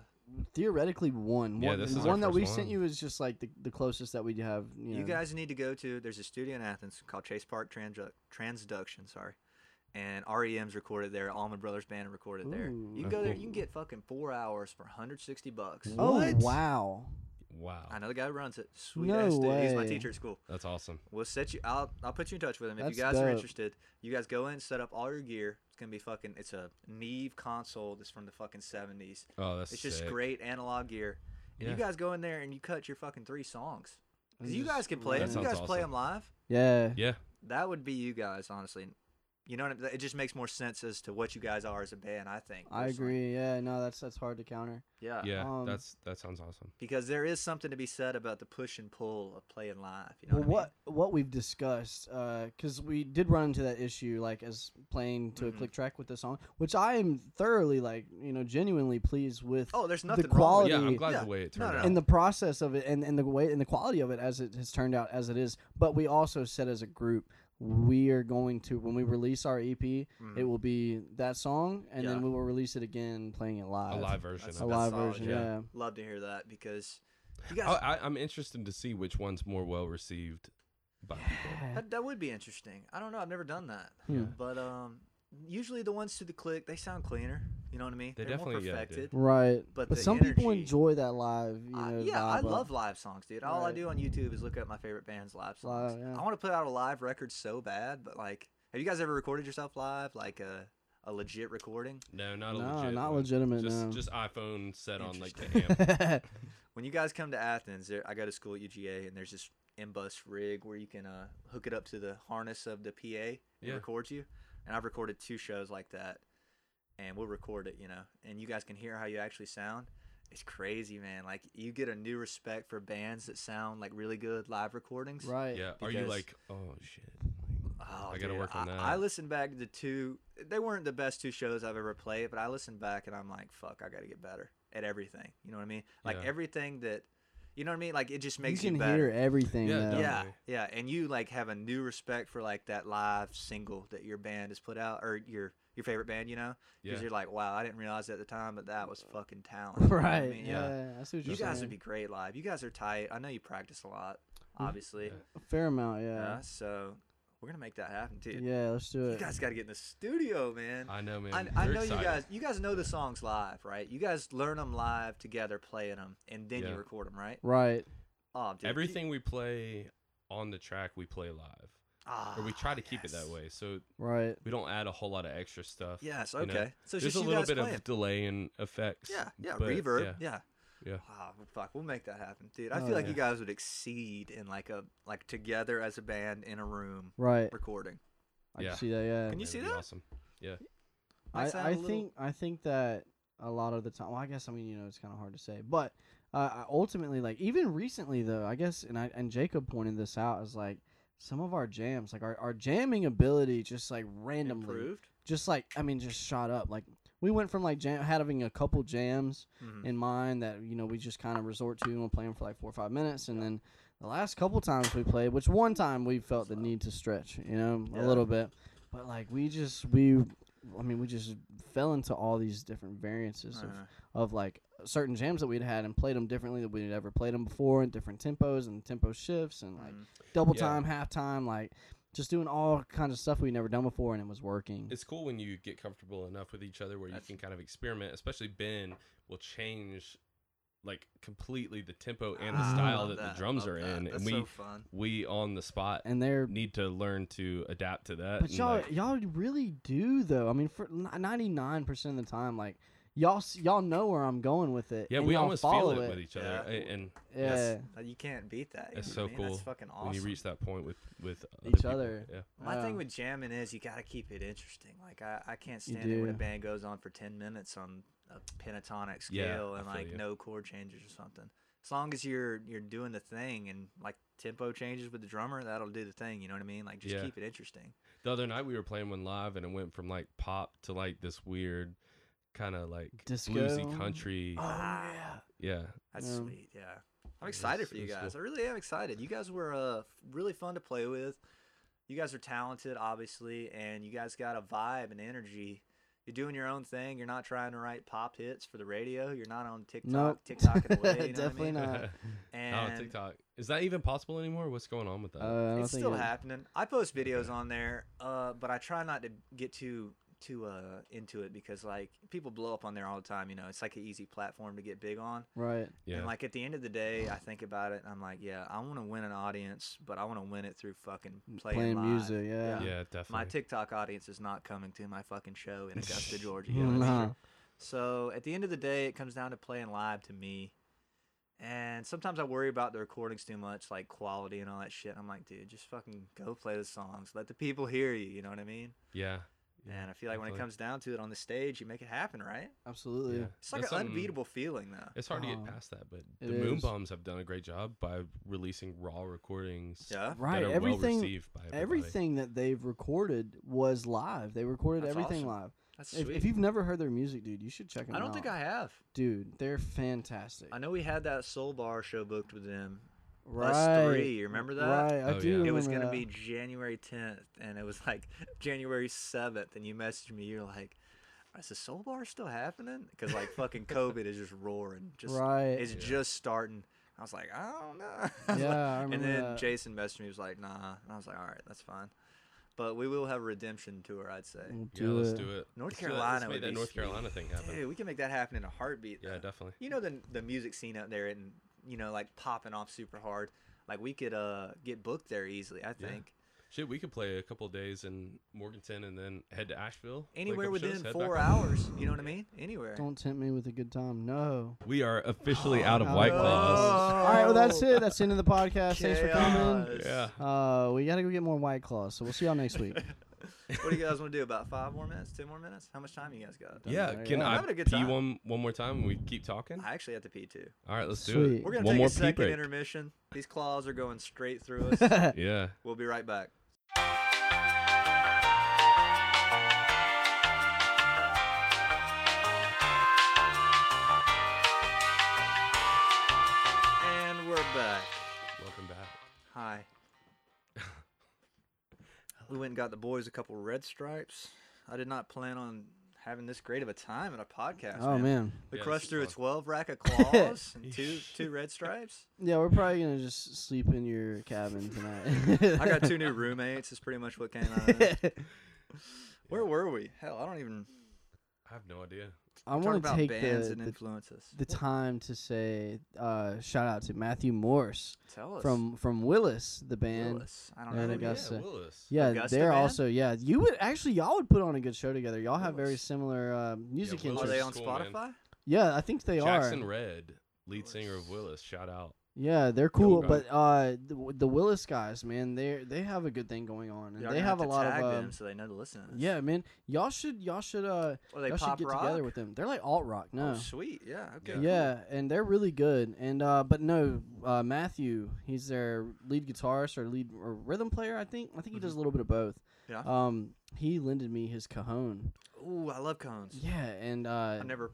theoretically one.
Yeah,
one
this
and the
is our
one that
first
we
one.
sent you is just like the, the closest that we have. You,
You
know.
guys need to go to. There's a studio in Athens called Chase Park Transdu- Transduction. Sorry, and REM's recorded there. Almond Brothers Band recorded there.
Ooh.
You can
Oh,
go there.
cool.
You can get fucking four hours for 160 bucks.
Oh
What?
wow!
wow
I know the guy who runs it. Sweet
No
ass dude. He's my
way.
teacher at school.
that's awesome
We'll set you. I'll I'll put you in touch with him if
That's
you guys are
dope.
interested. You guys go in, set up all your gear. It's gonna be fucking. It's a Neve console that's from the fucking 70s.
oh that's
It's just
sick.
great analog gear. And
Yeah.
You guys go in there and you cut your fucking three songs. 'Cause
It's
you
just-
guys can play.
That
them. You
sounds
guys play them
awesome.
live.
Yeah,
yeah
That would be you guys, honestly. You know, what I- it just makes more sense as to what you guys are as a band. I think.
I
personally.
agree. Yeah, no, that's that's hard to counter.
Yeah.
yeah
um,
that's that sounds awesome
Because there is something to be said about the push and pull of playing live. You know
well,
what?
what what we've discussed, because we did run into that issue, like as playing to
Mhm.
a click track with the song, which I am thoroughly, like you know, genuinely pleased with
I mean? Oh, there's nothing
quality-
yeah
wrong
i'm
already-
glad
yeah.
the way it
No,
turned
no,
out
in the process of it, and, and the way and the quality of it as it has turned out as it is. But we also said as a group, we are going to when we release our EP,
with
it will be that song,
Mm-hmm.
and
Yeah.
then we will release it again, playing it live,
a live version
That's
a
of it
best
live
solid,
version.
yeah.
Yeah,
Love to hear that because you guys.
I, Oh, I, i'm interested to see which one's more well received by people
yeah.
That, that would be interesting. I don't know. I've never done that.
Hmm.
But um, usually the ones to the click, they sound cleaner. You know what I mean?
They
are more
definitely- yeah, they do.
perfected.
right.
But
But,
the
some people
energy-
enjoy that live. You
I-
know,
yeah, I
vibe of-
love live songs, dude. All I
Right.
do on YouTube is look up my favorite band's live songs.
Live, yeah.
I want to put out a live record so bad, but like, have you guys ever recorded yourself live, like a a legit recording?
no not a
No,
legit
not
one.
legitimate,
just,
no.
just iphone set on like the amp
yeah,
When you guys come to Athens, there, I go to school at UGA, and there's this M-Bus rig where you can uh, hook it up to the harness of the PA. It
Yeah.
records you, and I've recorded two shows like that, and we'll record it, you know, and you guys can hear how you actually sound. It's crazy, man. Like you get a new respect for bands that sound like really good live recordings.
right.
yeah are you
Because-
like oh shit
Oh,
I gotta
dude,
work on
I-
that.
I listened back to the two. They weren't the best two shows I've ever played, but I listened back and I'm like, fuck, I gotta get better at everything. You know what I mean? Like
Yeah.
everything that, you know what I mean? Like it just makes
you
you,
can hear
better.
everything.
Yeah,
Yeah,
definitely.
Yeah, yeah, and you like have a new respect for like that live single that your band has put out or your your favorite band, you know? Because
yeah
you're like, wow, I didn't realize at the time, but that was fucking talent. You know what I
right.
mean?
yeah.
Yeah.
I see what
You
you're
guys would
saying.
be great live. You guys are tight. I know you practice a lot, obviously.
Yeah.
a fair amount.
Yeah.
Yeah,
so we're gonna make that happen,
yeah.
dude.
let's do
You
it.
guys got to get in the studio, man.
i know man
I, I
We're
know you
excited.
guys. You guys know the songs live, right? You guys learn them live together, playing them, and then
Yeah.
you record them, right?
Right.
Oh, dude, you-
everything we play on the track we play live
Ah,
or we try to keep it that
yes.
way so
Right.
we don't add a whole lot of extra stuff
Yes.
you
Okay.
know?
So it's
there's
just
a
you
little
guys
bit
playing.
of delay and effects
yeah, yeah,
but
reverb,
yeah,
yeah.
yeah.
Wow, fuck, we'll make that happen, dude. I
Oh,
feel like
yeah.
you guys would exceed in like a like together as a band in a room
Right.
recording.
I
Yeah.
can see that. Yeah.
Can you
That'd
see
be
that?
awesome
Might
I,
sound
I
a little-
think I think that a lot of the time. Well, I guess I mean you know it's kind of hard to say, but uh, I- ultimately, like even recently though, I guess and I and Jacob pointed this out as like some of our jams, like our, our jamming ability, just like randomly,
Improved.
just like I mean, just shot up. Like we went from like jam having a couple jams
Mhm.
in mind that you know we just kind of resort to and we'll play them for like four or five minutes and then the last couple times we played which one time we felt the need to stretch you know
Yeah.
a little bit but like we just we i mean we just fell into all these different variances
Uh-huh.
of, of like certain jams that we'd had and played them differently that we'd ever played them before in different tempos and tempo shifts and like
Mhm.
double
Yeah.
time half time like just doing all kinds of stuff we've never done before, and it was working.
It's cool when you get comfortable enough with each other where
That's-
you can kind of experiment. Especially Ben will change like completely the tempo Oh, and the
Ah, I
style
love
that,
that,
the drums
love
are
that.
in,
That's
and we
so fun.
we on the spot
and they're
need to learn to adapt to that.
But
and,
y'all,
uh, like,
y'all really do though. I mean, for ninety nine percent of the time, like y'all, s- y'all know where I'm going with it.
yeah,
and
we
y'all
almost feel
follow
it, with each other,
Yeah.
a- and
Yeah,
That's- uh, you can't beat that. you
That's
know what I
so
mean? That's
cool.
fucking awesome.
when you reach that point with with
Each
people,
other.
yeah.
My
Yeah.
thing with jamming is you got to keep it interesting. Like I, I can't stand it when a
do.
band goes on for ten minutes on a pentatonic
Yeah,
scale
I
and
feel
like
you.
no chord changes or something. As long as you're you're doing the thing and like tempo changes with the drummer, that'll do the thing. You know what I mean? Like just
Yeah.
keep it interesting.
The other night we were playing one live, and it went from like pop to like this weird kind of like
Disco.
bluesy country.
Oh
Ah.
yeah.
Yeah,
That's
Yeah.
sweet. Yeah, I'm
Yeah,
excited
it's-
for you
it's
guys.
cool.
I really am excited. You guys were uh, really fun to play with. You guys are talented, obviously, and you guys got a vibe and energy. You're doing your own thing. You're not trying to write pop hits for the radio. You're not on TikTok,
Nope.
TikTok away. You know what I
Definitely
mean?
not.
Not on
Uh, And
TikTok. Is that even possible anymore? What's going on with that?
Uh, I don't
it's
think
still
it-
happening. I post videos on there, uh, but I try not to get too too uh, into it because like people blow up on there all the time. You know, it's like an easy platform to get big on.
Right.
yeah,
And like at the end of the day, I think about it and I'm like, yeah, I want to win an audience, but I want to win it through fucking playing,
Playing
live.
music, yeah.
yeah, definitely.
uh, My TikTok audience is not coming to my fucking show in Augusta, Georgia. you know what I mean?
Nah.
So at the end of the day, it comes down to playing live to me. And sometimes I worry about the recordings too much, like quality and all that shit. I'm like, dude, just fucking go play the songs. Let the people hear you. You know what I mean?
yeah, yeah,
And I feel like when it
definitely.
comes down to it on the stage, you make it happen, right?
Absolutely.
Yeah.
It's like
That's
an
something-
unbeatable feeling, though.
It's hard to
Oh.
get past that, but
It
the Moon
is.
Bombs have done a great job by releasing raw recordings
Yeah.
Right.
that are well
everything.
received by everybody.
everything that they've recorded was live. They recorded
That's
everything live.
That's
If,
sweet.
if you've never heard their music, dude, you should check them
I
out.
don't think I have.
Dude, they're fantastic.
I know we had that Soul Bar show booked with them.
right.
three, you remember that?
Right. I
Oh,
do.
yeah.
It
Remember
was going to
that.
be January 10th, and it was like January 7th, and you messaged me. You're like, is the Soul Bar still happening? Because like fucking COVID is just roaring, just
right.
it's
Yeah.
just starting. I was like, I don't know. I was like-
Yeah, I
and
remember
then
that.
Jason messaged me. He was like, Nah, and I was like, All right, that's fine. But we will have a redemption tour, I'd say.
We'll
Yeah, let's do it.
North
Let's do that.
Carolina
Let's
would
make that
be
North
sweet.
Carolina thing happen.
Dude, we can make that happen in a heartbeat.
Yeah,
though.
definitely.
you know the the music scene up there and you know like popping off super hard like we could uh get booked there easily i
Yeah.
think
Shit, we could play a couple days in Morganton and then head to Asheville. play a
anywhere
couple shows,
within
head
four
back home.
hours you know what i mean anywhere
Don't tempt me with a good time. No.
We are officially
Oh,
out of White
no.
Claws.
All right, well, that's it. That's the end of the podcast. Thanks for coming.
Chaos.
Yeah.
Uh, we got to go get more White Claws, so we'll see y'all next week.
what do you guys want to do about five more minutes ten more minutes how much time you guys got
Yeah,
matter.
can
I'm
I
having a good
pee
time.
one one more time and we keep talking?
i actually have to pee too
All right, let's do
Sweet.
it.
we're gonna
one
take
more
a
pee
second
break.
intermission these claws are going straight through us
Yeah.
we'll be right back and we're back
Welcome back.
Hi. we went and got the boys a couple red stripes. I did not plan on having this great of a time in a podcast.
oh, man.
We
Yeah, this
crushed
is
through a
fun.
12 rack of claws and two two red stripes.
Yeah, we're probably going to just sleep in your cabin tonight.
I got two new roommates. Is pretty much what came out of it. Where were we? Hell, I don't even
I have no idea.
I
talk
want to
about
take
bands
the,
and
the,
influences.
the time to say uh, shout out to Matthew Morse
Tell us.
from, from Willis, the band.
Willis. I don't
and
know.
I
who he
got
is.
Augusta.
Yeah, Willis.
Yeah,
Augusta
they're
band?
also, yeah. You would actually, y'all would put on a good show together. Y'all have very
Willis.
similar uh, music
Willis.
Are
interests.
they on
Cool, man.
Spotify?
Yeah, I think they are.
Jackson Red, lead singer of Willis. Shout out.
Yeah, they're cool,
guy.
but uh, the, the Willis guys, man, they they have a good thing going on, and
Y'all
they
gonna
have a
to
lot
tag
of um,
them so they know to listen. To this.
yeah, man. Y'all should y'all should uh
Or they
y'all should
pop
get
rock.
together with them. They're like alt rock, no,
Oh, sweet. Yeah. Okay.
Yeah.
cool.
yeah, and they're really good. And uh, but no, uh, Matthew, he's their lead guitarist or lead or rhythm player, I think. I think he does a little bit of both.
Mm-hmm. Yeah.
Um, he lended me his cajon.
Ooh, I love cones.
Yeah, and uh,
I've never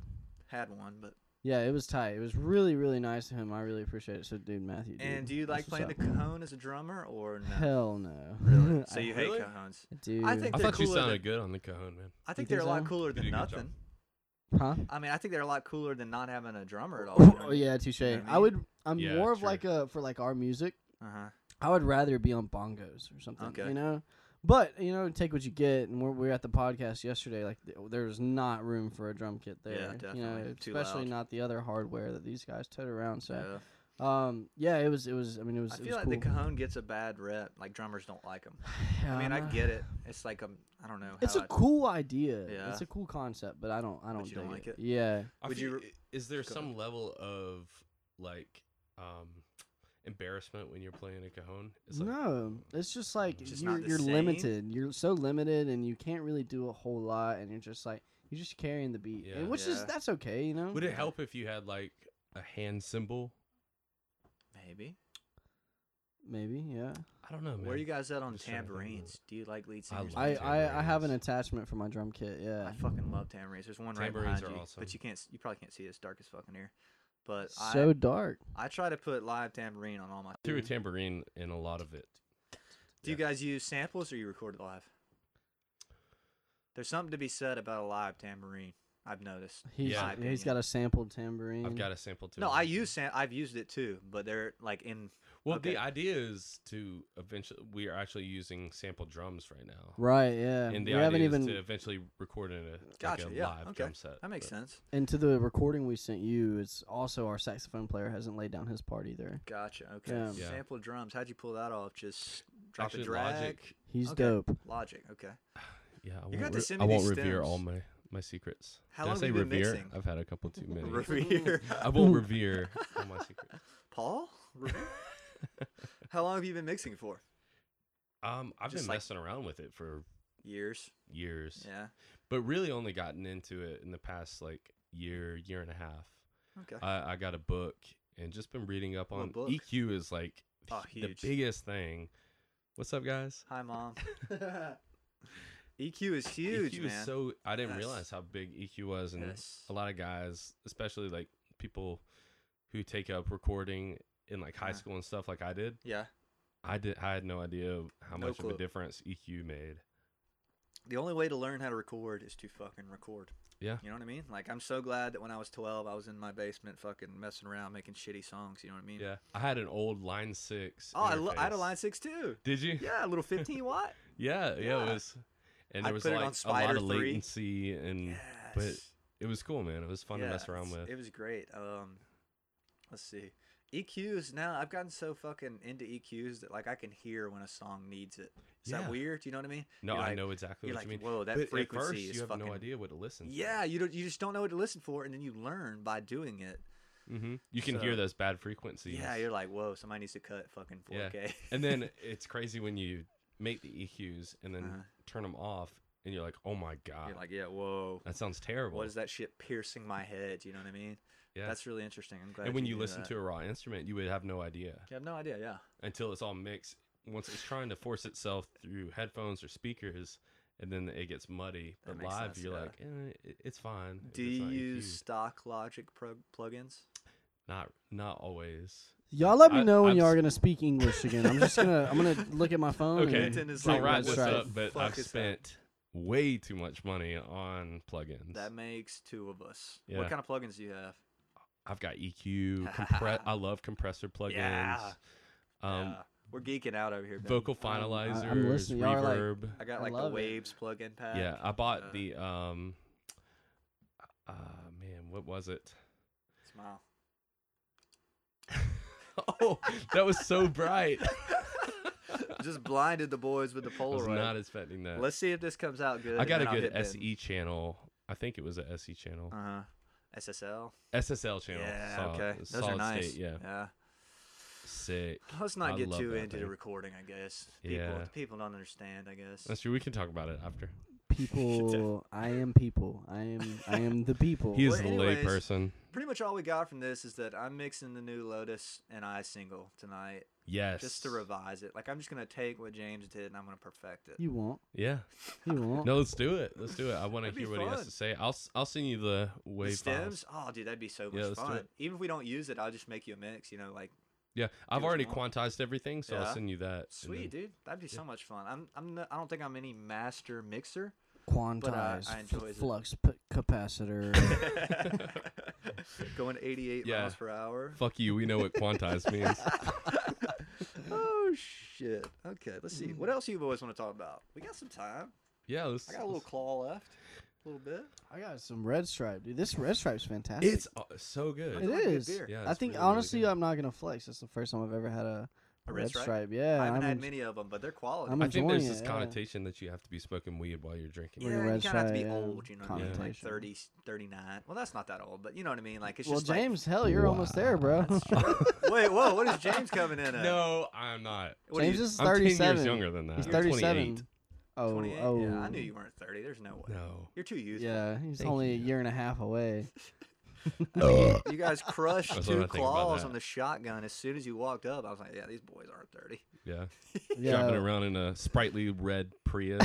had one, but
yeah, it was tight. It was really really nice of him. I really appreciate it. So, dude, Matthew. Dude,
And do you
that's
like
what's
playing the
up.
cajon as a drummer or no?
Hell no.
Really? So
I-
you hate
Really?
cajones?
Dude.
I think
I
they're
thought you
cooler
sounded good on the Cajon, man.
I think
think
they're a lot
so?
cooler than
did a good job.
nothing.
Huh?
I mean, I think they're a lot cooler than not having a drummer at all.
oh yeah, touche.
You know what I
I
mean?
would. I'm
Yeah,
more of
true.
like a for like our music.
Uh huh.
I would rather be on bongos or something,
Okay.
you know. But you know, take what you get. And we're, we were at the podcast yesterday. Like th- there was not room for a drum kit there.
Yeah,
You know,
definitely. Too
especially
loud.
not the other hardware that these guys tote around. So,
Yeah.
um, yeah, it was. It was. I mean, it was.
I
it
feel like
was
the
cool.
cajon gets a bad rep. Like drummers don't like them.
Yeah,
I mean, I
know.
get it. It's like um, I don't know. How
It's a
I-
cool idea.
Yeah.
It's a cool concept, but I don't. I don't,
you don't
dig
like it?
Yeah.
I
Would
feel-
you re-
i- is there
Go
some level of like um embarrassment when you're playing a cajon? It's like,
no, it's just like
Just not
you're,
the
you're
same?
limited. You're so limited, and you can't really do a whole lot. And you're just like you're just carrying the beat,
Yeah.
and which is
Yeah.
that's okay, you know.
Would it help if you had like a hand symbol?
maybe.
Maybe, yeah.
I don't know. Oh, Man.
Where are you guys at on
Just trying to think of
tambourines? Do you like lead singers?
love
I,
with
I, I have an
tambourines.
attachment for my drum kit. Yeah.
I fucking love tambourines. There's one right
Tambourines
behind
are
you,
awesome.
but you can't. s- You probably can't see. it, It's dark as fucking here. But
So dark.
I, I try to put live tambourine on all my.
Threw a tambourine in a lot of it.
Do you guys use samples or you record it live? There's something to be said about a live tambourine. I've noticed.
He's
Yeah.
my
yeah, he's
opinion.
got a sampled tambourine.
I've got a sample too.
Mm. No, I use sam- I've used it too, but they're like in.
Well,
okay.
the idea is to eventually. We are actually using sample drums right now,
right. Yeah.
and the
we
idea
haven't
is
even
to eventually record in a,
Gotcha.
like a
yeah.
live
okay.
drum set.
That makes
but-
sense.
into the recording we sent you. It's also our saxophone player hasn't laid down his part either.
Gotcha. Okay.
Yeah.
Yeah.
Sample drums. How'd you pull that off? Just drop
Actually,
a drag.
Logic.
He's
Okay.
dope.
Logic, Okay.
Yeah, I
gonna have
won't,
to
re-
send
I
me
won't
these
revere all
stems.
my my secrets.
How long
Did I
have
say
you been
revere?
mixing?
I've had a couple too many.
Revere.
I won't revere all my secrets.
Paul. Revere? How long have you been mixing for?
Um, I've
Just
been
like-
messing around with it for
Years.
years,
Yeah.
but really only gotten into it in the past like year, year and a half.
Okay.
I, I got a book and just been reading up
What
on
book?
EQ is like
Oh,
the
huge.
biggest thing. What's up, guys?
Hi, mom. EQ E is huge, man.
EQ E is so I didn't
Yes.
realize how big EQ was, and
yes.
a lot of guys, especially like people who take up recording in like high
Yeah.
school and stuff, like I did.
Yeah.
I did. I had no idea how
No
much of
clue.
a difference EQ made.
The only way to learn how to record is to fucking record.
Yeah.
You know what I mean? Like, I'm so glad that when I was 12, I was in my basement fucking messing around making shitty songs. You know what I mean?
Yeah, I had an old Line Six.
Oh, I, lo- I had a
interface.
Line 6 too.
Did you?
Yeah, a little 15 watt.
Yeah, yeah, it
Yeah.
was. And
I
there was
put it
like
on
a lot
Spider
of
3.
latency, and
yes.
it was cool, man. It was fun to mess
Yeah,
around
it's-
with.
It was great. Um, let's see. EQs now. I've gotten so fucking into EQs that like I can hear when a song needs it. Is
Yeah.
that weird? Do you know what I mean?
no,
you're
I
like-
know exactly
You're
what
like,
you mean.
whoa, that
but
frequency
at first,
is
you have
fucking.
no idea what to listen.
Yeah, you don't. You just don't know what to listen for, and then you learn by doing it.
hmm You can hear
So-
those bad frequencies.
Yeah, you're like, whoa, somebody needs to cut fucking
Yeah.
4K.
and then it's crazy when you make the EQs and then turn 'em
Uh-huh.
turn them off, and you're like, oh my god,
you're like, yeah, whoa.
that sounds terrible.
What is that shit piercing my head? You know what I mean?
Yeah.
That's really interesting. I'm glad.
and when you
knew
listen
that.
to a raw instrument, you would have no idea
you have no idea. Yeah.
until it's all mixed. Once it's trying to force itself through headphones or speakers, and then it gets muddy.
That
But
makes
live,
sense,
you're
yeah.
like, eh, it- it's fine. if
Do
it's
you
not E EQ'd."
use stock Logic pro- plugins?
Not, not always.
Y'all let me
I-
know when
I've
y'all are
s-
gonna speak English again. I'm just gonna I'm gonna look at my phone.
Okay,
and
Clinton is
I'll
like,
take
wrap
notes.
this
right.
up. But
Fuck is
I've
that?
spent way too much money on plugins.
That makes two of us.
Yeah.
What kind of plugins do you have?
I've got EQ. Compre- I love compressor plugins.
Yeah.
Um,
Yeah. Um, we're geeking out over here. Ben.
vocal
I'm- I- I'm
finalizers,
listening. Y'all are like-
reverb.
I got
I
like the
love it.
Waves plugin pack.
yeah, I bought
uh,
the um. Uh, man, what was it?
Smile.
Oh, that was so bright.
Just blinded the boys with the
I was
Polaroid.
not expecting that.
Let's see if this comes out good.
I got
and then
a
I'll
good E
hit Ben.
SE channel. I think it was a SE channel,
Uh-huh. SSL.
SSL channel.
Yeah.
Solid-
okay. Those
solid
are nice.
State, yeah,
Yeah.
sick.
Let's
I
not get
love
too
that
into the
thing.
recording, I guess. People,
Yeah.
people don't understand, I guess.
That's true. We can talk about it after.
People, I am people. I am I am the people.
He is
Well,
the
anyways,
lay person.
Pretty much all we got from this is that I'm mixing the new Lotus and I single tonight
Yes.
just to revise it. Like I'm just gonna take what James did and I'm gonna perfect it.
You won't.
Yeah.
You won't.
No, let's do it. Let's do it. I want to
That'd be
hear what he has
fun.
to say. I'll s- I'll send you the
The
wave files.
stems, oh dude, that'd be so much
Yeah, let's do
fun.
it.
Even if we don't use it, I'll just make you a mix. You know, like
Yeah, I've
what
already
you want.
quantized everything, so I'll
Yeah.
send you that. and
sweet,
then-
dude, that'd be so much fun. I'm, I'm, n- I don't think I'm any master mixer.
Quantize
uh, I enjoys it.
flux p- capacitor.
Going 88
Yeah.
miles per hour.
Fuck you. We know what quantize means.
oh shit. Okay, let's
Mm.
see. What else you boys want to talk about? We got some time.
Yeah, let's,
I got a little claw left. A little bit.
I got some red stripe, dude. This red stripe's fantastic.
It's uh, so good.
It
like good
is.
beer.
Yeah,
I
it's
think
really, really
honestly,
good.
I'm not gonna flex. It's the first time I've ever had
A
a,
red
red
stripe?
stripe. Yeah,
I haven't
I'm
had
en-
many of them, but they're quality.
I'm
I think there's
enjoying
this
it, yeah.
connotation that you have to be smoking weed while you're drinking.
yeah,
Like a
you
red
kind of have to be
stripe, yeah,
old, you know what I mean? Like
connotation.
30, 39. Well, that's not that old, but you know what I mean? Like, it's
Well,
just like-
James, hell, you're almost there, bro.
wait, whoa, what is James coming in at?
No, I'm not.
What are
James
you,
is
I'm 10
37.
years younger than that.
He's
I'm
37.
28.
Oh,
28?
oh.
Yeah, I knew you weren't 30. There's no way.
No.
You're too youthful.
Yeah, he's
Thank
only a
you.
year and a half away.
You guys crushed
That's what
two
I think about
claws
that.
on the shotgun as soon as you walked up. I was like, yeah, these boys aren't 30.
Yeah. Driving
Yeah,
around in a sprightly red Prius.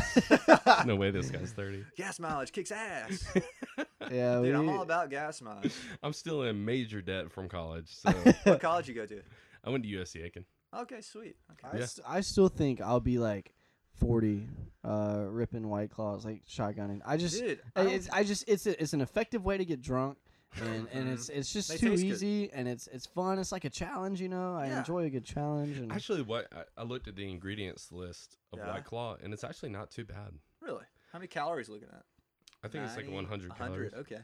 no way this guy's 30.
Gas mileage kicks ass.
yeah.
Dude, I'm
we-
all about gas mileage.
I'm still in major debt from college. So
What college you go to?
I went to USC Aiken.
Okay, sweet.
I,
Okay.
Yeah.
st- I still think I'll be like 40, uh, ripping white claws, like shotgunning. I just,
Dude,
I,
I don't-
it's, I just, it's, a, it's an effective way to get drunk, and, and it's, it's just
They
too
taste good.
easy, and it's, it's fun. It's like a challenge, you know. I
Yeah.
enjoy a good challenge, and
Actually, what I, I looked at the ingredients list of
Yeah.
White Claw, and it's actually not too bad.
really? How many calories are we looking at?
I think it's like
90,
100, calories.
Okay.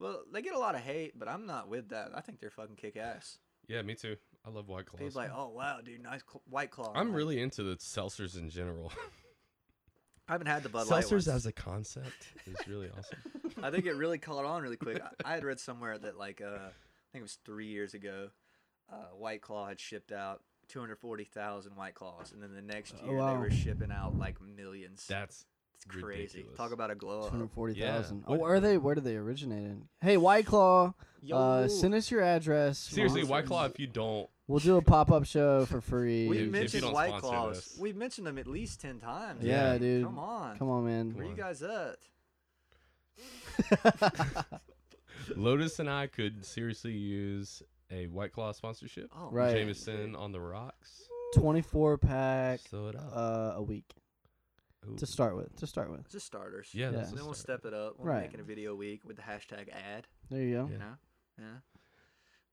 Well, they get a lot of hate, but I'm not with that. I think they're fucking kick ass.
Yeah, me too. I love White Claws.
People like, oh wow, dude, nice cl- white claw.
I'm
like,
really into the seltzers in general.
I haven't had the Bud Light
seltzers
ones.
as a concept is really awesome.
I think it really caught on really quick. I, I had read somewhere that like uh, I think it was three years ago, uh, White Claw had shipped out 240,000 White Claws, and then the next
Oh,
year
wow.
they were shipping out like millions.
That's
it's crazy.
ridiculous.
Talk about a glow
Two hundred
up.
forty thousand.
Yeah.
Oh, are they? Where do they originated? Hey, White Claw, uh, send us your address.
seriously
We'll-
White Claw. If you don't,
We'll do a pop up show for free.
we
if you
mentioned
don't
White
sponsor
Claws.
this.
We've mentioned them at least ten times.
yeah,
Yeah.
dude.
Come on.
Come on, man.
Where you
on.
guys at?
Lotus and I could seriously use a White Claw sponsorship.
Oh,
Right.
Jameson on the rocks.
Twenty four pack
Fill it up.
uh, a week
oh. Ooh.
to start with. To start with.
Just starters.
yeah,
yeah.
that's
And
a
then we'll
start.
step it up. We're
Right.
making a video week with the hashtag ad.
There you go.
You
Yeah.
know? Yeah.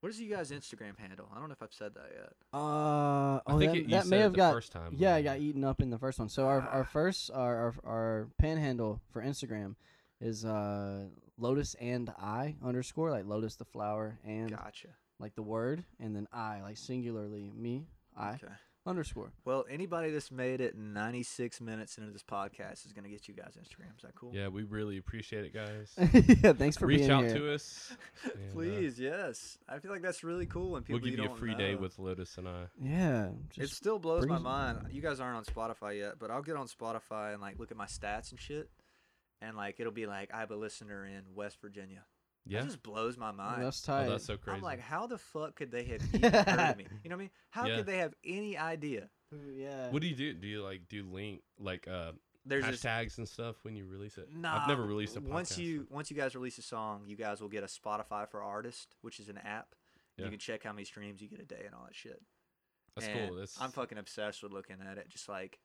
What is you guys' Instagram handle? I don't know if I've said that yet.
Uh,
I
oh,
think
that,
it, you
that
said
may
it
have
the
got.
first time.
Yeah,
uh,
it got eaten up in the first one. So our, our first our, our our panhandle for Instagram is uh lotus and I underscore like lotus the flower and
Gotcha.
like the word and then I like singularly me I
Okay.
underscore.
Well, anybody that's made it 96 minutes into this podcast is going to get you guys Instagram. Is that cool?
Yeah, we really appreciate it, guys.
yeah, thanks for
Reach
being
out
here.
to us. and, uh,
Please, yes. I feel like that's really cool when people
we'll give
you,
you, a
don't
free day
know.
with Lotus and I.
Yeah,
It
just
still blows
bring
my
us-
mind. You guys aren't on Spotify yet, but I'll get on Spotify and like look at my stats and shit. And like it'll be like I have a listener in West Virginia.
Yeah.
It just blows my mind.
oh, that's tight.
Oh, that's so crazy.
I'm like, how the fuck could they have even heard of me? You know what I mean? How
Yeah.
could they have any idea?
Ooh, yeah.
what do you do? Do you like do link like uh
There's just
hashtags and stuff when you release it?
nah.
I've never released a podcast.
Once you once you guys release a song, you guys will get a Spotify for Artist, which is an app. You
Yeah.
can check how many streams you get a day and all that shit.
that's
And
cool. That's
I'm fucking obsessed with looking at it, just like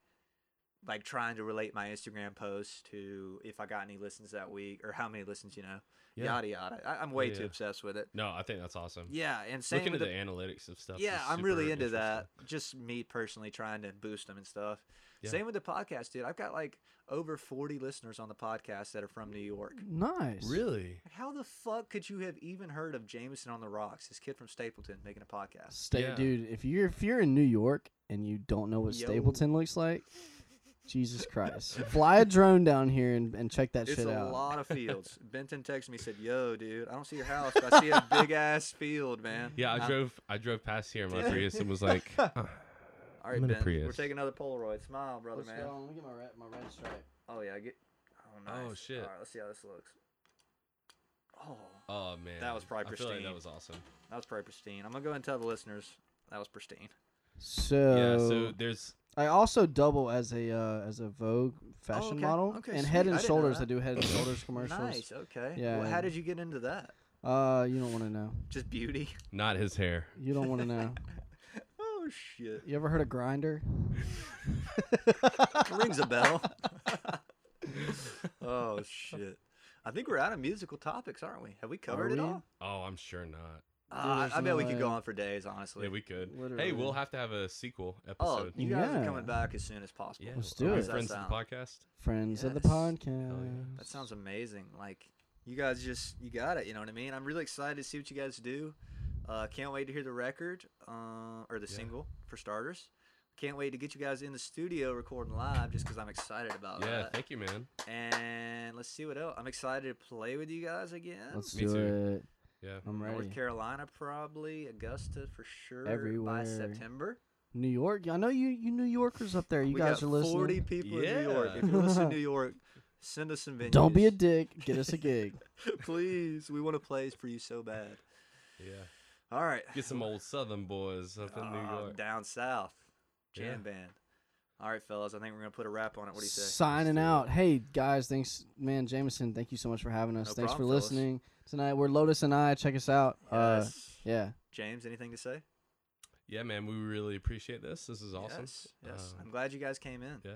like trying to relate my Instagram posts to if I got any listens that week or how many listens, you know,
Yeah.
yada yada. I, I'm way
Yeah,
too
yeah.
obsessed with it.
no, I think that's awesome.
Yeah, and same
Looking at
with
the,
the
analytics of stuff.
Yeah,
is
I'm really
super
into that.
interesting.
Just me personally trying to boost them and stuff.
Yeah.
Same with the podcast, dude. I've got like over 40 listeners on the podcast that are from New York.
Nice.
Really?
Like, How the fuck could you have even heard of Jameson on the Rocks, this kid from Stapleton making a podcast?
Stay,
Yeah.
dude. If you're if you're in New York and you don't know what
Yo.
Stapleton looks like, Jesus Christ, fly a drone down here and, and check that
It's
shit
a
out.
lot of fields. Benton texted me, said, Yo, dude, I don't see your house, but I see a big ass field, man.
Yeah, I
I'm-
drove I drove past here in my Prius and was like, "Huh,
All right,
I'm in a
Ben, we're
Prius.
taking another Polaroid. Smile, brother,
Let's
man.
go. Let me get my red, my red stripe.
Oh, yeah, I get. Oh,
Oh,
nice.
shit.
All right, let's see how this looks. Oh,
oh man,
That was probably
I feel like
pristine.
that was awesome.
that was pretty pristine. I'm going to go ahead and tell the listeners that was pristine.
So,
yeah, so there's
I also double as a uh, as a Vogue fashion
Oh, okay.
model
Okay,
and
sweet. I
Head and
didn't know
Shoulders. I
that.
do Head and Shoulders commercials.
Nice. Okay. Well,
Yeah.
how did you get into that?
Uh, you don't want to know.
Just beauty.
not his hair.
You don't want to know.
Oh shit.
You ever heard of Grinder?
Rings a bell. oh shit. I think we're out of musical topics, aren't we? Have we covered it
we?
all?
Oh, I'm sure not.
Uh, I
there's
I bet
no
we could go
way.
on for days, honestly.
Yeah, we could.
Literally.
Hey, we'll have to have a sequel
oh,
episode.
you guys
Yeah.
are coming back as soon as possible.
yeah,
Let's do
are we
it.
Friends of the podcast.
Friends of the
Yes.
podcast.
That sounds amazing. Like you guys just you got it. You know what I mean? I'm really excited to see what you guys do. Uh, can't wait to hear the record uh, or the
Yeah.
single for starters. Can't wait to get you guys in the studio recording live just because I'm excited about
Yeah,
that.
thank you, man.
And let's see what else. I'm excited to play with you guys again.
Let's
Me
do
too.
it.
Yeah.
I'm ready.
North Carolina probably, Augusta for sure by
Everywhere.
September.
New York. I know you, you New Yorkers up there. You
we
guys
got
are listening.
40 people in New York.
Yeah.
If you're listening to New York, send us some venues.
Don't be a dick. Get us a gig.
Please, we want to play for you so bad.
Yeah.
All right.
Get some old Southern boys up in New
Ah,
York.
Down south. Jam
Yeah.
band. All right, fellas. I think we're going to put a wrap on it. What do you say?
Signing
do it.
out. Hey guys, thanks, man. Jameson, thank you so much for having us.
No
thanks
problem,
for
fellas.
listening tonight. We're Lotus and I. Check us out. Uh,
Yes.
yeah.
James, anything to say?
Yeah, man, we really appreciate this. This is awesome.
Yes. yes.
Um,
I'm glad you guys came in.
yeah.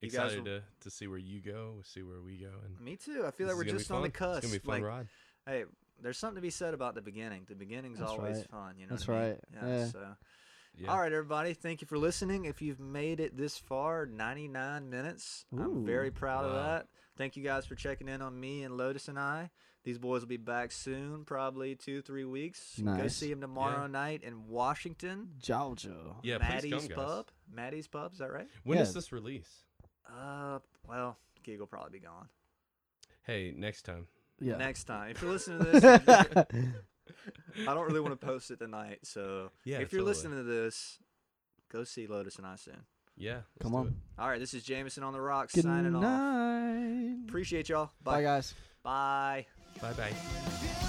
You guys
Excited
will-
to, to see where you go, see where we go, and
Me too. I feel like
this is
we're
gonna be
just on the
fun.
cusp.
It's gonna be a fun
like,
ride.
hey, there's something to be said about the beginning. The beginning's
That's
always
right.
fun. You know.
That's
what I mean?
right. Yeah.
So.
Yeah.
All right, everybody. Thank you for listening. If you've made it this far, 99 minutes. I'm
Ooh.
very proud of
Wow.
that. Thank you guys for checking in on me and Lotus and I. These boys will be back soon, probably two, three weeks. Go
Nice.
see them tomorrow night in Washington.
Jojo.
Yeah, please
Maddie's
come, guys.
Pub. Maddie's Pub, is that right?
When is
Yeah.
this release?
Uh, well, Gig will probably be gone.
Hey, next time.
Yeah.
Next time. If you're listening to this, I don't really want to post it tonight. So
Yeah,
if you're
totally.
listening to this, go see Lotus and I soon.
Yeah. let's
Come
do
on.
it.
All right, this is Jameson on the Rocks
Good
signing off.
night.
Appreciate y'all.
Bye
Bye.
guys.
Bye.
Bye bye.
If you